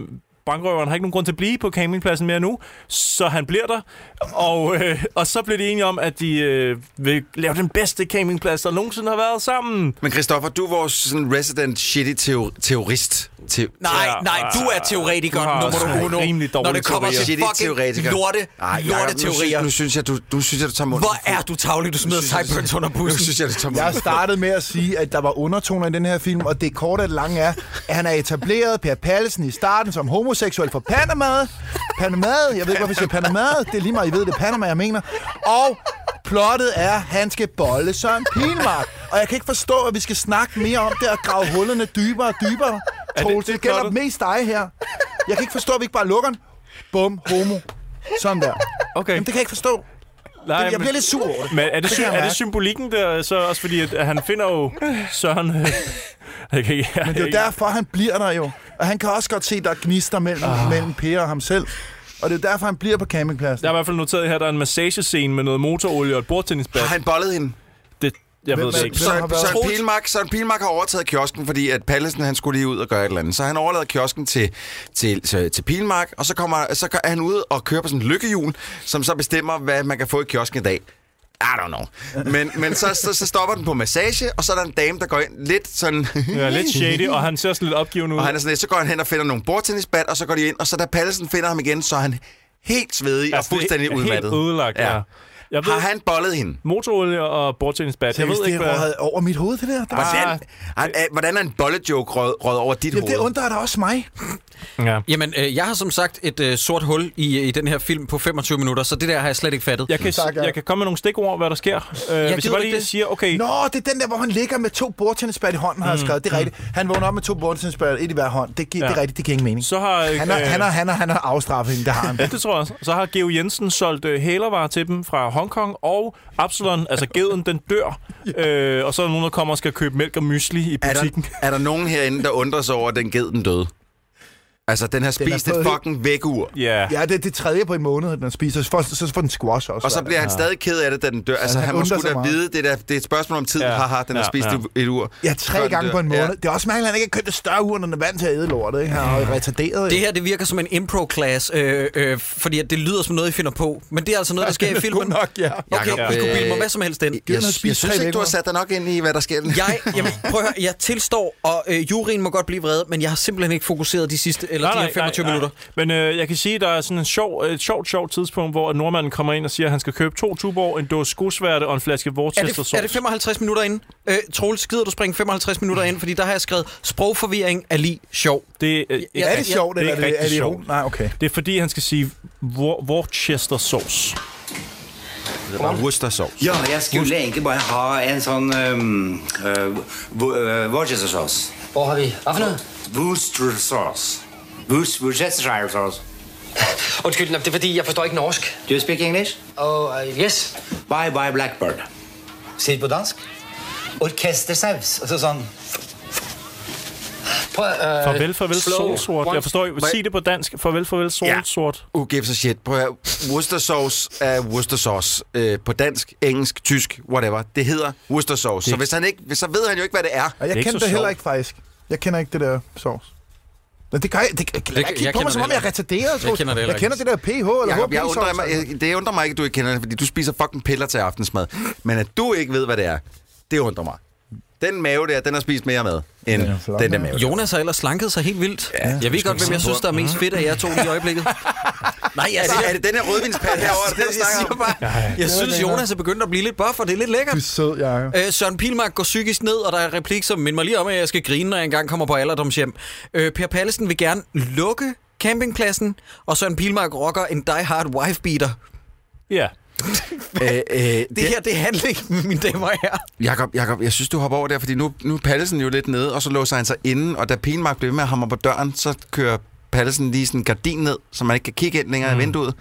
[SPEAKER 3] bankrøveren har ikke nogen grund til at blive på campingpladsen mere nu, så han bliver der. Og, øh, og så bliver de enige om, at de øh, vil lave den bedste campingplads, der nogensinde har været sammen.
[SPEAKER 4] Men Christoffer, du er vores sådan resident shitty teor- terrorist. Te-
[SPEAKER 1] Nej,
[SPEAKER 3] Ja,
[SPEAKER 1] nej, du er
[SPEAKER 3] ah,
[SPEAKER 1] teoretiker,
[SPEAKER 3] du har
[SPEAKER 1] nummer
[SPEAKER 3] også
[SPEAKER 1] du altså uno,
[SPEAKER 3] rimelig
[SPEAKER 1] når
[SPEAKER 3] dårlige
[SPEAKER 1] det kommer til
[SPEAKER 4] Shitty
[SPEAKER 1] fucking
[SPEAKER 4] teoretiker.
[SPEAKER 1] lorte,
[SPEAKER 4] Ej, Jacob,
[SPEAKER 1] lorte
[SPEAKER 4] Nu synes,
[SPEAKER 1] teorier.
[SPEAKER 4] nu synes jeg, du, nu synes jeg, du tager munden.
[SPEAKER 1] Hvor er du tavlig, du smider
[SPEAKER 4] Nu synes jeg,
[SPEAKER 1] Sideburns under
[SPEAKER 4] Nu synes
[SPEAKER 1] bussen.
[SPEAKER 4] jeg, du tager munden.
[SPEAKER 2] Jeg startede med at sige, at der var undertoner i den her film, og det korte og det lange er, at han er etableret Per Pallesen i starten som homoseksuel fra Panama. Panama, jeg ved ikke, hvorfor jeg siger Panama. Det er lige meget, I ved, det er Panama, jeg mener. Og Plottet er, at han skal bolle Søren Pilmark. og jeg kan ikke forstå, at vi skal snakke mere om det og grave hullerne dybere og dybere.
[SPEAKER 3] det-
[SPEAKER 2] Troels,
[SPEAKER 3] det er
[SPEAKER 2] det gælder
[SPEAKER 3] plottet?
[SPEAKER 2] mest dig her. Jeg kan ikke forstå, at vi ikke bare lukker den. Bum, homo. Sådan der.
[SPEAKER 3] Okay.
[SPEAKER 2] Jamen, det kan jeg ikke forstå. Nej, jeg
[SPEAKER 3] men-
[SPEAKER 2] bliver lidt sur over det.
[SPEAKER 3] Men er det,
[SPEAKER 2] Det
[SPEAKER 3] sy-
[SPEAKER 2] kan jeg
[SPEAKER 3] er det
[SPEAKER 2] mærke.
[SPEAKER 3] symbolikken der så også, fordi at, at han finder jo Søren... øh, jeg kan ikke,
[SPEAKER 2] Men det er jo derfor, han bliver der jo. Og han kan også godt se, at der er gnister mellem,
[SPEAKER 3] Ah.
[SPEAKER 2] oh. mellem Per og ham selv. Og det er jo derfor, han bliver på campingpladsen.
[SPEAKER 3] Jeg har i hvert fald noteret her, at der er en massagescene med noget motorolie og et bordtennisbat. Har
[SPEAKER 4] han bollet hende?
[SPEAKER 3] Det, jeg ved det ikke.
[SPEAKER 4] Søren, Søren, Pilmark, Søren Pilmark har overtaget kiosken, fordi at Pallesen han skulle lige ud og gøre et eller andet. Så han overlader kiosken til, til, til, til Pilmark, og så, kommer, så er han ude og kører på sådan en lykkehjul, som så bestemmer, hvad man kan få i kiosken i dag. I don't know. Men, men så, så, så stopper den på massage, og så er der en dame, der går ind lidt sådan...
[SPEAKER 3] Ja, lidt shady, og han ser sådan lidt opgivende ud.
[SPEAKER 4] Og han er sådan lidt, så går han hen og finder nogle bordtennisbat, og så går de ind, og så da Pallesen finder ham igen, så er han helt svedig og
[SPEAKER 3] Altså, det er
[SPEAKER 4] fuldstændig
[SPEAKER 3] helt
[SPEAKER 4] udmattet.
[SPEAKER 3] ødelagt, ja. Jeg ved,
[SPEAKER 4] Har han bollet hende?
[SPEAKER 3] Motorolie og bordtennisbat. Jeg ved ikke,
[SPEAKER 2] det er
[SPEAKER 3] hvad... Ah.
[SPEAKER 2] røget over mit hoved, det der. Det-
[SPEAKER 4] Hvordan, han, er- Ah, hvordan er en bollejoke røget, røget over dit
[SPEAKER 2] Jamen,
[SPEAKER 4] hoved?
[SPEAKER 2] Ah. det undrer da også mig.
[SPEAKER 3] Ja.
[SPEAKER 1] Jamen, øh, jeg har som sagt et øh, sort hul i, i den her film på 25 minutter, så det der har jeg slet ikke fattet.
[SPEAKER 3] Jeg kan, jeg kan komme med nogle stikord, hvad der sker. Øh, hvis jeg
[SPEAKER 1] gider
[SPEAKER 3] bare
[SPEAKER 1] ikke
[SPEAKER 3] lige
[SPEAKER 1] det.
[SPEAKER 3] siger, okay...
[SPEAKER 2] Nå, det er den der, hvor han ligger med to bordtennisbat i hånden, har jeg
[SPEAKER 3] Mm,
[SPEAKER 2] skrevet. Det er rigtigt. Han vågner op med to bordtennisbat, et i hver hånd. Det, gi- det er rigtigt, det giver ingen mening.
[SPEAKER 3] Så har, øh,
[SPEAKER 2] Han har, han har, han har, han har afstraffet hende, der har han.
[SPEAKER 3] Ja, det tror jeg også. Så har Geo Jensen solgt øh, hælervarer til dem fra Hongkong, og Absalon, altså geden, den dør. Øh, og så er der nogen, der kommer og skal købe mælk og mysli i
[SPEAKER 4] Er der,
[SPEAKER 3] butikken.
[SPEAKER 4] er der nogen herinde, der undrer sig over, at den ged den døde? Altså, den har
[SPEAKER 2] Den har
[SPEAKER 4] spist den
[SPEAKER 2] fået
[SPEAKER 4] et
[SPEAKER 2] helt-
[SPEAKER 4] fucking vægur.
[SPEAKER 3] Ja.
[SPEAKER 2] Ja, det er det tredje på en måned, den spiser. Så får, så får den squash også.
[SPEAKER 4] Og så bliver han
[SPEAKER 2] Ja.
[SPEAKER 4] stadig ked af det, da den dør. Altså,
[SPEAKER 2] han
[SPEAKER 4] han må
[SPEAKER 2] undrer
[SPEAKER 4] sgu
[SPEAKER 2] sig
[SPEAKER 4] da
[SPEAKER 2] meget.
[SPEAKER 4] vide, det, der, det er et spørgsmål om tid. Ja. Haha, den har
[SPEAKER 2] Ja,
[SPEAKER 4] spist
[SPEAKER 2] ja.
[SPEAKER 4] et- et ur.
[SPEAKER 2] Ja,
[SPEAKER 4] Før
[SPEAKER 2] tre
[SPEAKER 4] den
[SPEAKER 2] gange
[SPEAKER 4] dør.
[SPEAKER 2] på en
[SPEAKER 4] Ja.
[SPEAKER 2] måned. Det er også mærkeligt, at han ikke har købt et større ur, når han er vant til at æde lortet. Ikke? Han er
[SPEAKER 3] Ah.
[SPEAKER 2] jo retarderet.
[SPEAKER 1] Det
[SPEAKER 2] ikke?
[SPEAKER 1] her, det virker som en impro-class, øh, øh, fordi at det lyder som noget, I finder på. Men det er altså noget, der sker i
[SPEAKER 2] Det er
[SPEAKER 1] filmen.
[SPEAKER 2] god nok, ja.
[SPEAKER 1] Okay,
[SPEAKER 4] Jakob,
[SPEAKER 1] I kunne bilde mig
[SPEAKER 4] øh,
[SPEAKER 1] hvad som helst ind.
[SPEAKER 4] Jeg, jeg, jeg synes ikke, du har sat dig nok ind i, hvad der sker.
[SPEAKER 1] Jeg, jamen, prøv at høre, jeg tilstår, og øh, juryen må godt blive vred, men jeg har simpelthen ikke fokuseret de sidste, eller de her 25 minutter.
[SPEAKER 3] Men øh, jeg kan sige, at der er sådan en sjov, et sjovt, sjovt tidspunkt, hvor nordmanden kommer ind og siger, at han skal købe to tuborg, en dåse skosværte og en flaske
[SPEAKER 1] Er det,
[SPEAKER 3] Worcestersauce.
[SPEAKER 1] er det 55 minutter ind? Øh, Troels, skider du springe 55 minutter ind? Fordi der har jeg skrevet, sprogforvirring er lige sjov.
[SPEAKER 3] Det, øh,
[SPEAKER 1] Ja, er det sjovt, eller er det-
[SPEAKER 3] rigtig
[SPEAKER 1] er det-
[SPEAKER 3] sjovt.
[SPEAKER 2] Nej, okay.
[SPEAKER 3] Det er fordi, han skal sige Wor- Worcestersauce.
[SPEAKER 4] Worcestersauce.
[SPEAKER 15] Ja, jeg skulle egentlig bare ha en sånn um, uh, Worcester sauce. Hva har vi? Hva for noe? Worcester sauce. Worc- Worcestershire sauce. Unnskyld, det er fordi jeg forstår ikke norsk. Do you speak English? Oh, yes. Bye bye Blackbird. Sier du på dansk? Orkestersaus. Altså sånn Prøv, uh,
[SPEAKER 3] Farvel, farvel, solsort. Jeg forstår ikke. Sig det på dansk. Farvel, farvel, solsort.
[SPEAKER 4] Who gives a shit? Prøv at høre. Worcester sauce er Worcester sauce. Øh, på dansk, engelsk, tysk, whatever. Det hedder Worcester sauce. Så hvis han ikke, så ved han jo ikke, hvad det er.
[SPEAKER 2] Og jeg kendte det heller ikke, faktisk. Jeg kender ikke det der sovs. Men det gør jeg. Det, det, jeg, jeg,
[SPEAKER 4] jeg
[SPEAKER 2] jeg på
[SPEAKER 4] kender
[SPEAKER 2] mig, som
[SPEAKER 4] det
[SPEAKER 2] om jeg er
[SPEAKER 4] heller ikke.
[SPEAKER 2] retarderet. Troels.
[SPEAKER 4] Jeg kender det heller
[SPEAKER 2] Jeg kender det
[SPEAKER 4] ikke.
[SPEAKER 2] der PH eller
[SPEAKER 4] Jacob, jeg
[SPEAKER 2] HP
[SPEAKER 4] undrer
[SPEAKER 2] sovs,
[SPEAKER 4] mig,
[SPEAKER 2] altså.
[SPEAKER 4] jeg, det undrer mig ikke, at du ikke kender det, fordi du spiser fucking piller til aftensmad. Men at du ikke ved, hvad det er, det undrer mig. Den mave der, den har spist mere mad, end ja, den der mave.
[SPEAKER 1] Jonas har ellers slanket sig helt vildt. Ja, jeg ved godt, hvem jeg synes, der er mest fedt af jer to lige i øjeblikket. Nej, jeg,
[SPEAKER 4] Er det, er det den her rødvinspande herovre, det er det, du snakker om?
[SPEAKER 1] jeg synes, Jonas er begyndt at blive lidt buff, og det er lidt lækkert.
[SPEAKER 2] Du er sød, Jacob.
[SPEAKER 1] Øh, Søren Pilmark går psykisk ned, og der er replik, som minder mig lige om, at jeg skal grine, når jeg engang kommer på alderdomshjem. Øh, per Pallesen vil gerne lukke campingpladsen, og Søren Pilmark rocker en Die Hard Wife-beater.
[SPEAKER 3] Ja.
[SPEAKER 4] Øh, øh,
[SPEAKER 1] Det her, det er handling, mine damer og herrer.
[SPEAKER 4] Jakob, Jakob, jeg synes, du hopper over der, fordi nu, nu er Pallesen jo lidt nede, og så låser han sig inden, og da Pilmark bliver ved med at hamre på døren, så kører Pallesen lige sådan en gardin ned, så man ikke kan kigge ind længere mm. i vinduet.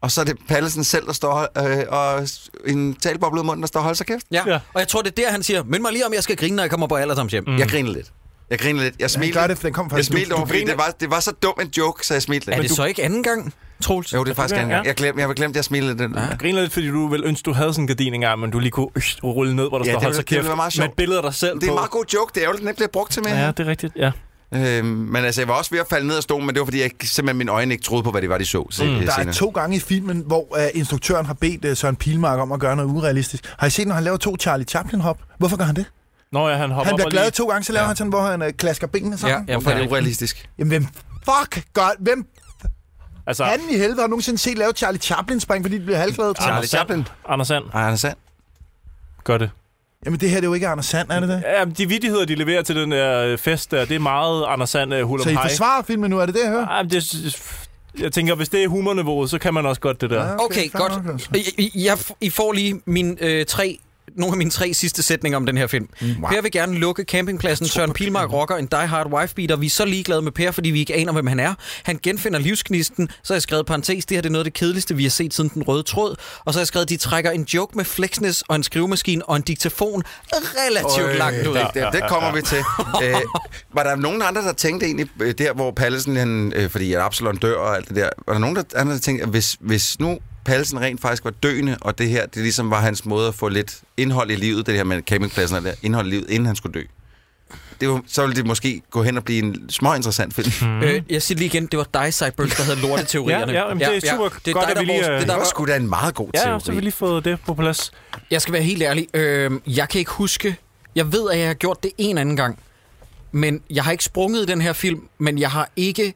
[SPEAKER 4] Og så er det Pallesen selv, der står øh, og s- en talboble ud af munden, der står og holder sig kæft.
[SPEAKER 1] Ja. ja. Og jeg tror, det er der, han siger, mind mig lige om, jeg skal grine, når jeg kommer på alderdomshjem.
[SPEAKER 4] Mm. Jeg griner lidt. Jeg griner lidt. Jeg
[SPEAKER 1] Ja,
[SPEAKER 4] smilte.
[SPEAKER 1] gør det, for den kom
[SPEAKER 4] jeg
[SPEAKER 1] faktisk nu.
[SPEAKER 4] smilte
[SPEAKER 1] Du
[SPEAKER 4] over, fordi
[SPEAKER 1] griner-
[SPEAKER 4] det var, det var så dum en joke, så jeg smilte lidt.
[SPEAKER 1] Er det så ikke anden gang, Troels?
[SPEAKER 4] Jo, det er faktisk
[SPEAKER 3] det
[SPEAKER 4] anden
[SPEAKER 3] er-
[SPEAKER 4] gang.
[SPEAKER 3] ja.
[SPEAKER 4] Jeg, glem, jeg var glemt, at jeg smilede den. Ja.
[SPEAKER 3] Jeg griner lidt, fordi du vil ønske, du havde sådan en gardin engang, men du lige kunne øh, rulle ned, hvor der
[SPEAKER 4] Ja,
[SPEAKER 3] står
[SPEAKER 4] det
[SPEAKER 3] hold
[SPEAKER 4] ville-
[SPEAKER 3] så
[SPEAKER 4] det ville
[SPEAKER 3] kæft.
[SPEAKER 4] være meget
[SPEAKER 3] med
[SPEAKER 4] sjovt.
[SPEAKER 3] et billede af dig selv
[SPEAKER 4] Det
[SPEAKER 3] på.
[SPEAKER 4] er en meget god joke. Det er ærgerligt, den ikke bliver brugt til mere.
[SPEAKER 3] Ja, det er rigtigt, ja.
[SPEAKER 4] Øhm, men altså, jeg var også ved at falde ned og stå, men det var, fordi jeg simpelthen mine øjne ikke troede på, hvad det var, de så. se- øh,
[SPEAKER 2] Mm. Der er
[SPEAKER 4] senere.
[SPEAKER 2] to gange i filmen, hvor uh, instruktøren har bedt uh, Søren Pilmark om at gøre noget urealistisk. Har I set, når han laver to Charlie Chaplin-hop? Hvorfor gør han det?
[SPEAKER 3] Nå ja, han hopper
[SPEAKER 2] han
[SPEAKER 3] op
[SPEAKER 2] bliver
[SPEAKER 3] og
[SPEAKER 2] glad
[SPEAKER 3] lige-
[SPEAKER 2] to gange, så laver ja. han sådan, hvor han uh, klasker benene sammen.
[SPEAKER 3] ja,
[SPEAKER 4] Hvorfor er det
[SPEAKER 3] rigtigt.
[SPEAKER 4] urealistisk?
[SPEAKER 2] Jamen, hvem fuck gør... Hvem
[SPEAKER 3] Altså,
[SPEAKER 2] han i helvede har nogensinde set lave Charlie Chaplin-spring, fordi det bliver halvglade?
[SPEAKER 3] Anders Sand. Anders Sand.
[SPEAKER 4] Nej, Anders Sand.
[SPEAKER 3] Gør det.
[SPEAKER 2] Jamen, det her det er jo ikke Anders Sand, er det det?
[SPEAKER 3] Ja, men de vittigheder, de leverer til den der øh, fest der, det er meget Anders Sand uh,
[SPEAKER 2] Så I forsvarer filmen nu, er det det, jeg hører?
[SPEAKER 3] Ja, men det, Jeg tænker, hvis det er humorniveauet, så kan man også godt det der.
[SPEAKER 1] Okay, okay godt. I, I- jeg, f- I får lige mine, øh, tre, nogle af mine tre sidste sætninger om den her film. Mm. Per vil gerne lukke campingpladsen. Søren Pilmark rocker en Die Hard Wifebeater. Vi er så ligeglade med Per, fordi vi ikke aner, hvem han er. Han genfinder livsknisten. Så har jeg skrevet parentes. Det her det er noget af det kedeligste, vi har set siden den røde tråd. Og så har jeg skrevet, de trækker en joke med flexness og en skrivemaskine og en diktafon relativt
[SPEAKER 4] Øj,
[SPEAKER 1] langt ud.
[SPEAKER 4] Det, det, det kommer vi til. Æ, var der nogen andre, der tænkte egentlig, øh, der hvor Pallesen, han, øh, fordi at Absalon dør og alt det der, var der nogen der, andre, der tænkte, at hvis, hvis nu Pallesen rent faktisk var døende, og det her, det ligesom var hans måde at få lidt indhold i livet, det her med campingpladsen og det her, indhold i livet, inden han skulle dø. Det var, så ville det måske gå hen og blive en små interessant film.
[SPEAKER 1] Mm. Øh, jeg siger det lige igen, det var dig, Cyberpunk, der havde lorteteorierne.
[SPEAKER 3] Ja, ja, jamen, det er super
[SPEAKER 1] Det er
[SPEAKER 3] godt,
[SPEAKER 1] dig,
[SPEAKER 3] at
[SPEAKER 1] der
[SPEAKER 3] vi lige,
[SPEAKER 1] vores-
[SPEAKER 3] øh,
[SPEAKER 1] det er dig,
[SPEAKER 3] Det var
[SPEAKER 1] der-
[SPEAKER 3] sgu da en meget god Ja, teori. så har vi lige fået det på plads.
[SPEAKER 1] Jeg skal være helt ærlig. Øh, jeg kan ikke huske... Jeg ved, at jeg har gjort det en anden gang. Men jeg har ikke sprunget i den her film, men jeg har ikke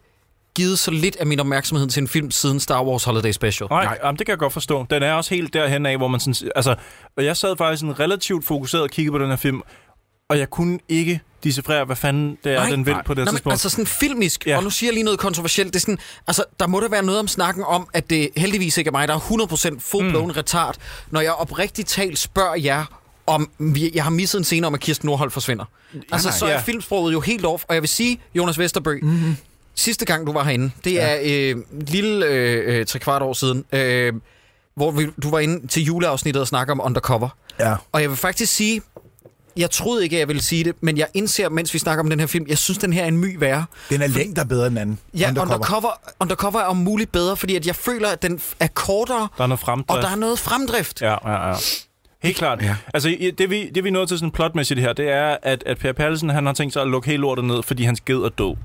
[SPEAKER 1] givet så lidt af min opmærksomhed til en film siden Star Wars Holiday Special.
[SPEAKER 3] Nej, Nej. Jamen, det kan jeg godt forstå. Den er også helt derhen af, hvor man sådan... Altså, og jeg sad faktisk sådan relativt fokuseret og kiggede på den her film, og jeg kunne ikke decifrere, hvad fanden det er,
[SPEAKER 1] Nej.
[SPEAKER 3] den vil
[SPEAKER 1] Nej.
[SPEAKER 3] på det
[SPEAKER 1] Nå, men
[SPEAKER 3] tidspunkt.
[SPEAKER 1] Altså sådan filmisk, ja. og nu siger jeg lige noget kontroversielt. Det er sådan, altså, der må der være noget om snakken om, at det heldigvis ikke er mig, der er 100% full-blown mm. retard, når jeg oprigtigt talt spørger jer, om vi, jeg har misset en scene om, at Kirsten Nordholt forsvinder. Altså,
[SPEAKER 3] nej.
[SPEAKER 1] så er
[SPEAKER 3] Ja.
[SPEAKER 1] filmsproget jo helt off, og jeg vil sige, Jonas Vesterbø, mm-hmm. sidste gang du var herinde, det ja. er øh, en lille øh, øh, trekvart år siden, øh, hvor vi, du var inde til juleafsnittet og snakke om Undercover.
[SPEAKER 2] Ja.
[SPEAKER 1] Og jeg vil faktisk sige, jeg troede ikke, at jeg ville sige det, men jeg indser, mens vi snakker om den her film, jeg synes, den her er en my værre.
[SPEAKER 2] Den er længder bedre end anden.
[SPEAKER 1] Ja, undercover. Undercover, undercover er om muligt bedre, fordi at jeg føler, at den f- er kortere,
[SPEAKER 3] Der er noget fremdrift.
[SPEAKER 1] og der er noget fremdrift.
[SPEAKER 3] Ja, ja, ja. Helt klart. Ja. Altså, i- det vi, det vi er nået til sådan plotmæssigt her, det er, at, at Per Pallesen, han har tænkt sig at lukke hele lortet ned, fordi han sked og dø. Og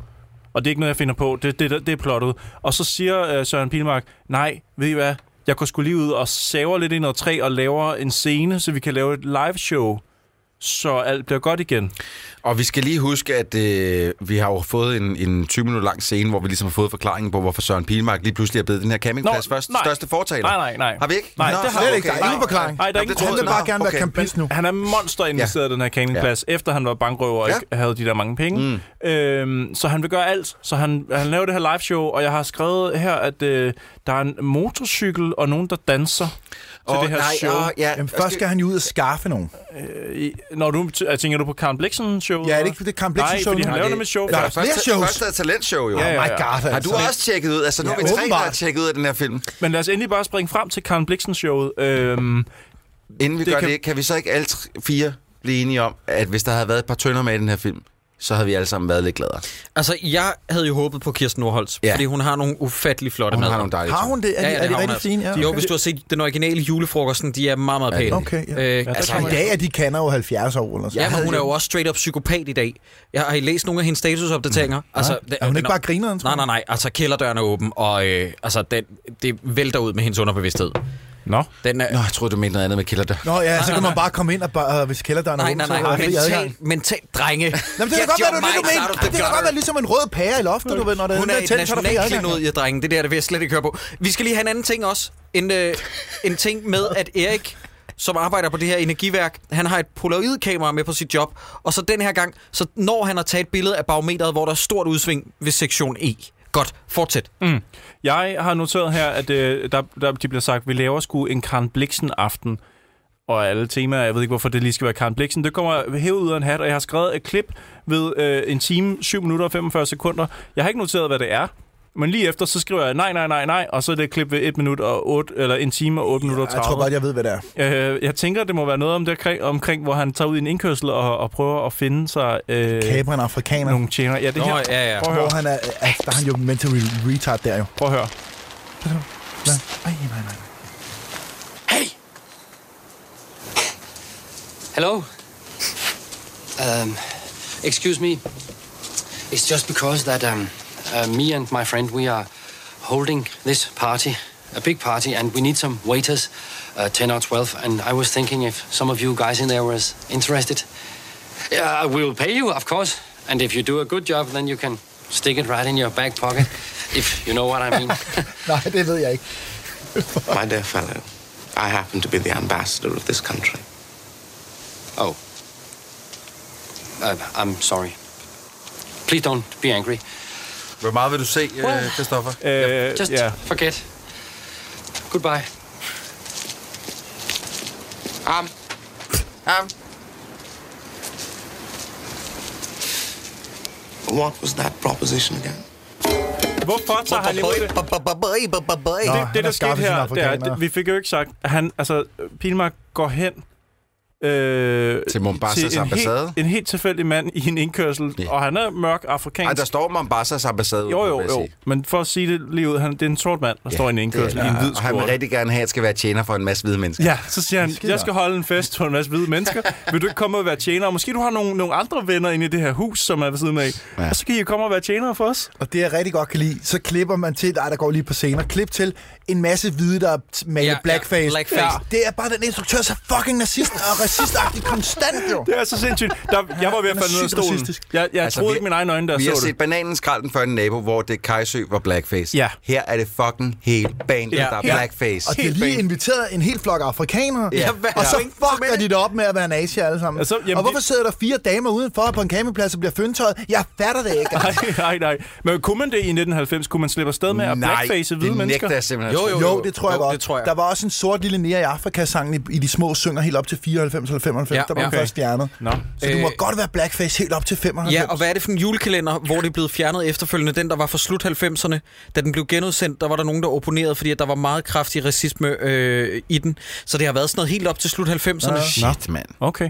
[SPEAKER 3] det er ikke noget, jeg finder på. Det, det, det er plottet. Og så siger uh, Søren Pilmark, nej, ved I hvad? Jeg går skulle lige ud og saver lidt i noget træ og laver en scene, så vi kan lave et live show, så alt bliver godt igen.
[SPEAKER 4] Og vi skal lige huske, at øh, vi har jo fået en, en 20 minutter lang scene, hvor vi ligesom har fået forklaringen på, hvorfor Søren Pilmark lige pludselig er blevet den her campingplads
[SPEAKER 3] Nå,
[SPEAKER 4] først,
[SPEAKER 3] nej.
[SPEAKER 4] største fortaler.
[SPEAKER 3] Nej, nej, nej.
[SPEAKER 4] Har vi ikke?
[SPEAKER 3] Nej, det har vi
[SPEAKER 4] vi
[SPEAKER 3] ikke. Der er ingen forklaring. Nej, der er ingen
[SPEAKER 2] Han vil bare gerne være campist nu.
[SPEAKER 3] Han er monster investeret ja. i den her campingplads, ja. efter han var bankrøver og
[SPEAKER 2] Ja.
[SPEAKER 3] ja. ikke havde de der mange penge. Mm. Øhm, så han vil gøre alt. Så han, han laver det her live show, og jeg har skrevet her, at øh, der er en motorcykel og nogen, der danser til
[SPEAKER 2] Åh,
[SPEAKER 3] det her
[SPEAKER 2] nej, ah.
[SPEAKER 3] show.
[SPEAKER 2] åh, ja. Jamen, først skal han jo ud og skaffe nogen.
[SPEAKER 3] Øh, i- når du, t- tænker du på Karen Blixen show?
[SPEAKER 2] Ja, er det ikke det Karen Blixen show
[SPEAKER 3] Nej, fordi
[SPEAKER 2] nu?
[SPEAKER 3] han
[SPEAKER 2] Nej,
[SPEAKER 3] laver
[SPEAKER 2] det-
[SPEAKER 3] nemlig et show.
[SPEAKER 2] Nå, der er flere shows.
[SPEAKER 4] Først er talentshow, jo.
[SPEAKER 3] Ja, ja, ja.
[SPEAKER 4] Oh my God, Har du
[SPEAKER 3] altså.
[SPEAKER 4] også tjekket ud? Altså, nu
[SPEAKER 3] Ja,
[SPEAKER 4] er vi tre, der har
[SPEAKER 3] åbenbart.
[SPEAKER 4] tjekket ud af den her film.
[SPEAKER 3] Men lad os endelig bare springe frem til Karen Blixen showet. Øhm,
[SPEAKER 4] Inden vi det gør kan... det, kan vi så ikke alle tre- fire blive enige om, at hvis der havde været et par tønder med i den her film, så havde vi alle sammen været lidt gladere.
[SPEAKER 1] Altså, jeg havde jo håbet på Kirsten Nordholz, ja. fordi hun har nogle ufattelig flotte
[SPEAKER 4] Hun har
[SPEAKER 1] madder.
[SPEAKER 4] nogle dejlige Har
[SPEAKER 2] hun det? Er de- er de
[SPEAKER 1] har hun
[SPEAKER 2] rigtig
[SPEAKER 1] altså.
[SPEAKER 2] fine? Ja,
[SPEAKER 1] Jo,
[SPEAKER 2] okay.
[SPEAKER 1] hvis du har set den originale julefrokosten, de er meget, meget
[SPEAKER 2] Ja, det
[SPEAKER 1] pæne.
[SPEAKER 2] er de. Okay, ja.
[SPEAKER 1] Øh,
[SPEAKER 2] Ja, altså, I dag er de kander jo 70 år eller sådan
[SPEAKER 1] Ja, men hun er jo også straight up psykopat i dag. Jeg har I læst nogle af hendes statusopdateringer. Mm. Altså,
[SPEAKER 2] Nej. Er hun ikke bare grineren?
[SPEAKER 1] Nej, nej, nej. Altså, kælderdøren er åben, og øh, altså, den, det vælter ud med hendes underbevidsthed.
[SPEAKER 3] Nå.
[SPEAKER 1] Den er...
[SPEAKER 4] Nå, jeg troede, du mente noget andet med kælderdøren.
[SPEAKER 2] Nå ja,
[SPEAKER 1] Nej,
[SPEAKER 2] så
[SPEAKER 1] nej,
[SPEAKER 2] kan man
[SPEAKER 1] nej.
[SPEAKER 2] bare komme ind, og bare, hvis kælderdøren er
[SPEAKER 1] Nej,
[SPEAKER 2] åben,
[SPEAKER 1] nej,
[SPEAKER 2] så er
[SPEAKER 1] nej.
[SPEAKER 2] der
[SPEAKER 1] nej.
[SPEAKER 2] fri adgang.
[SPEAKER 1] Mental, mental, drenge.
[SPEAKER 2] Jamen, det kan
[SPEAKER 1] Get
[SPEAKER 2] godt være,
[SPEAKER 1] your
[SPEAKER 2] det er det, du
[SPEAKER 1] minds
[SPEAKER 2] mener.
[SPEAKER 1] out of
[SPEAKER 2] Det
[SPEAKER 1] the
[SPEAKER 2] kan godt
[SPEAKER 1] gutter.
[SPEAKER 2] være ligesom en rød pære i loftet, du ved, når den
[SPEAKER 1] Hun
[SPEAKER 2] der
[SPEAKER 1] er
[SPEAKER 2] er
[SPEAKER 1] et
[SPEAKER 2] tændt, så er der fri adgang.
[SPEAKER 1] nationalklenod, ja, drenge. Det der, det vil jeg slet ikke høre på. Vi skal lige have en anden ting også. En, øh, en ting med, at Erik, som arbejder på det her energiværk, han har et polaroidkamera med på sit job. Og så den her gang, så når han har taget et billede af barometeret, hvor der er stort udsving ved sektion E. Godt, fortsæt.
[SPEAKER 3] Mm. Jeg har noteret her, at øh, der, der, de bliver sagt, at vi laver sgu en Karen Bliksen-aften. Og alle temaer, jeg ved ikke, hvorfor det lige skal være Karen Bliksen. Det kommer hævet ud af en hat, og jeg har skrevet et klip ved øh, en time, 7 minutter og 45 sekunder. Jeg har ikke noteret, hvad det er. Men lige efter, så skriver jeg nej, nej, nej, nej, og så er det et klip ved 1 minut og 8, eller en time og 8 minutter og
[SPEAKER 2] Jeg
[SPEAKER 3] 30.
[SPEAKER 2] tror godt, jeg ved, hvad det er.
[SPEAKER 3] Øh, jeg tænker, det må være noget om det omkring, omkring hvor han tager ud i en indkørsel og, og prøver at finde sig... Øh,
[SPEAKER 2] Kaber en afrikaner.
[SPEAKER 3] Nogle tjener. Ja, det her. Prøv at høre.
[SPEAKER 2] Hvor han er, altså, der er han jo mental re- retard der jo.
[SPEAKER 3] Prøv at høre.
[SPEAKER 2] Hvad? Ej, nej, nej.
[SPEAKER 6] Hello? Um, excuse me. It's just because that um, uh, me and my friend we are holding this party, a big party, and we need some waiters, uh, ten or twelve. And I was thinking if some of you guys in there was interested, yeah, we will pay you, of course. And if you do a good job, then you can stick it right in your back pocket, if you know what I mean.
[SPEAKER 2] Nej, det ved jeg ikke.
[SPEAKER 16] My dear fellow, I happen to be the ambassador of this country.
[SPEAKER 6] Oh. Uh, I'm sorry. Please don't be angry.
[SPEAKER 4] Hvor meget vil du se,
[SPEAKER 6] Well,
[SPEAKER 4] Kristoffer?
[SPEAKER 3] Øh,
[SPEAKER 6] Just forget. Goodbye.
[SPEAKER 16] Ham. Ham. What was that proposition again?
[SPEAKER 3] Hvorfor tager han imod det?
[SPEAKER 16] Nå,
[SPEAKER 3] det,
[SPEAKER 16] han
[SPEAKER 3] det
[SPEAKER 16] har
[SPEAKER 3] der
[SPEAKER 16] skaffet
[SPEAKER 3] skete
[SPEAKER 16] sin
[SPEAKER 3] her, det er,
[SPEAKER 16] afrikaner.
[SPEAKER 3] at vi fik jo ikke sagt, at han, altså, Pilmark går hen øh,
[SPEAKER 4] Til Mombasas
[SPEAKER 3] en
[SPEAKER 4] ambassade?
[SPEAKER 3] Helt, en helt tilfældig mand i en indkørsel, yeah. og han er mørk afrikansk.
[SPEAKER 4] Ej, der står Mombasa's ambassade.
[SPEAKER 3] Jo, jo,
[SPEAKER 4] vil jeg
[SPEAKER 3] jo.
[SPEAKER 4] sige.
[SPEAKER 3] Men for at sige det lige ud, han, det er en sort mand, der ja, står i en indkørsel i en hvid
[SPEAKER 4] Og han vil
[SPEAKER 3] skjorte.
[SPEAKER 4] rigtig gerne have, at skal være tjener for en masse hvide mennesker.
[SPEAKER 3] Ja, så siger han, jeg skal holde en fest for en masse hvide mennesker. Vil du ikke komme og være tjener? Og måske du har nogle, nogle andre venner inde i det her hus, som er ved siden af. Ja. Og så kan I jo komme og være tjenere for os.
[SPEAKER 2] Og det, jeg rigtig godt kan lide, så klipper man til, ej, der går lige på scener, klip til en masse hvide, der maler
[SPEAKER 3] Ja,
[SPEAKER 2] ja,
[SPEAKER 3] ja,
[SPEAKER 2] blackface.
[SPEAKER 3] blackface.
[SPEAKER 2] Det er bare den instruktør, så fucking nazist og racistagtig konstant, jo.
[SPEAKER 3] Det er så sindssygt. Der, jeg var ved at
[SPEAKER 2] Han er
[SPEAKER 3] falde ned af
[SPEAKER 2] sygt
[SPEAKER 3] stolen.
[SPEAKER 2] racistisk.
[SPEAKER 3] Jeg, jeg altså, troede
[SPEAKER 4] vi-
[SPEAKER 3] ikke mine egne øjne, da jeg
[SPEAKER 4] Vi
[SPEAKER 3] så
[SPEAKER 4] har
[SPEAKER 3] det.
[SPEAKER 4] set bananen skralden før en nabo, hvor det Kajsø var blackface. Ja. Her er det fucking hele bandet, ja. der er blackface.
[SPEAKER 2] Og de har lige inviteret en hel flok afrikanere.
[SPEAKER 4] Ja,
[SPEAKER 2] Ja,
[SPEAKER 4] hvad
[SPEAKER 2] og så
[SPEAKER 4] pointen
[SPEAKER 2] fucker de det op med at være nazier alle sammen.
[SPEAKER 3] Ja, så-
[SPEAKER 2] Altså,
[SPEAKER 3] jamen,
[SPEAKER 2] og hvorfor
[SPEAKER 3] det-
[SPEAKER 2] sidder der fire damer udenfor på en campingplads og bliver fyndtøjet? Jeg fatter det ikke.
[SPEAKER 3] Nej, nej, nej. Men kunne man det i 1990? Kunne man slippe afsted med at
[SPEAKER 2] Nej,
[SPEAKER 3] blackface hvide
[SPEAKER 2] det
[SPEAKER 3] mennesker?
[SPEAKER 2] nægter jeg
[SPEAKER 4] simpelthen
[SPEAKER 2] Jo, jo, jo, jo, det tror jeg godt. Det tror jeg. Der var også en sort lille nære i Afrika-sangen i, i de små synger helt op til 94 eller 95,
[SPEAKER 1] Ja,
[SPEAKER 2] ja, der var
[SPEAKER 1] ja.
[SPEAKER 2] den
[SPEAKER 1] Okay.
[SPEAKER 2] først fjernet.
[SPEAKER 3] No.
[SPEAKER 2] Så du må
[SPEAKER 1] Øh,
[SPEAKER 2] godt være blackface helt op til 95.
[SPEAKER 1] Ja, og hvad er det for en julekalender, hvor det er blevet fjernet efterfølgende? Den, der var fra slut 90'erne, da den blev genudsendt, der var der nogen, der opponerede, fordi at der var meget kraftig racisme øh, i den. Så det har været sådan noget helt op til slut 90'erne.
[SPEAKER 4] Shit, mand.
[SPEAKER 3] Okay.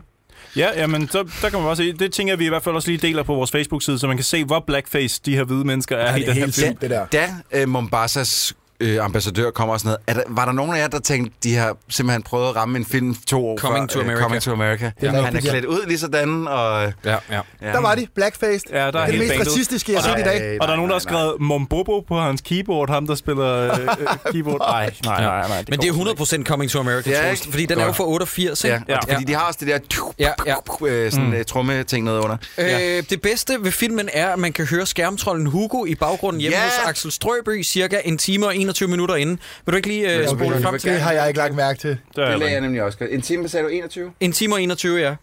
[SPEAKER 3] Ja, jamen, så, der kan man bare se. Det tænker jeg, vi i hvert fald også lige deler på vores Facebook-side, så man kan se, hvor blackface de her hvide mennesker er i den her film.
[SPEAKER 4] Da øh, Mombasas øh, ambassadør kommer og sådan noget, er der, var der nogen af jer, der tænkte, de har simpelthen prøvet at ramme en film to år
[SPEAKER 1] Coming
[SPEAKER 4] før,
[SPEAKER 1] to
[SPEAKER 4] øh,
[SPEAKER 1] America.
[SPEAKER 4] Coming to America.
[SPEAKER 1] er
[SPEAKER 4] Ja, han er
[SPEAKER 1] rigtigt, ja.
[SPEAKER 4] klædt ud lige sådan, og... Ja,
[SPEAKER 1] ja. ja.
[SPEAKER 2] Der var de, blackface.
[SPEAKER 3] Ja, der er
[SPEAKER 2] det er det
[SPEAKER 3] helt
[SPEAKER 2] mest
[SPEAKER 3] bandet.
[SPEAKER 2] racistiske, jeg
[SPEAKER 3] Og
[SPEAKER 2] har
[SPEAKER 3] der-
[SPEAKER 2] set i dag.
[SPEAKER 3] Og der er nogen, der har skrevet Mombobo på hans keyboard, ham der spiller øh, øh, keyboard. Nej, nej, nej. nej
[SPEAKER 1] Men det er 100% Coming to America,
[SPEAKER 4] Ja,
[SPEAKER 1] ja,
[SPEAKER 4] ikke?
[SPEAKER 1] fordi den er jo
[SPEAKER 4] Godt.
[SPEAKER 1] fra 88, ikke?
[SPEAKER 4] Ja, ja. Fordi de har også det der tju,
[SPEAKER 1] Ja, ja.
[SPEAKER 4] øh, sådan,
[SPEAKER 1] Mm.
[SPEAKER 4] mm. trumme-ting noget under.
[SPEAKER 1] Øh, det bedste ved filmen er, at man kan høre skærmtrollen Hugo i baggrunden hjemme
[SPEAKER 4] Ja.
[SPEAKER 1] yeah. hos Axel Strøby cirka en time og 21 minutter inden. Vil du ikke lige øh, spole frem til?
[SPEAKER 2] Det har jeg ikke lagt mærke til.
[SPEAKER 4] Det lagde jeg nemlig også. En time, sagde du 21?
[SPEAKER 1] En time og 21, ja.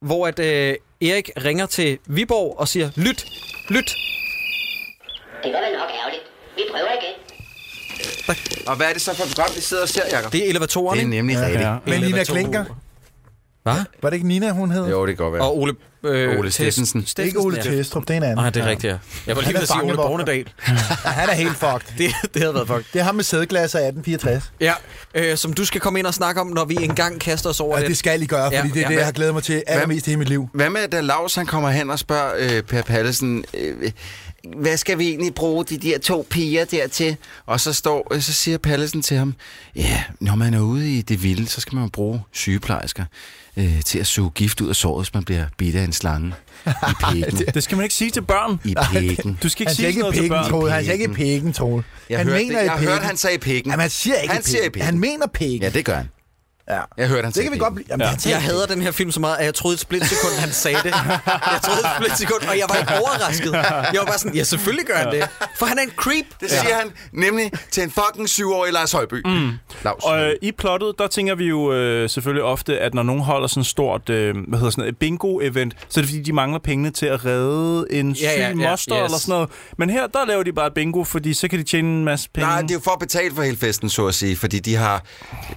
[SPEAKER 1] Hvor at, øh, Erik ringer til Viborg og siger, lyt, lyt.
[SPEAKER 17] Det var vel nok ærgerligt. Vi prøver igen.
[SPEAKER 4] Og hvad er det så for et program, vi sidder og ser, Jacob?
[SPEAKER 1] Det er elevatoren,
[SPEAKER 4] Det er
[SPEAKER 1] ikke?
[SPEAKER 4] nemlig
[SPEAKER 1] Ja,
[SPEAKER 4] rigtigt.
[SPEAKER 1] ja.
[SPEAKER 2] Men Nina
[SPEAKER 1] Elevator-
[SPEAKER 2] Klinker.
[SPEAKER 1] Hvad?
[SPEAKER 2] Var det ikke Nina, hun hed?
[SPEAKER 4] Jo, det kan godt være.
[SPEAKER 1] Og Ole, øh,
[SPEAKER 4] Ole
[SPEAKER 1] Tess-
[SPEAKER 4] Steffensen.
[SPEAKER 2] Ikke Ole
[SPEAKER 1] ja.
[SPEAKER 2] Testrup, det er en anden.
[SPEAKER 1] Nej, det er rigtigt, ja. Jeg var lige
[SPEAKER 2] Han er
[SPEAKER 1] ved at sige Ole
[SPEAKER 2] fangevogter.
[SPEAKER 1] Bornedal.
[SPEAKER 2] Ja, han er helt fucked.
[SPEAKER 1] det, det havde været fucked.
[SPEAKER 2] Det er ham med sædeglas af 1864.
[SPEAKER 1] Ja, øh, som du skal komme ind og snakke om, når vi engang kaster os over
[SPEAKER 2] Og
[SPEAKER 1] den.
[SPEAKER 2] det skal I gøre, fordi det er det, jeg har glædet mig til allermest i hele mit liv.
[SPEAKER 4] Hvad med, da Lars han kommer hen og spørger øh, Per Pallesen, øh, hvad skal vi egentlig bruge de der to piger der til? Og så, står, øh, så siger Pallesen til ham, ja, når man er ude i det vilde, så skal man jo bruge sygeplejersker øh, til at suge gift ud af såret, hvis man bliver bidt af en slange i pikken.
[SPEAKER 3] Det skal man ikke sige til børn.
[SPEAKER 4] I pikken.
[SPEAKER 3] Du skal ikke
[SPEAKER 2] Han siger
[SPEAKER 3] sige sådan noget
[SPEAKER 2] ikke
[SPEAKER 3] til
[SPEAKER 2] pikken,
[SPEAKER 3] børn.
[SPEAKER 2] Troel. Han siger ikke pikken, Troel.
[SPEAKER 4] Jeg
[SPEAKER 2] han
[SPEAKER 4] hørte
[SPEAKER 2] mener
[SPEAKER 4] det.
[SPEAKER 2] i
[SPEAKER 4] Jeg hørte,
[SPEAKER 2] pikken.
[SPEAKER 4] han sagde pikken.
[SPEAKER 2] Jamen, han siger ikke
[SPEAKER 4] Han siger i
[SPEAKER 2] pikken.
[SPEAKER 4] pikken.
[SPEAKER 2] Han mener pikken.
[SPEAKER 4] Ja, det gør han.
[SPEAKER 2] Ja.
[SPEAKER 4] Jeg hørte, han
[SPEAKER 2] Det kan vi godt blive... Jamen, han
[SPEAKER 1] Ja.
[SPEAKER 2] siger
[SPEAKER 1] Jeg hader den her film så meget, at jeg troede et splitsekund, han sagde det. Jeg troede et splitsekund, og jeg var ikke overrasket. Jeg var bare sådan, ja, selvfølgelig gør han det. For han er en creep.
[SPEAKER 4] Det siger han nemlig til en fucking syvårig Lars Højby. Mm. Lars.
[SPEAKER 3] Og øh, i plottet, der tænker vi jo øh, selvfølgelig ofte, at når nogen holder sådan et stort øh, hvad hedder sådan noget, bingo-event, så er det fordi, de mangler pengene til at redde en syg
[SPEAKER 4] Ja, ja, ja,
[SPEAKER 3] moster
[SPEAKER 4] yes.
[SPEAKER 3] eller sådan noget. Men her, der laver de bare et bingo, fordi så kan de tjene en masse penge.
[SPEAKER 4] Nej, det er jo for at betale for hele festen, så at sige, fordi de har...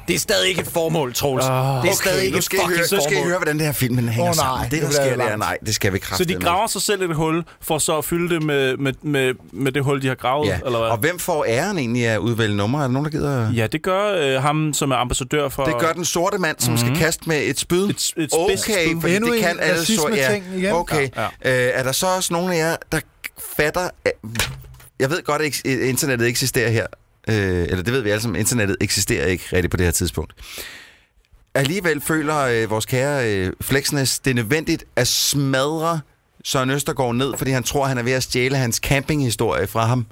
[SPEAKER 1] Det er stadig ikke et formål, Troels.
[SPEAKER 4] Oh,
[SPEAKER 1] er stadig ikke
[SPEAKER 4] nu
[SPEAKER 1] et
[SPEAKER 4] skal I
[SPEAKER 1] fucking
[SPEAKER 4] høre, Så skal I
[SPEAKER 1] formål.
[SPEAKER 4] høre, hvordan det her film den hænger
[SPEAKER 1] Åh, nej,
[SPEAKER 4] sammen. Det,
[SPEAKER 1] det
[SPEAKER 4] der
[SPEAKER 1] bliver
[SPEAKER 4] sker der,
[SPEAKER 1] langt.
[SPEAKER 4] nej, det skal vi
[SPEAKER 3] Så
[SPEAKER 4] kraftigt
[SPEAKER 3] de graver sig selv et hul, for så at fylde det med, med, med, med det hul, de har gravet,
[SPEAKER 4] Ja.
[SPEAKER 3] ja. eller hvad?
[SPEAKER 4] Og hvem får æren egentlig af at udvælge numre? Er der nogen, der gider...
[SPEAKER 3] Ja, det gør øh, ham, som er ambassadør for...
[SPEAKER 4] Det gør den sorte mand, som mm-hmm. skal kaste med et spyd. Et,
[SPEAKER 3] Mhm. et
[SPEAKER 4] okay,
[SPEAKER 3] spidst spyd.
[SPEAKER 4] fordi
[SPEAKER 3] Endnu
[SPEAKER 4] det
[SPEAKER 3] en
[SPEAKER 4] kan alle sorte.
[SPEAKER 3] racisme-ting igen.
[SPEAKER 4] Okay. Ja.
[SPEAKER 3] Ja,
[SPEAKER 4] Øh, er der så også nogen af jer, der fatter... At jeg ved godt, at eks- internettet eksisterer her. Øh, eller det ved vi alle sammen. Internettet eksisterer ikke rigtigt på det her tidspunkt. Alligevel føler øh, vores kære øh, Flexnes, det er nødvendigt at smadre Søren Østergaard ned, fordi han tror, han er ved at stjæle hans campinghistorie fra ham.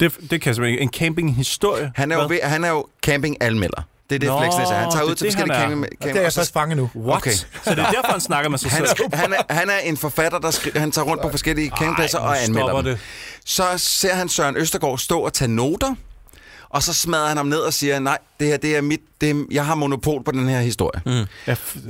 [SPEAKER 3] Det, det kan jeg simpelthen ikke. En campinghistorie?
[SPEAKER 4] Han er, jo,
[SPEAKER 3] Hvad?
[SPEAKER 4] ved, han er jo campinganmelder. Det er det,
[SPEAKER 3] Nå,
[SPEAKER 4] Flexnes er. Han tager
[SPEAKER 3] det
[SPEAKER 4] ud
[SPEAKER 3] er
[SPEAKER 4] til
[SPEAKER 3] det,
[SPEAKER 4] forskellige
[SPEAKER 3] han er.
[SPEAKER 4] camping...
[SPEAKER 3] Og det er jeg først
[SPEAKER 2] fanget nu.
[SPEAKER 3] What? Så det er derfor, han snakker med sig
[SPEAKER 4] han,
[SPEAKER 3] selv.
[SPEAKER 4] er- han, er, han er en forfatter, der skri- han tager rundt på forskellige campingpladser
[SPEAKER 3] nu
[SPEAKER 4] og anmelder
[SPEAKER 3] stopper
[SPEAKER 4] dem. Det.
[SPEAKER 3] det.
[SPEAKER 4] Så ser han Søren Østergaard stå og tage noter, og så smadrer han ham ned og siger, nej, det her det er mit, det er, jeg har monopol på den her historie. Mm.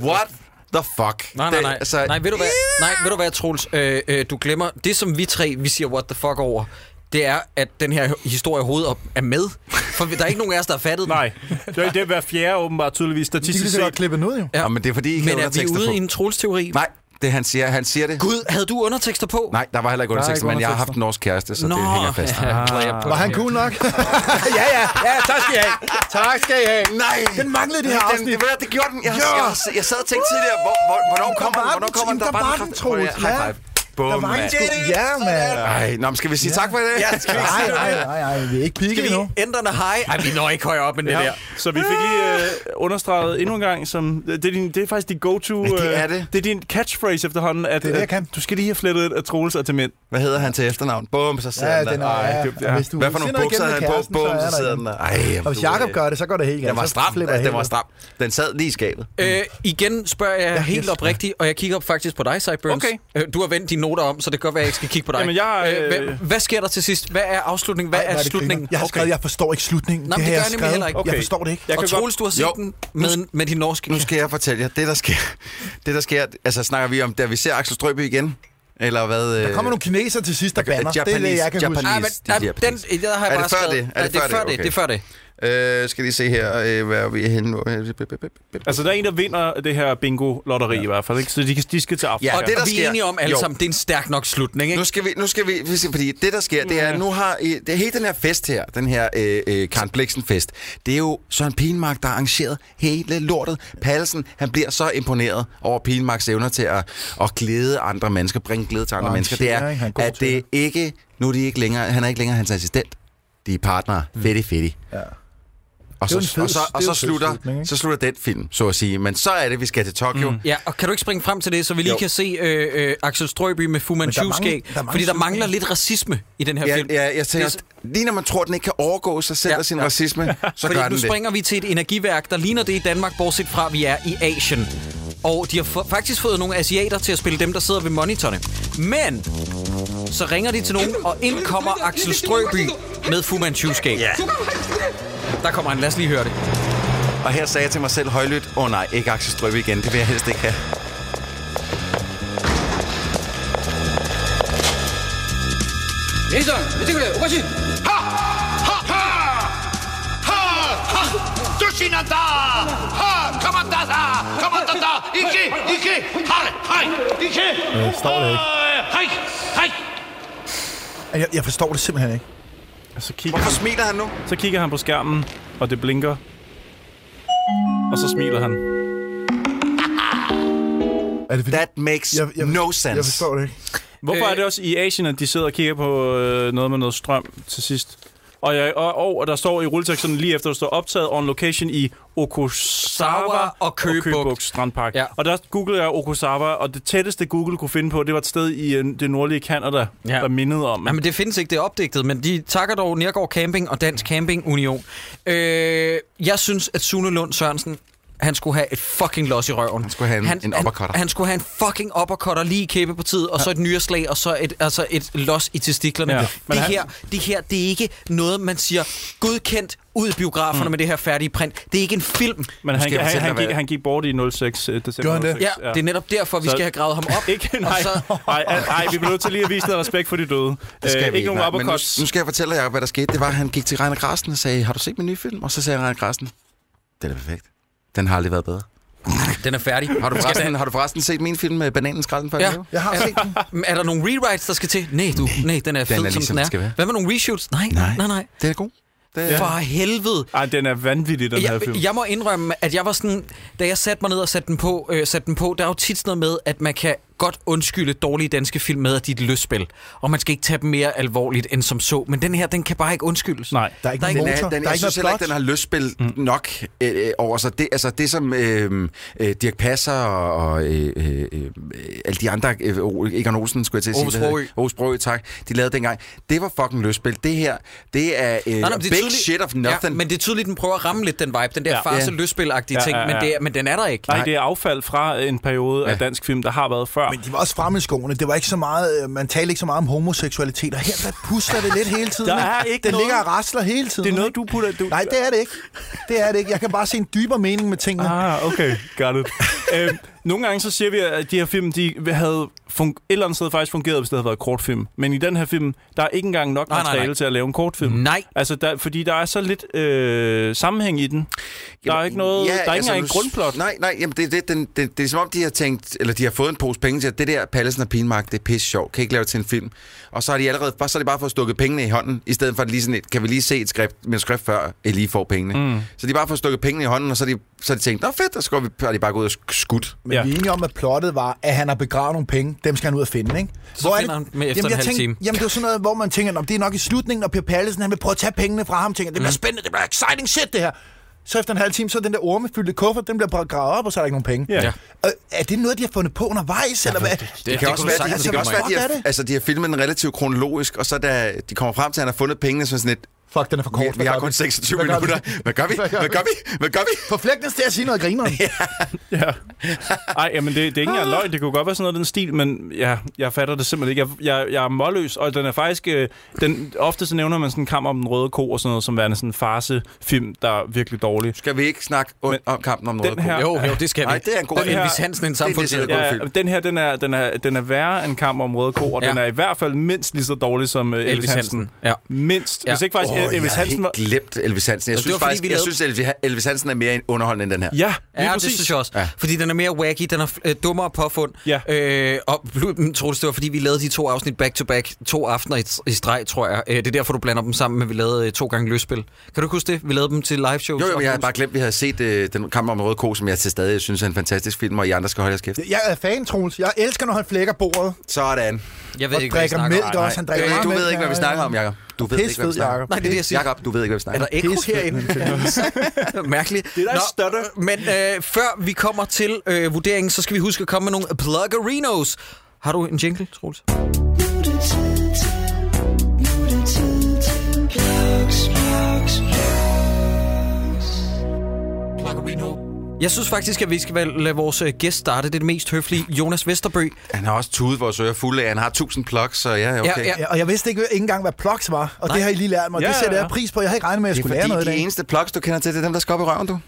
[SPEAKER 4] What the fuck.
[SPEAKER 1] Nej, nej, nej. Altså, nej, ved du hvad, nej, ved du hvad Troels? Øh, øh, du glemmer, det som vi tre, vi siger what the fuck over, det er, at den her historie overhovedet er med. For der er ikke nogen af os, der har fattet
[SPEAKER 3] Nej, det er det hver fjerde åbenbart tydeligvis statistisk set.
[SPEAKER 2] klippe den ud, jo.
[SPEAKER 4] Ja. ja, men det er fordi, I ikke
[SPEAKER 1] Men
[SPEAKER 4] havde
[SPEAKER 1] er vi
[SPEAKER 4] undertekster
[SPEAKER 1] ude
[SPEAKER 4] på.
[SPEAKER 1] i en Troels-teori?
[SPEAKER 4] Nej, det han siger, han siger det.
[SPEAKER 1] Gud, havde du undertekster på?
[SPEAKER 4] Nej, der var heller ikke
[SPEAKER 1] Der er
[SPEAKER 4] undertekster,
[SPEAKER 1] ikke
[SPEAKER 4] men jeg har haft
[SPEAKER 1] undertekster.
[SPEAKER 4] en norsk kæreste, så Nå, det
[SPEAKER 1] Nå,
[SPEAKER 4] hænger fast.
[SPEAKER 1] ja.
[SPEAKER 4] Ah.
[SPEAKER 2] Var han cool nok?
[SPEAKER 4] ja, ja, ja, tak skal I have. Tak skal I have. Nej.
[SPEAKER 2] Den manglede i det her
[SPEAKER 4] Den-
[SPEAKER 2] afsnit.
[SPEAKER 4] det var- det gjorde den. Jeg-
[SPEAKER 2] Ja.
[SPEAKER 4] jeg- jeg sad og tænkte tidligere, hvor- hvor- hvornår
[SPEAKER 2] Der
[SPEAKER 4] kommer den?
[SPEAKER 2] var
[SPEAKER 4] Hvornår kommer den?
[SPEAKER 2] Der
[SPEAKER 4] Der var
[SPEAKER 2] var
[SPEAKER 4] den
[SPEAKER 2] den, Troels.
[SPEAKER 4] kraft- Prøv lige- high five.
[SPEAKER 2] Der
[SPEAKER 4] Bum,
[SPEAKER 2] var en
[SPEAKER 4] mand.
[SPEAKER 2] skud. Ja, mand.
[SPEAKER 4] Ej, nå, men skal vi sige tak for i dag?
[SPEAKER 1] Ja, skal vi ikke sige
[SPEAKER 2] Nej,
[SPEAKER 1] det?
[SPEAKER 2] nej, nej, nej, vi er ikke pikke
[SPEAKER 1] Skal vi
[SPEAKER 2] endnu.
[SPEAKER 1] ændre den hej? Ej, vi når ikke højere op end det
[SPEAKER 3] Ja.
[SPEAKER 1] der.
[SPEAKER 3] Så vi fik lige øh, understreget endnu en gang, som, øh, det, er din, det er faktisk din go-to...
[SPEAKER 4] Ja, det er
[SPEAKER 3] øh,
[SPEAKER 4] det.
[SPEAKER 3] Det er din catchphrase efterhånden, at,
[SPEAKER 2] Det er det, jeg
[SPEAKER 3] at
[SPEAKER 2] kan.
[SPEAKER 3] du skal lige have flettet et af Troels og til mænd.
[SPEAKER 4] Hvad hedder han til efternavn? Bum, så sidder
[SPEAKER 2] Ja,
[SPEAKER 4] den der.
[SPEAKER 2] den er-
[SPEAKER 4] Ej,
[SPEAKER 2] ja.
[SPEAKER 4] det-
[SPEAKER 2] Og hvis du
[SPEAKER 4] Hvad for nogle
[SPEAKER 2] sender igen
[SPEAKER 4] bukser
[SPEAKER 2] med
[SPEAKER 4] havde han på?
[SPEAKER 2] kæresten,
[SPEAKER 4] Bum,
[SPEAKER 2] så er
[SPEAKER 4] så
[SPEAKER 2] der
[SPEAKER 4] sidder
[SPEAKER 2] ikke.
[SPEAKER 4] den der. Ej, jamen,
[SPEAKER 2] Og hvis
[SPEAKER 4] du,
[SPEAKER 2] Jacob
[SPEAKER 4] øh,
[SPEAKER 2] gør det, så går det helt galt.
[SPEAKER 4] Den var
[SPEAKER 2] Så
[SPEAKER 4] stram. Altså,
[SPEAKER 2] flipper
[SPEAKER 4] Den
[SPEAKER 2] hele.
[SPEAKER 4] var stram. Den sad lige i skabet.
[SPEAKER 1] Øh, igen spørger jeg helt oprigtigt, og jeg kigger op faktisk på dig, Sideburns.
[SPEAKER 3] Okay.
[SPEAKER 1] Øh, du har vendt dine noter om, så det kan godt være, at jeg ikke skal kigge på dig.
[SPEAKER 3] Jamen, jeg,
[SPEAKER 1] Øh,
[SPEAKER 3] øh,
[SPEAKER 1] hvad, hvad sker der til sidst? Hvad er afslutningen? Hvad
[SPEAKER 2] Ej, hvor
[SPEAKER 1] er
[SPEAKER 2] det
[SPEAKER 1] slutningen?
[SPEAKER 2] griner. Jeg har skrevet, jeg forstår ikke slutningen.
[SPEAKER 1] Nej, men det
[SPEAKER 2] har
[SPEAKER 1] gør jeg
[SPEAKER 2] jeg
[SPEAKER 1] nemlig
[SPEAKER 2] skrevet.
[SPEAKER 1] heller ikke.
[SPEAKER 2] Jeg
[SPEAKER 3] Okay.
[SPEAKER 2] forstår det ikke.
[SPEAKER 3] Jeg
[SPEAKER 1] Og
[SPEAKER 3] kan godt-
[SPEAKER 1] Troels, du har set
[SPEAKER 4] Jo.
[SPEAKER 1] den med, med din norske.
[SPEAKER 4] Nu skal jeg fortælle jer, det der sker, det der sker, altså snakker vi om, da vi ser Axel Strøby igen, eller hvad? øh,
[SPEAKER 2] Der kommer nogle kineser til sidst, der
[SPEAKER 4] der-
[SPEAKER 2] banner. Det er
[SPEAKER 4] Japanese-
[SPEAKER 2] det, jeg kan huske.
[SPEAKER 4] Japanese-
[SPEAKER 1] Ah, men,
[SPEAKER 4] de
[SPEAKER 1] ah,
[SPEAKER 4] der
[SPEAKER 1] den,
[SPEAKER 4] præcis.
[SPEAKER 1] jeg har jeg
[SPEAKER 4] Er det
[SPEAKER 1] bare
[SPEAKER 4] før
[SPEAKER 1] skrevet,
[SPEAKER 4] det? Er
[SPEAKER 1] Nej,
[SPEAKER 4] det
[SPEAKER 1] det er
[SPEAKER 4] før det?
[SPEAKER 1] før det.
[SPEAKER 4] Okay.
[SPEAKER 1] Det er før det.
[SPEAKER 4] Øh, skal lige se her, øh, hvad er vi henne nu?
[SPEAKER 3] Altså, der er en, der vinder det her bingo-lotteri i hvert fald, ikke? Så de, de skal til Afrika.
[SPEAKER 4] Ja,
[SPEAKER 1] Og
[SPEAKER 4] det, der
[SPEAKER 1] vi
[SPEAKER 4] sker-
[SPEAKER 1] er enige om alle
[SPEAKER 4] Jo.
[SPEAKER 1] sammen, det er en stærk nok slutning, ikke?
[SPEAKER 4] Nu skal vi, nu skal vi, vi skal- fordi det der sker, det er, nu har I, det, hele den her fest her, den her øh, øh, Karen Bliksen fest, det er jo Søren Pilmark, der har arrangeret hele lortet. Palsen, han bliver så imponeret over Pilmarks evner til at, at glæde andre mennesker, bringe glæde til andre
[SPEAKER 2] Og
[SPEAKER 4] mennesker. Det er,
[SPEAKER 2] arrangere, ikke? Han er god
[SPEAKER 4] at
[SPEAKER 2] til
[SPEAKER 4] det ikke, nu er de ikke længere, han er ikke længere hans assistent. De er partnere. Fedt, fedt.
[SPEAKER 2] Mm. Ja.
[SPEAKER 4] Og
[SPEAKER 2] Det er jo en
[SPEAKER 4] så,
[SPEAKER 2] fed-
[SPEAKER 4] og så,
[SPEAKER 2] det er
[SPEAKER 4] og
[SPEAKER 2] jo
[SPEAKER 4] så,
[SPEAKER 2] en fed
[SPEAKER 4] slutter,
[SPEAKER 2] slutning, ikke?
[SPEAKER 4] så slutter den film, så at sige. Men så er det, vi skal til Tokyo. Mm.
[SPEAKER 1] Ja, og kan du ikke springe frem til det, så vi lige
[SPEAKER 4] Jo.
[SPEAKER 1] kan se øh, øh, Axel Strøby med Fu
[SPEAKER 2] mange-
[SPEAKER 1] Manchu-skæg?
[SPEAKER 2] der er mange
[SPEAKER 1] Fordi der
[SPEAKER 2] slutninger.
[SPEAKER 1] mangler lidt racisme i den her
[SPEAKER 4] Ja,
[SPEAKER 1] film.
[SPEAKER 4] ja, jeg tænker,
[SPEAKER 1] Det er-
[SPEAKER 4] lige når man tror, at den ikke kan overgå sig selv
[SPEAKER 1] Ja,
[SPEAKER 4] ja, og sin
[SPEAKER 1] ja.
[SPEAKER 4] ja. racisme, så
[SPEAKER 1] Fordi
[SPEAKER 4] gør
[SPEAKER 1] nu
[SPEAKER 4] den det.
[SPEAKER 1] springer vi til et energiværk, der ligner det i Danmark, bortset fra, at vi er i Asien. Og de har fa- faktisk fået nogle asiater til at spille dem, der sidder ved monitorerne. Men så ringer de til nogen, og ind kommer Axel Strøby med Fu Manchu-skæg. Ja. Der kommer han. Lad os lige høre det.
[SPEAKER 4] Og her sagde jeg til mig selv højlydt, åh oh, nej, ikke Axel Strøbe igen, det vil jeg helst ikke have.
[SPEAKER 2] Jeg forstår det ikke. Jeg, jeg forstår det simpelthen ikke.
[SPEAKER 3] Og Så kigger,
[SPEAKER 4] Hvorfor
[SPEAKER 3] han,
[SPEAKER 4] smiler han nu?
[SPEAKER 3] så kigger han på skærmen, og det blinker. Og så smiler han.
[SPEAKER 2] Er det fordi...
[SPEAKER 4] That makes
[SPEAKER 2] Jeg- jeg-
[SPEAKER 4] no
[SPEAKER 2] Jeg
[SPEAKER 4] sense.
[SPEAKER 2] forstår det ikke.
[SPEAKER 3] Hvorfor
[SPEAKER 1] Øh,
[SPEAKER 3] er det også i Asien, at de sidder og kigger på øh, noget med noget strøm til sidst? Og, jeg, og, og, og der står i rulleteksten lige efter, der står optaget on location i Okosawa
[SPEAKER 1] og Køge Bugt
[SPEAKER 3] Strandpark.
[SPEAKER 1] Ja.
[SPEAKER 3] Ja. Og der googlede jeg Okosawa, og det tætteste Google kunne finde på, det var et sted i øh, det nordlige Kanada,
[SPEAKER 1] Ja.
[SPEAKER 3] ja. der mindede om.
[SPEAKER 1] Jamen, det findes ikke, det er opdigtet, men de takker dog Nergård Camping og Dansk Camping Union. Øh, jeg synes, at Sune Lund Sørensen, han skulle have et fucking loss i røven. Han
[SPEAKER 4] skulle have en- en uppercutter.
[SPEAKER 1] Han, han skulle have en fucking uppercutter lige i kæbepartiet, og så et nyreslag, og så et, altså et loss i testiklerne.
[SPEAKER 3] Ja,
[SPEAKER 1] Ja,
[SPEAKER 3] men
[SPEAKER 1] det,
[SPEAKER 3] han-
[SPEAKER 1] her, det her, det er ikke noget, man siger godkendt ud i biograferne mm. med det her færdige print. Det er ikke en film.
[SPEAKER 3] Men
[SPEAKER 4] skal
[SPEAKER 3] han,
[SPEAKER 4] jeg
[SPEAKER 3] han,
[SPEAKER 4] fortælle
[SPEAKER 3] han,
[SPEAKER 4] dig,
[SPEAKER 3] gik,
[SPEAKER 4] hvad-
[SPEAKER 3] han gik bort i 06 øh, december.
[SPEAKER 2] Gjorde han det?
[SPEAKER 3] 06,
[SPEAKER 1] Ja, det er netop derfor, vi
[SPEAKER 3] Så-
[SPEAKER 1] skal have gravet ham op.
[SPEAKER 3] Ikke, nej.
[SPEAKER 1] Og så,
[SPEAKER 3] Nej, nej, vi bliver nødt til lige at vise noget respekt for de døde.
[SPEAKER 4] Det skal
[SPEAKER 3] Øh,
[SPEAKER 4] vi
[SPEAKER 3] ikke nogen
[SPEAKER 4] nej. Men nu,
[SPEAKER 3] uppercuts.
[SPEAKER 4] nu skal jeg fortælle jer, hvad der skete. Det var, at han gik til Reiner Grassen og sagde, har du set min nye film? Og så sagde Reiner Grassen, den er perfekt. Den har aldrig været bedre.
[SPEAKER 1] den er færdig.
[SPEAKER 4] Har du forresten, har du forresten set min film med bananen skralden før?
[SPEAKER 1] Ja.
[SPEAKER 4] den blev?
[SPEAKER 2] Jeg har set den.
[SPEAKER 1] Men Er der nogle rewrites, der skal til? Nej, du, nej den er fed,
[SPEAKER 4] er
[SPEAKER 1] som
[SPEAKER 4] ligesom,
[SPEAKER 1] den er.
[SPEAKER 4] den skal være.
[SPEAKER 1] Hvad med nogle reshoots? Nej, nej,
[SPEAKER 4] Nej.
[SPEAKER 1] nej. nej.
[SPEAKER 4] Den er god. Det er...
[SPEAKER 1] For helvede.
[SPEAKER 3] Ej, den er vanvittig, den her film.
[SPEAKER 1] Jeg, jeg må indrømme, at jeg var sådan, da jeg satte mig ned og satte den på, øh, satte den på der er jo tit sådan noget med, at man kan godt undskylde dårlige danske film med, at de er et løsspil, og man skal ikke tage dem mere alvorligt end som så. Men den her, den kan bare ikke undskyldes.
[SPEAKER 3] Nej.
[SPEAKER 2] Der er ikke
[SPEAKER 1] Der er
[SPEAKER 2] nogen
[SPEAKER 1] ikke-
[SPEAKER 4] Den
[SPEAKER 2] motor.
[SPEAKER 4] er,
[SPEAKER 2] der er
[SPEAKER 4] den,
[SPEAKER 2] ikke
[SPEAKER 4] jeg synes
[SPEAKER 2] noget
[SPEAKER 4] heller ikke,
[SPEAKER 2] plot.
[SPEAKER 4] den har løsspil mm. nok øh, øh, over sig. Det, altså, det som øh, øh, Dirk Passer og, og øh, øh, øh, alle de andre, øh, O- Egon Olsen skulle jeg til at sige.
[SPEAKER 1] Ove
[SPEAKER 4] hvad hedder det?
[SPEAKER 1] Sprogøe.
[SPEAKER 4] Ove Sprogøe, tak. De lavede dengang. Det var fucking løsspil. Det her, det er øh,
[SPEAKER 1] Nej, nej, men
[SPEAKER 4] big
[SPEAKER 1] det er tydeligt,
[SPEAKER 4] shit of nothing.
[SPEAKER 1] Ja, men det er tydeligt, den prøver at ramme lidt den vibe, den der ja.
[SPEAKER 3] Ja.
[SPEAKER 1] farse
[SPEAKER 4] Ja.
[SPEAKER 1] løsspilagtige
[SPEAKER 3] Ja,
[SPEAKER 1] ting,
[SPEAKER 3] ja, ja.
[SPEAKER 1] Men, det er, men den er der ikke.
[SPEAKER 3] Nej, det er affald fra øh, en periode ja.
[SPEAKER 4] Ja.
[SPEAKER 3] af dansk film, der har været før.
[SPEAKER 2] Men de var også fremme i skoene. Det var ikke så meget, øh, man talte ikke så meget om homoseksualitet, og her der pusler det lidt hele tiden.
[SPEAKER 3] Der er ikke
[SPEAKER 2] det
[SPEAKER 3] noget-
[SPEAKER 2] ligger og rasler hele tiden.
[SPEAKER 3] det er noget, du putter... Du...
[SPEAKER 2] Nej, det er det ikke. Det er det ikke. Jeg kan bare se en dybere mening med tingene.
[SPEAKER 3] Ah, okay. Got it. øhm, nogle gange så siger vi, at de her film, de havde fun- et eller andet sted faktisk fungeret, hvis det havde været kortfilm. Men i den her film, der er ikke engang nok
[SPEAKER 1] Nej, nej,
[SPEAKER 3] materiale
[SPEAKER 1] nej.
[SPEAKER 3] til at lave en kortfilm.
[SPEAKER 1] Nej.
[SPEAKER 3] Altså, der, fordi der er så lidt øh, sammenhæng i den. der er ikke noget, der er ikke engang en
[SPEAKER 4] nu-
[SPEAKER 3] grundplot.
[SPEAKER 4] altså, Nej, nej, jamen det, det, den, det, det er som om, de har tænkt, eller de har fået en pose penge til, at det der Pallesen og Pinmark, det er pisse sjovt, kan I ikke lave det til en film. Og så har de allerede, bare- så er det bare fået stukket pengene i hånden, i stedet for at lige sådan et, kan vi lige se et skrift, men skrift før, I lige får pengene.
[SPEAKER 2] Mm.
[SPEAKER 4] Mm. Så de har bare fået stukket pengene i hånden, og så har de, så har de tænkt, nå fedt, og så går vi, har de bare gået ud og sk- skudt.
[SPEAKER 2] Men ja. vi er enige om, at plottet var, at han har begravet nogle penge. Dem skal han ud og finde, ikke?
[SPEAKER 4] Så
[SPEAKER 2] er
[SPEAKER 4] finder
[SPEAKER 2] det-
[SPEAKER 4] han dem efter en
[SPEAKER 2] jeg
[SPEAKER 4] halv
[SPEAKER 2] tænkte,
[SPEAKER 4] time.
[SPEAKER 2] Jamen, det er jo sådan noget, hvor man tænker, om det er nok i slutningen, og Per Pallesen, han vil prøve at tage pengene fra ham. Tænker, det bliver
[SPEAKER 4] Mm.
[SPEAKER 2] spændende, det bliver exciting shit, det her. Så efter en halv time, så er den der ormefyldte kuffert, den bliver bare gravet op, og så er der ikke nogen penge.
[SPEAKER 4] Ja. Ja.
[SPEAKER 2] Og er det noget, de har fundet på undervejs, eller hvad?
[SPEAKER 4] Det, det, kan også være, de, det kan også være, de
[SPEAKER 2] Fuck, er
[SPEAKER 4] har,
[SPEAKER 2] det?
[SPEAKER 4] altså, de har filmet den relativt kronologisk, og så da de kommer frem til, at han har fundet pengene, så er sådan lidt...
[SPEAKER 2] Fuck, den er for kort.
[SPEAKER 4] Vi, vi har kun 26
[SPEAKER 2] Hvad gør vi?
[SPEAKER 4] minutter. Hvad gør vi? Hvad gør vi? Hvad gør vi? Hvad gør vi?
[SPEAKER 2] Få flækkens til at sige noget griner.
[SPEAKER 3] Nej, jamen det, det er ikke engang løgn. Det kunne godt være sådan noget i den stil, men ja, jeg fatter det simpelthen ikke. Jeg, jeg, jeg er målløs, og den er faktisk... Øh, den, ofte så nævner man sådan en kamp om den røde ko og sådan noget, som værende sådan en farsefilm, der er virkelig dårlig.
[SPEAKER 4] Skal vi ikke snakke men, om kampen om den røde ko? Jo, jo, det skal vi. Nej, det ligesom- er en god film. Elvis Hansen, en samfundsdebat.
[SPEAKER 3] ja,
[SPEAKER 4] god
[SPEAKER 3] ja,
[SPEAKER 4] film.
[SPEAKER 3] Den her, den er, den, er, den er værre end kamp om røde ko, og ja.
[SPEAKER 4] Ja.
[SPEAKER 3] den er i hvert fald mindst lige så dårlig som øh, Elvis,
[SPEAKER 4] Elvis
[SPEAKER 3] Hansen.
[SPEAKER 4] Hansen,
[SPEAKER 3] Ja. Mindst. Ja. Hvis ikke faktisk
[SPEAKER 4] Åh,
[SPEAKER 3] oh,
[SPEAKER 4] jeg
[SPEAKER 3] Elvis
[SPEAKER 4] har
[SPEAKER 3] Hansen var...
[SPEAKER 4] helt glemt Elvis Hansen. Jeg
[SPEAKER 3] Det
[SPEAKER 4] synes
[SPEAKER 3] var, fordi
[SPEAKER 4] faktisk,
[SPEAKER 3] vi
[SPEAKER 4] jeg
[SPEAKER 3] lavede-
[SPEAKER 4] synes, Elvis, Elvis Hansen er mere underholdende end den her.
[SPEAKER 3] Ja,
[SPEAKER 1] Ja, det synes jeg også. Ja. Fordi den er mere wacky, den er øh, dummere påfund.
[SPEAKER 3] Ja.
[SPEAKER 1] Øh, og pl- tror du, det var fordi, vi lavede de to afsnit back-to-back, to aftener i, i streg, tror jeg. Øh, det er derfor, du blander dem sammen med, vi lavede øh, to gange løsspil. Kan du ikke huske det? Vi lavede dem til live shows.
[SPEAKER 4] Jo, jo, men jeg havde bare glemt, at vi havde set øh, den kamp om Røde Ko, som jeg til stadig synes er en fantastisk film, og I andre skal holde jeres kæft.
[SPEAKER 2] Jeg er fan, Troels. Jeg elsker, når han flækker bordet.
[SPEAKER 4] Sådan.
[SPEAKER 1] Jeg
[SPEAKER 2] ved Og ikke, hvad vi drikker snakker om. mælk også. Han drikker meget
[SPEAKER 4] Øh, du ved
[SPEAKER 2] mælk,
[SPEAKER 4] ikke, hvad vi
[SPEAKER 2] ja,
[SPEAKER 4] snakker
[SPEAKER 2] ja.
[SPEAKER 4] om, Jacob. Du
[SPEAKER 2] Og
[SPEAKER 4] ved ikke, hvad vi
[SPEAKER 2] pissefed,
[SPEAKER 4] snakker om.
[SPEAKER 2] Jacob. Nej, det er det, jeg siger.
[SPEAKER 4] Jacob, du ved ikke, hvad vi
[SPEAKER 1] Er
[SPEAKER 4] snakker
[SPEAKER 1] der
[SPEAKER 4] om.
[SPEAKER 1] ekko herinde? Mærkeligt. Det
[SPEAKER 3] er
[SPEAKER 1] der Men øh, før vi kommer til øh, vurderingen, så skal vi huske at komme med nogle pluggerinos. Har du en jingle, Troels? Jeg synes faktisk, at vi skal vel- lade vores øh, gæst starte. Det er det mest høflige, Jonas Vesterbø.
[SPEAKER 4] Han har også tudet vores ører fulde af. Han har 1000 plugs, så ja, okay.
[SPEAKER 1] Ja, ja.
[SPEAKER 2] Ja, og jeg vidste ikke, ikke engang, hvad plugs var, og Nej.
[SPEAKER 4] Nej.
[SPEAKER 2] det har I lige lært mig. Ja,
[SPEAKER 4] Ja,
[SPEAKER 2] det sætter
[SPEAKER 4] ja,
[SPEAKER 2] jeg
[SPEAKER 4] ja.
[SPEAKER 2] pris på. Jeg havde ikke regnet med, at jeg
[SPEAKER 4] Det er
[SPEAKER 2] skulle lære noget
[SPEAKER 4] fordi,
[SPEAKER 2] i
[SPEAKER 4] de
[SPEAKER 2] dag.
[SPEAKER 4] eneste plugs, du kender til, det er dem, der skal op i røven, du.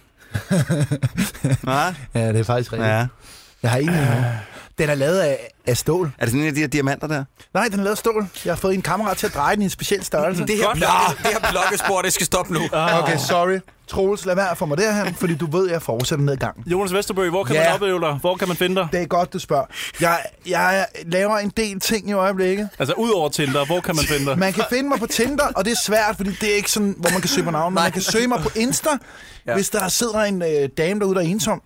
[SPEAKER 4] Nej?
[SPEAKER 2] Ja, det er faktisk rigtigt.
[SPEAKER 4] Ja.
[SPEAKER 2] Jeg har ingen
[SPEAKER 4] Ah.
[SPEAKER 2] endnu. Den er lavet af, af stål.
[SPEAKER 4] Er det sådan en af de her diamanter der?
[SPEAKER 2] Nej, den er lavet af stål. Jeg har fået en kammerat til at dreje den i en speciel størrelse.
[SPEAKER 1] Det her, blokke, det her blokkespor, det skal stoppe nu.
[SPEAKER 4] Ah.
[SPEAKER 2] Okay, sorry. Troels, lad være at få mig derhen, fordi du ved, at jeg fortsætter ned i gangen.
[SPEAKER 3] Jonas Vesterbø, hvor kan
[SPEAKER 2] Ja.
[SPEAKER 3] man opleve dig? Hvor kan man finde dig?
[SPEAKER 2] Det er godt, du spørger. Jeg, jeg laver en del ting i øjeblikket.
[SPEAKER 3] Altså, udover Tinder, hvor kan man finde dig?
[SPEAKER 2] Man kan finde mig på Tinder, og det er svært, fordi det er ikke sådan, hvor man kan søge på navn. Men man kan søge mig på Insta, ja.
[SPEAKER 3] Ja.
[SPEAKER 2] hvis der sidder en øh, dame derude, der er ensom.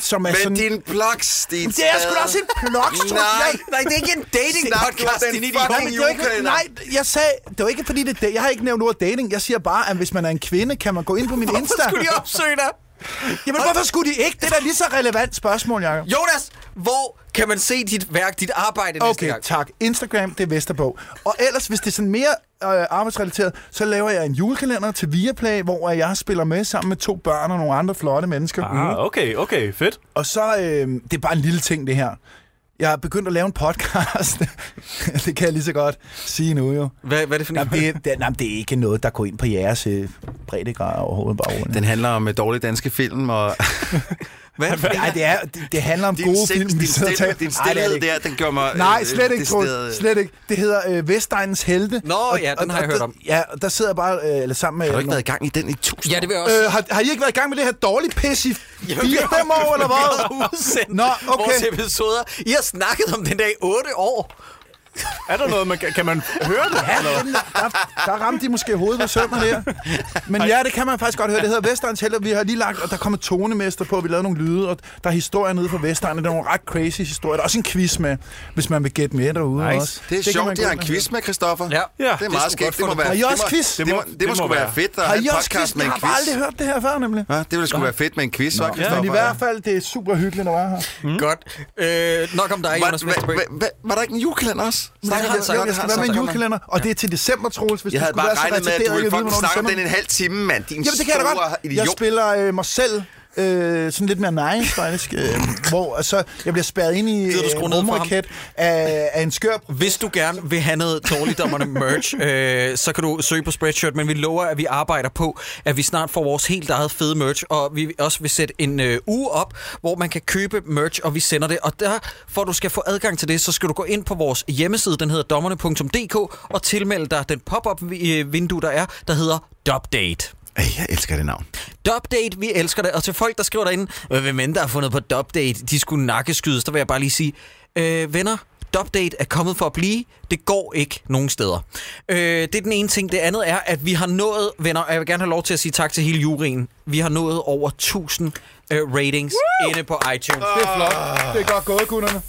[SPEAKER 2] Som er
[SPEAKER 4] Men
[SPEAKER 2] sådan...
[SPEAKER 4] din plugs, din
[SPEAKER 2] Det er sgu da også en plugs, tror jeg.
[SPEAKER 4] Nej.
[SPEAKER 1] nej, det er ikke en dating-podcast,
[SPEAKER 2] Nej,
[SPEAKER 1] din
[SPEAKER 2] men
[SPEAKER 1] idiot.
[SPEAKER 2] det var ikke- Nej, jeg sagde, det var ikke fordi, det, er da- jeg har ikke nævnt ordet dating. Jeg siger bare, at hvis man er en kvinde, kan man gå ind på min Insta.
[SPEAKER 1] skulle de opsøge dig?
[SPEAKER 2] Jamen, hvorfor skulle de ikke? Det er da lige så relevant spørgsmål, Jacob.
[SPEAKER 1] Jonas, hvor kan man se dit værk, dit arbejde næste
[SPEAKER 2] Okay,
[SPEAKER 1] gang?
[SPEAKER 2] tak. Instagram, det er Vesterbog. Og ellers, hvis det er sådan mere øh, arbejdsrelateret, så laver jeg en julekalender til Viaplay, hvor øh, jeg spiller med sammen med to børn og nogle andre flotte mennesker. Mm.
[SPEAKER 3] Ah, okay, okay, fedt.
[SPEAKER 2] Og så, øh, det er bare en lille ting, det her. Jeg er begyndt at lave en podcast. det kan jeg lige så godt sige nu, jo.
[SPEAKER 1] Hvad, hvad er det for en?
[SPEAKER 2] Jamen, det, det, jamen, det er ikke noget, der går ind på jeres øh, breddegrader overhovedet bare ordentligt.
[SPEAKER 4] Den handler om øh, dårlige danske film, og...
[SPEAKER 1] Hvad?
[SPEAKER 2] Nej, det, er, det, det handler om
[SPEAKER 4] Din
[SPEAKER 2] gode
[SPEAKER 4] sex-
[SPEAKER 2] film, vi
[SPEAKER 4] din
[SPEAKER 2] sidder og
[SPEAKER 4] stille-
[SPEAKER 2] taler.
[SPEAKER 4] din
[SPEAKER 2] Ej, det er det
[SPEAKER 4] stillhed
[SPEAKER 2] ikke.
[SPEAKER 4] der, den gjorde mig,
[SPEAKER 2] Nej,
[SPEAKER 4] øh,
[SPEAKER 2] slet ikke,
[SPEAKER 4] decideret-
[SPEAKER 2] Troels. Slet ikke. Det hedder øh, Vestegnens Helte.
[SPEAKER 1] Nå, ja, den har jeg hørt om.
[SPEAKER 2] Ja, og der sidder jeg bare øh, eller sammen med...
[SPEAKER 4] Har du ikke
[SPEAKER 2] nogle-
[SPEAKER 4] været i gang i den i tusind
[SPEAKER 1] Ja, det vil jeg også.
[SPEAKER 2] Øh, har, har I ikke været i gang med det her dårlige pis i 4-5 år, eller
[SPEAKER 1] Vi har udsendt
[SPEAKER 2] hvad? Nå,
[SPEAKER 1] vores
[SPEAKER 2] okay.
[SPEAKER 1] episoder. I har snakket om den der i 8 år.
[SPEAKER 3] Er der noget, man kan, kan man høre det?
[SPEAKER 2] Ja, den, der, der ramte de måske hovedet ved sømmer der. Men ja, det kan man faktisk godt høre. Det hedder Vestegns Helte. Vi har lige lagt, og der kommer tonemester på, og vi lavede nogle lyde, og der er historier nede fra Vestegn, og der er nogle ret crazy historier. Der er også en quiz med, hvis man vil gætte med derude.
[SPEAKER 4] Nice.
[SPEAKER 2] Også.
[SPEAKER 4] Det er
[SPEAKER 2] kan
[SPEAKER 4] sjovt,
[SPEAKER 2] man
[SPEAKER 4] de har
[SPEAKER 2] gå
[SPEAKER 4] en
[SPEAKER 2] ind og
[SPEAKER 4] quiz med Christoffer. Ja.
[SPEAKER 2] Ja,
[SPEAKER 4] Det er meget skægt. Det må være,
[SPEAKER 2] Har I
[SPEAKER 4] det
[SPEAKER 2] også
[SPEAKER 4] må-
[SPEAKER 2] quiz?
[SPEAKER 4] Det må, det må, det må sgu være fedt, at
[SPEAKER 2] Har
[SPEAKER 4] have
[SPEAKER 2] I
[SPEAKER 4] en
[SPEAKER 2] også quiz?
[SPEAKER 4] podcast med
[SPEAKER 2] Jeg
[SPEAKER 4] en
[SPEAKER 2] har
[SPEAKER 4] quiz.
[SPEAKER 2] bare aldrig hørt det her før, nemlig.
[SPEAKER 4] Ja, det ville sgu være fedt med en quiz, så,
[SPEAKER 2] Men i
[SPEAKER 4] Christoffer.
[SPEAKER 2] hvert fald, det er super hyggeligt at være her.
[SPEAKER 1] Mm. Godt. Øh, nok om dig,
[SPEAKER 4] Var-
[SPEAKER 1] Jonas
[SPEAKER 4] hva-
[SPEAKER 1] Vesterbø.
[SPEAKER 4] hva- hva- Var der ikke en julekalender også?
[SPEAKER 2] Nej,
[SPEAKER 4] Snakker
[SPEAKER 2] jeg,
[SPEAKER 4] vi-
[SPEAKER 2] jeg, jeg skal være med i en julekalender, og det er til december, Troels, hvis
[SPEAKER 4] Jeg
[SPEAKER 2] du
[SPEAKER 4] havde
[SPEAKER 2] skulle
[SPEAKER 4] bare
[SPEAKER 2] være så
[SPEAKER 4] regnet med, at
[SPEAKER 2] retarderet,
[SPEAKER 4] du
[SPEAKER 2] jeg
[SPEAKER 4] ville
[SPEAKER 2] ved,
[SPEAKER 4] fucking
[SPEAKER 2] hvornår
[SPEAKER 4] snakke om
[SPEAKER 2] december-
[SPEAKER 4] den en halv time, mand. Din
[SPEAKER 2] Jamen, det kan jeg da
[SPEAKER 4] store
[SPEAKER 2] godt. Jeg
[SPEAKER 4] idiot.
[SPEAKER 2] spiller øh, mig selv Øh, sådan lidt mere nice, faktisk. Øh, hvor så jeg bliver spærret ind i
[SPEAKER 1] Gider du skrue ned for ham?
[SPEAKER 2] rumraket af, af en skør
[SPEAKER 1] Hvis du gerne vil have noget dårligdommerne merch, øh, så kan du søge på Spreadshirt, men vi lover, at vi arbejder på, at vi snart får vores helt eget fede merch, og vi også vil sætte en øh, uge op, hvor man kan købe merch, og vi sender det. Og der, for at du skal få adgang til det, så skal du gå ind på vores hjemmeside, den hedder dommerne.dk, og tilmelde dig den pop-up-vindue, der er, der hedder Dubdate.
[SPEAKER 4] Jeg elsker det navn.
[SPEAKER 1] Dubdate, vi elsker det. Og til folk, der skriver derinde, "Øh, hvem end der har fundet på Dubdate, de skulle nakkeskydes, der vil jeg bare lige sige, øh, venner, Dubdate er kommet for at blive. Det går ikke nogen steder. Øh, det er den ene ting. Det andet er, at vi har nået, venner, og jeg vil gerne have lov til at sige tak til hele juryen. Vi har nået over 1000 øh, ratings Woo! inde på iTunes.
[SPEAKER 4] Ah.
[SPEAKER 2] Det er flot. Det er godt gået, kunderne.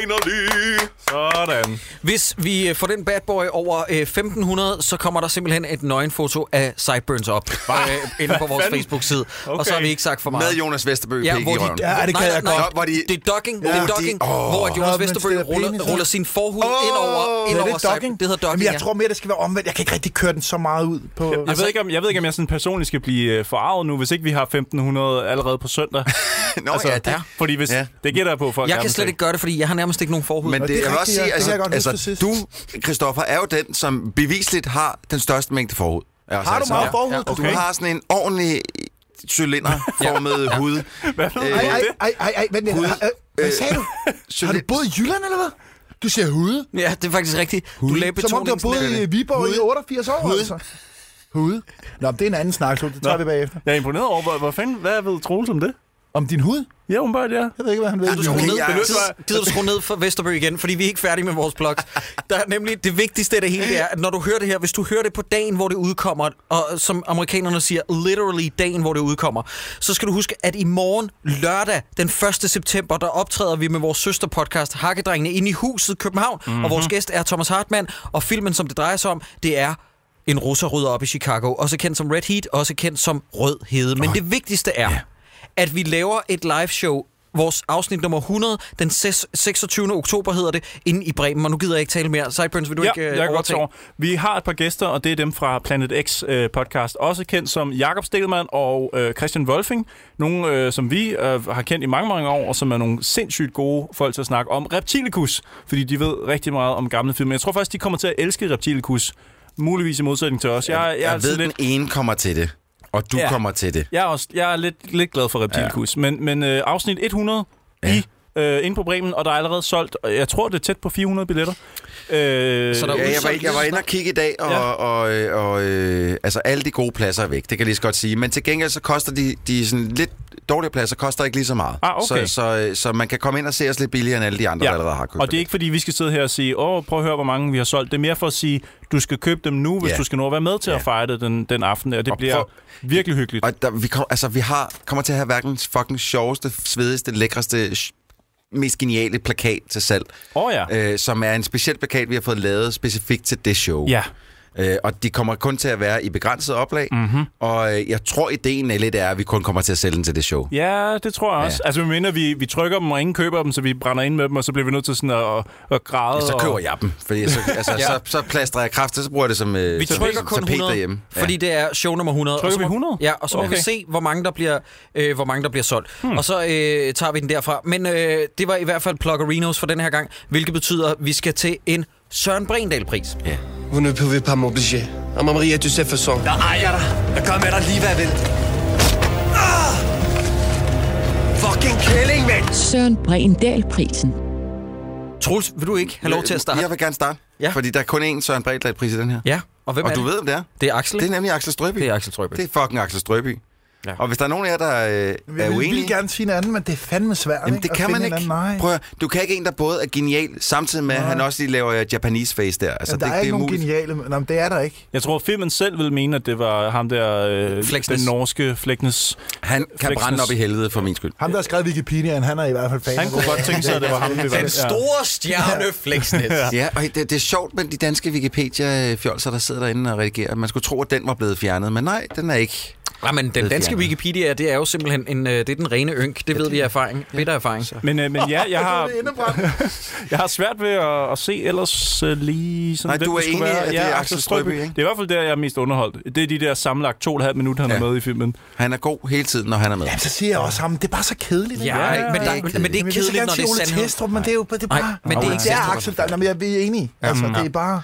[SPEAKER 1] Finally!
[SPEAKER 3] Sådan.
[SPEAKER 1] Hvis vi øh, får den bad boy over øh, 1500, så kommer der simpelthen et nøgenfoto af Sideburns op øh, inde på vores
[SPEAKER 4] fanden?
[SPEAKER 1] Facebook-side. Okay. Og så
[SPEAKER 4] Okay.
[SPEAKER 1] har vi ikke sagt for meget.
[SPEAKER 4] Med Jonas Vesterbø pik i
[SPEAKER 1] hvor
[SPEAKER 4] røven.
[SPEAKER 1] de,
[SPEAKER 4] Ja, det kan jeg
[SPEAKER 1] nej,
[SPEAKER 4] godt. Hvor de-
[SPEAKER 1] det er docking,
[SPEAKER 4] Ja.
[SPEAKER 1] det er
[SPEAKER 4] Hvor de-
[SPEAKER 1] docking,
[SPEAKER 4] Åh.
[SPEAKER 1] hvor at
[SPEAKER 4] Nå,
[SPEAKER 1] Jonas
[SPEAKER 4] men
[SPEAKER 1] Vesterbø
[SPEAKER 4] det er
[SPEAKER 1] ruller,
[SPEAKER 4] penis,
[SPEAKER 1] ruller sin forhud oh, ind over, ind
[SPEAKER 2] er
[SPEAKER 1] over
[SPEAKER 2] det
[SPEAKER 1] Sideburns.
[SPEAKER 2] docking?
[SPEAKER 1] Det hedder docking,
[SPEAKER 2] Jamen, jeg tror mere, det skal være omvendt. Jeg kan ikke rigtig køre den så meget ud på...
[SPEAKER 3] Jeg, ved ikke, om, jeg ved ikke, om jeg sådan personligt skal blive øh, forarvet nu, hvis ikke vi har 1500 allerede på søndag.
[SPEAKER 4] Nå,
[SPEAKER 2] altså,
[SPEAKER 4] ja, det-
[SPEAKER 3] Fordi hvis,
[SPEAKER 4] ja.
[SPEAKER 3] ja. det gætter jeg på, folk
[SPEAKER 1] Jeg
[SPEAKER 3] gerne
[SPEAKER 1] kan
[SPEAKER 3] vil
[SPEAKER 1] slet
[SPEAKER 3] se.
[SPEAKER 1] ikke gøre det, fordi jeg har nærmest ikke nogen forhud.
[SPEAKER 4] Men det, det jeg vil også sige, altså, altså
[SPEAKER 1] du...
[SPEAKER 4] du, Christoffer, er jo den, som bevisligt har den største mængde forhud. af os
[SPEAKER 1] Har du
[SPEAKER 4] alle
[SPEAKER 1] meget
[SPEAKER 4] sammen.
[SPEAKER 1] forhud?
[SPEAKER 4] Og
[SPEAKER 1] Okay.
[SPEAKER 4] Du har sådan en ordentlig cylinderformet hud. Hvad
[SPEAKER 2] Ej, ej, ej, ej, ej, vent lidt.
[SPEAKER 4] Hud.
[SPEAKER 2] Har- øh, Hvad sagde du? Har du boet i Jylland, eller hvad? Du siger hude.
[SPEAKER 1] Ja, det er faktisk rigtigt. Du lagde
[SPEAKER 2] Som om du har boet i
[SPEAKER 1] betoningsnævnet.
[SPEAKER 2] Viborg i
[SPEAKER 1] Hud.
[SPEAKER 2] 88 år,
[SPEAKER 1] Hud.
[SPEAKER 2] altså. Hude. Nå, men det er en anden snak, så det tager vi bagefter.
[SPEAKER 3] Jeg er imponeret over, hvor, hvor fanden, hvad ved Troels om det?
[SPEAKER 2] Om din hud?
[SPEAKER 3] Ja, åbenbart, ja. Jeg
[SPEAKER 2] ved ikke, hvad han ved.
[SPEAKER 1] Gider du skrue ned,
[SPEAKER 3] jeg-
[SPEAKER 1] gider, gider du skrue ned for Vesterbø igen, fordi vi er ikke færdige med vores blog. Der er nemlig det vigtigste af det hele, det er, at når du hører det her, hvis du hører det på dagen, hvor det udkommer, og som amerikanerne siger, literally dagen, hvor det udkommer, så skal du huske, at i morgen lørdag den 1. september, der optræder vi med vores søsterpodcast Hakkedrengene inde i huset København, mm-hmm. og vores gæst er Thomas Hartmann, og filmen, som det drejer sig om, det er en russer rydder op i Chicago, også kendt som Red Heat, også kendt som Rød Hede. Men det vigtigste er, at vi laver et live show Vores afsnit nummer 100, den ses- 26. oktober hedder det, inde i Bremen. Og nu gider jeg ikke tale mere. Sideburns, vil du
[SPEAKER 3] ja,
[SPEAKER 1] ikke øh,
[SPEAKER 3] jeg kan godt tage
[SPEAKER 1] overtage?
[SPEAKER 3] over. Vi har et par gæster, og det er dem fra Planet X øh, podcast, også kendt som Jakob Stelman og øh, Christian Wolfing. Nogle, øh, som vi øh, har kendt i mange, mange år, og som er nogle sindssygt gode folk til at snakke om Reptilicus, fordi de ved rigtig meget om gamle film. Men jeg tror faktisk, de kommer til at elske Reptilicus, muligvis i modsætning til os. Jeg, jeg, er
[SPEAKER 4] Jeg ved,
[SPEAKER 3] sådan
[SPEAKER 4] den ene kommer til det, og du
[SPEAKER 3] Ja.
[SPEAKER 4] kommer til det.
[SPEAKER 3] Jeg er, også, jeg er lidt, lidt glad for Reptilkus, ja. men, men øh, afsnit 100 ja. i, øh, inde på Bremen, og der er allerede solgt, og jeg tror, det er tæt på 400 billetter. Øh,
[SPEAKER 4] Så der ja, jeg, var, ikke- jeg var inde og kigge i dag, og, ja.
[SPEAKER 3] Ja.
[SPEAKER 4] og, øh, og øh, altså, alle de gode pladser er væk, det kan jeg lige så godt sige. Men til gengæld så koster de, de sådan lidt dårligere pladser koster ikke lige så meget.
[SPEAKER 3] Ah, okay.
[SPEAKER 4] så, så, øh, så man kan komme ind og se os lidt billigere end alle de andre, ja. der allerede har købt.
[SPEAKER 3] Og det er ikke, fordi vi skal sidde her og sige, åh, prøv at høre, hvor mange vi har solgt. Det er mere for at sige, du skal købe dem nu, hvis
[SPEAKER 4] Ja.
[SPEAKER 3] du skal nå at være med til at fejre det den, den aften, og det og bliver
[SPEAKER 4] prøv-
[SPEAKER 3] for... virkelig hyggeligt.
[SPEAKER 4] Og der, vi, kom, altså, vi har, kommer til at have verdens fucking sjoveste, svedigste, lækreste, sj- mest geniale plakat til salg.
[SPEAKER 3] Oh,
[SPEAKER 4] ja. øh, som er en speciel plakat, vi har fået lavet specifikt til det show.
[SPEAKER 3] Ja.
[SPEAKER 4] Øh, og de kommer kun til at være i begrænset oplag. Mm-hmm. Og øh, jeg tror, ideen er lidt er, at vi kun kommer til at sælge den til det show.
[SPEAKER 3] Ja, det tror jeg også. Ja. Altså, vi mener, vi, vi trykker dem, og ingen køber dem, så vi brænder ind med dem, og så bliver vi nødt til sådan at, at græde.
[SPEAKER 4] Ja, så køber
[SPEAKER 3] og...
[SPEAKER 4] jeg dem, fordi så, altså,
[SPEAKER 3] Ja.
[SPEAKER 4] så, så plaster jeg kraft, og så bruger jeg det som øh,
[SPEAKER 1] Vi trykker
[SPEAKER 4] som
[SPEAKER 1] kun
[SPEAKER 4] tapet
[SPEAKER 1] 100,
[SPEAKER 4] derhjemme.
[SPEAKER 1] fordi det er show nummer 100.
[SPEAKER 3] Trykker
[SPEAKER 1] Og så
[SPEAKER 3] vi
[SPEAKER 1] må-
[SPEAKER 3] 100?
[SPEAKER 1] Ja, og så må
[SPEAKER 3] Okay.
[SPEAKER 1] vi se, hvor mange der bliver, øh, hvor mange der bliver solgt. Hmm. Og så øh, tager vi den derfra. Men øh, det var i hvert fald Pluggerinos for den her gang, hvilket betyder, at vi skal til en Søren Brendal-pris. Ja.
[SPEAKER 18] Vous ne pouvez pas m'obliger. Ah, ma Maria, tu sais, façon.
[SPEAKER 10] Der ejer dig. Jeg gør med dig lige, hvad jeg vil. Ah! Fucking kælling, mand!
[SPEAKER 19] Søren Brindal-prisen.
[SPEAKER 1] Troels, vil du ikke have lov til at starte?
[SPEAKER 4] Jeg vil gerne starte, ja. fordi der er kun én Søren Bredal-pris i den her.
[SPEAKER 1] Ja, og hvem
[SPEAKER 4] og
[SPEAKER 1] er
[SPEAKER 4] du
[SPEAKER 1] det?
[SPEAKER 4] ved, hvem det er?
[SPEAKER 1] Det er Axel.
[SPEAKER 4] Det er nemlig Axel Strøby. Det
[SPEAKER 1] er Axel Strøby.
[SPEAKER 4] Det er fucking Axel Strøby. Ja. Og hvis der er nogen af jer, der øh, er
[SPEAKER 2] Jeg vil,
[SPEAKER 4] uenige...
[SPEAKER 2] vil gerne sige en anden, men det er fandme svært,
[SPEAKER 4] Jamen,
[SPEAKER 2] ikke?
[SPEAKER 4] det
[SPEAKER 2] At
[SPEAKER 4] kan
[SPEAKER 2] finde
[SPEAKER 4] man
[SPEAKER 2] en
[SPEAKER 4] ikke.
[SPEAKER 2] anden. Nej.
[SPEAKER 4] Prøv at, høre, du kan ikke en, der både er genial, samtidig med, at han også lige laver øh, Japanese face der. Altså,
[SPEAKER 2] Altså, der
[SPEAKER 4] det,
[SPEAKER 2] er
[SPEAKER 4] det
[SPEAKER 2] ikke
[SPEAKER 4] er
[SPEAKER 2] nogen
[SPEAKER 4] muligt.
[SPEAKER 2] geniale... Nå, men det er der ikke.
[SPEAKER 3] Jeg tror, filmen selv ville mene, at det var ham der, øh,
[SPEAKER 4] Fleksnes.
[SPEAKER 3] den norske Flæknes.
[SPEAKER 4] Han kan brænde op i helvede, for min skyld.
[SPEAKER 2] Ham, der har skrevet Wikipediaen, han er i hvert fald fan.
[SPEAKER 3] Han kunne godt tænke sig, at det var ham, det var.
[SPEAKER 1] stjerne Fleksnes.
[SPEAKER 4] ja, og det, det er sjovt med de danske Wikipedia-fjolser, der sidder derinde og redigerer. Man skulle tro, at den var blevet fjernet, men nej, den er ikke.
[SPEAKER 1] Nej, men den
[SPEAKER 3] blevet
[SPEAKER 1] danske
[SPEAKER 3] fjernet.
[SPEAKER 1] Wikipedia, det er jo simpelthen en, øh, det er den rene ynk. Det ved vi af erfaring. Ja. Bitter erfaring.
[SPEAKER 3] Men, øh, men ja, jeg har, jeg har svært ved at, at se ellers øh, lige... Sådan,
[SPEAKER 1] Nej,
[SPEAKER 3] hvem
[SPEAKER 1] du er
[SPEAKER 3] det skulle
[SPEAKER 1] enig i,
[SPEAKER 3] være.
[SPEAKER 1] at det er Axel Strøbye, ikke?
[SPEAKER 3] Det er i hvert fald der, jeg er mest underholdt. Det er de der sammenlagt to og et halvt minut, han ja. er med i filmen.
[SPEAKER 4] Han er god hele tiden, når han er med.
[SPEAKER 2] Jamen, så siger jeg også ham, det er bare så kedeligt.
[SPEAKER 3] Ja,
[SPEAKER 2] ikke?
[SPEAKER 3] men der- men det er
[SPEAKER 2] Jeg vil så
[SPEAKER 3] kedeligt,
[SPEAKER 2] gerne
[SPEAKER 3] når
[SPEAKER 2] sige
[SPEAKER 3] det er
[SPEAKER 2] Ole
[SPEAKER 3] sandhed.
[SPEAKER 2] Testrup, men det er jo det er bare...
[SPEAKER 4] Nej,
[SPEAKER 2] men det er ikke det er Axel, der, Nå, men jeg er enig. Altså,
[SPEAKER 1] Jamen,
[SPEAKER 2] det er bare...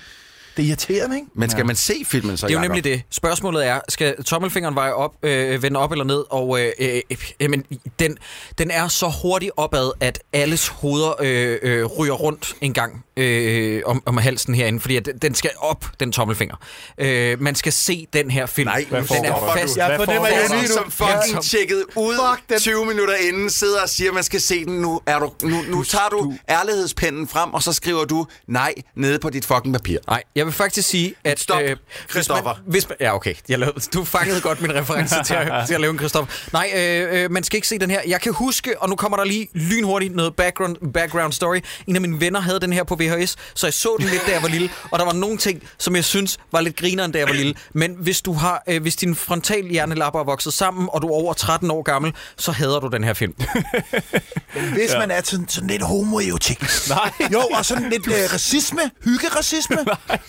[SPEAKER 2] Det er irriterende, ikke?
[SPEAKER 4] Men skal man se filmen så,
[SPEAKER 1] det er jo
[SPEAKER 4] Jacob?
[SPEAKER 1] nemlig det. Spørgsmålet er, skal tommelfingeren veje op, øh, vende op eller ned? Og øh, øh, øh, men, den, den er så hurtigt opad, at alles hoveder øh, øh, ryger rundt en gang øh, om, om halsen herinde. Fordi at den- den skal op, den tommelfinger. Øh, man skal se den her film. Nej, den er fast.
[SPEAKER 4] Jeg fornemmer jo lige nu. Som
[SPEAKER 1] Som
[SPEAKER 4] fucking
[SPEAKER 1] Ja.
[SPEAKER 4] tjekket ud 20 minutter inden, sidder og siger, man skal se den nu. Er du, nu, nu tager du ærlighedspinden frem, og så skriver du nej nede på dit fucking papir.
[SPEAKER 1] Nej, jeg vil faktisk sige, at... Stop, øh, Christoffer. Hvis man, hvis man, ja, okay. Jeg lavede, du fangede godt min reference til, at, til at lave en Christoffer. Nej, øh, øh, man skal ikke se den her. Jeg kan huske, og nu kommer der lige lynhurtigt noget background, background story. En af mine venner havde den her på VHS, så jeg så den lidt, da jeg var lille. Og der var nogle ting, som jeg synes var lidt grineren, da jeg var lille. Men hvis, du har, øh, hvis din frontal hjernelapper er vokset sammen, og du er over 13 år gammel, så hader du den her film.
[SPEAKER 2] Hvis
[SPEAKER 1] Ja.
[SPEAKER 2] ja. man er sådan, sådan lidt homoerotik.
[SPEAKER 3] Nej.
[SPEAKER 2] Jo, og sådan lidt øh, racisme, hyggeracisme,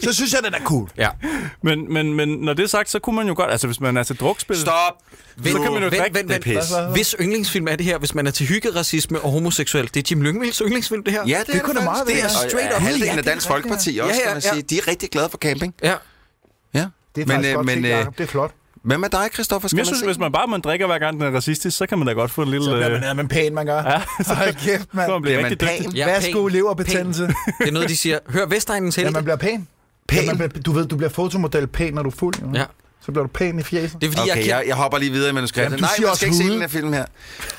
[SPEAKER 2] så synes jeg, den er cool.
[SPEAKER 1] Ja.
[SPEAKER 3] Men, men, men når det er sagt, så kunne man jo godt... Altså, hvis man er til drukspil...
[SPEAKER 4] Stop!
[SPEAKER 3] Så kan man jo drikke
[SPEAKER 1] vent, vent,
[SPEAKER 3] det pis.
[SPEAKER 1] vent. Hvis yndlingsfilm er det her, hvis man er til hygge, racisme og homoseksuel, det er Jim Lyngvilds yndlingsfilm, det her?
[SPEAKER 4] Ja, det, er
[SPEAKER 1] kunne da
[SPEAKER 4] faktisk.
[SPEAKER 1] meget være.
[SPEAKER 4] Det er straight up. Halvdelen af Dansk Folkeparti også, kan man sige. De er rigtig glade for camping.
[SPEAKER 1] Ja.
[SPEAKER 4] Ja.
[SPEAKER 2] Det er
[SPEAKER 4] Men,
[SPEAKER 2] faktisk
[SPEAKER 4] øh,
[SPEAKER 2] godt
[SPEAKER 4] men,
[SPEAKER 2] tænkt,
[SPEAKER 4] øh,
[SPEAKER 2] Jacob. Det er flot.
[SPEAKER 4] Hvad med dig, Christoffer? Skal
[SPEAKER 3] Men jeg
[SPEAKER 4] man
[SPEAKER 3] synes,
[SPEAKER 4] se
[SPEAKER 3] hvis man bare man drikker hver gang, den er racistisk, så kan man da godt få en lille...
[SPEAKER 2] Så bliver
[SPEAKER 3] øh,
[SPEAKER 2] man, er man pæn, man gør.
[SPEAKER 3] Ja,
[SPEAKER 2] så Hold kæft, mand.
[SPEAKER 3] så man bliver rigtig dygtig.
[SPEAKER 1] Ja,
[SPEAKER 2] Værsgo,
[SPEAKER 1] pæn.
[SPEAKER 2] leverbetændelse.
[SPEAKER 1] Det er noget, de siger. Hør Vestegnen til.
[SPEAKER 2] Ja, man bliver pæn. Pæn? Ja, man bliver, du ved, du bliver fotomodel pæn, når du er fuld. Jo.
[SPEAKER 1] Ja.
[SPEAKER 2] Så bliver du pæn i fjeset.
[SPEAKER 1] Det
[SPEAKER 4] okay, jeg, jeg, hopper lige videre i manuskriptet.
[SPEAKER 2] Jamen, du
[SPEAKER 4] Nej,
[SPEAKER 2] siger
[SPEAKER 4] man
[SPEAKER 2] også
[SPEAKER 4] skal ikke se
[SPEAKER 2] hude.
[SPEAKER 4] den her film her.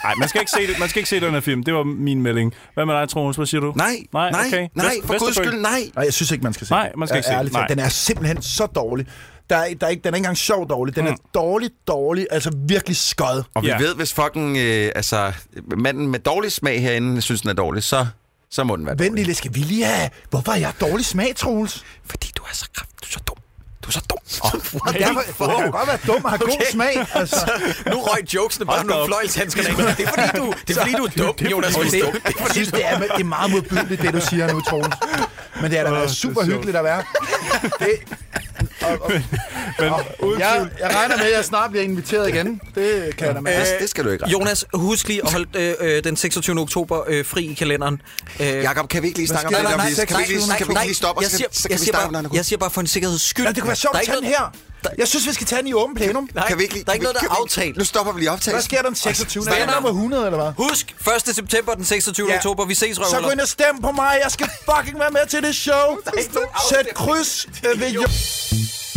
[SPEAKER 3] Nej, man skal ikke se det. Man skal ikke se den her film. Det var min melding. Hvad med dig, Troels? Hvad siger du?
[SPEAKER 4] Nej, nej, nej, for guds skyld, nej.
[SPEAKER 2] Nej, jeg synes ikke, man skal se
[SPEAKER 3] Nej, man skal ikke se den.
[SPEAKER 2] Ærligt talt,
[SPEAKER 3] Nej.
[SPEAKER 2] Den er simpelthen så dårlig. Der er, der er ikke, den er ikke engang sjov dårlig. Den mm. er dårlig, dårlig. Altså virkelig skød.
[SPEAKER 4] Og vi ved, hvis fucking øh, altså, manden med dårlig smag herinde synes, den er dårlig, så, så må den være
[SPEAKER 2] Vent lille, skal vi lige have... Hvorfor har jeg dårlig smag, Troels?
[SPEAKER 4] Fordi du er så kraft. Du er så dum. Du er så dum.
[SPEAKER 2] What the fuck? Jeg kan godt være dum og have god smag, altså.
[SPEAKER 1] nu røg jokesene bare
[SPEAKER 2] da
[SPEAKER 1] nogle
[SPEAKER 2] op.
[SPEAKER 1] fløjlshandskerne af. Det er fordi, du, det er, fordi, du er dum, Jonas. Det, det, det,
[SPEAKER 2] Jeg synes, det er, det er meget modbydeligt, det du siger nu, Troels. Men det er da været super hyggeligt at være.
[SPEAKER 3] Men,
[SPEAKER 2] uden Jeg, jeg regner med, at jeg snart bliver inviteret igen. Det kan jeg da med.
[SPEAKER 1] Jonas, husk lige at holde øh, øh, den 26. oktober øh, fri i kalenderen. Øh,
[SPEAKER 4] Jakob, kan vi ikke lige snakke om
[SPEAKER 1] Nej,
[SPEAKER 4] det
[SPEAKER 1] nej,
[SPEAKER 4] der,
[SPEAKER 1] nej,
[SPEAKER 4] please? Kan vi
[SPEAKER 1] nej,
[SPEAKER 4] ikke lige-
[SPEAKER 1] nej,
[SPEAKER 4] kan vi ikke
[SPEAKER 1] nej.
[SPEAKER 4] lige stoppe, og
[SPEAKER 1] Jeg
[SPEAKER 4] så-
[SPEAKER 1] siger-
[SPEAKER 4] så kan
[SPEAKER 1] jeg
[SPEAKER 4] vi
[SPEAKER 1] siger
[SPEAKER 4] snakke
[SPEAKER 1] bare-
[SPEAKER 4] om noget andet.
[SPEAKER 1] Jeg siger bare for en sikkerheds skyld.
[SPEAKER 2] Nå, det kunne være sjovt
[SPEAKER 1] Der er
[SPEAKER 2] at
[SPEAKER 1] ikke
[SPEAKER 2] tage den
[SPEAKER 1] noget-
[SPEAKER 2] her. Jeg synes, vi skal tage den i åben plenum.
[SPEAKER 1] Nej,
[SPEAKER 4] Kan vi ikke lige-
[SPEAKER 1] der er ikke
[SPEAKER 4] kan
[SPEAKER 1] noget, der
[SPEAKER 4] vi-
[SPEAKER 1] er
[SPEAKER 4] kan vi-
[SPEAKER 1] aftalt.
[SPEAKER 4] Nu stopper vi lige optagelsen.
[SPEAKER 2] Hvad sker der den 26.
[SPEAKER 1] Venner.
[SPEAKER 2] Er der nummer 100, eller hvad?
[SPEAKER 1] Husk, 1. september, den 26.
[SPEAKER 2] Ja.
[SPEAKER 1] oktober, vi ses,
[SPEAKER 2] Så gå
[SPEAKER 1] røvhuller.
[SPEAKER 2] ind og stem på mig. Jeg skal fucking være med til det show. Sæt kryds øh, ved... Jo-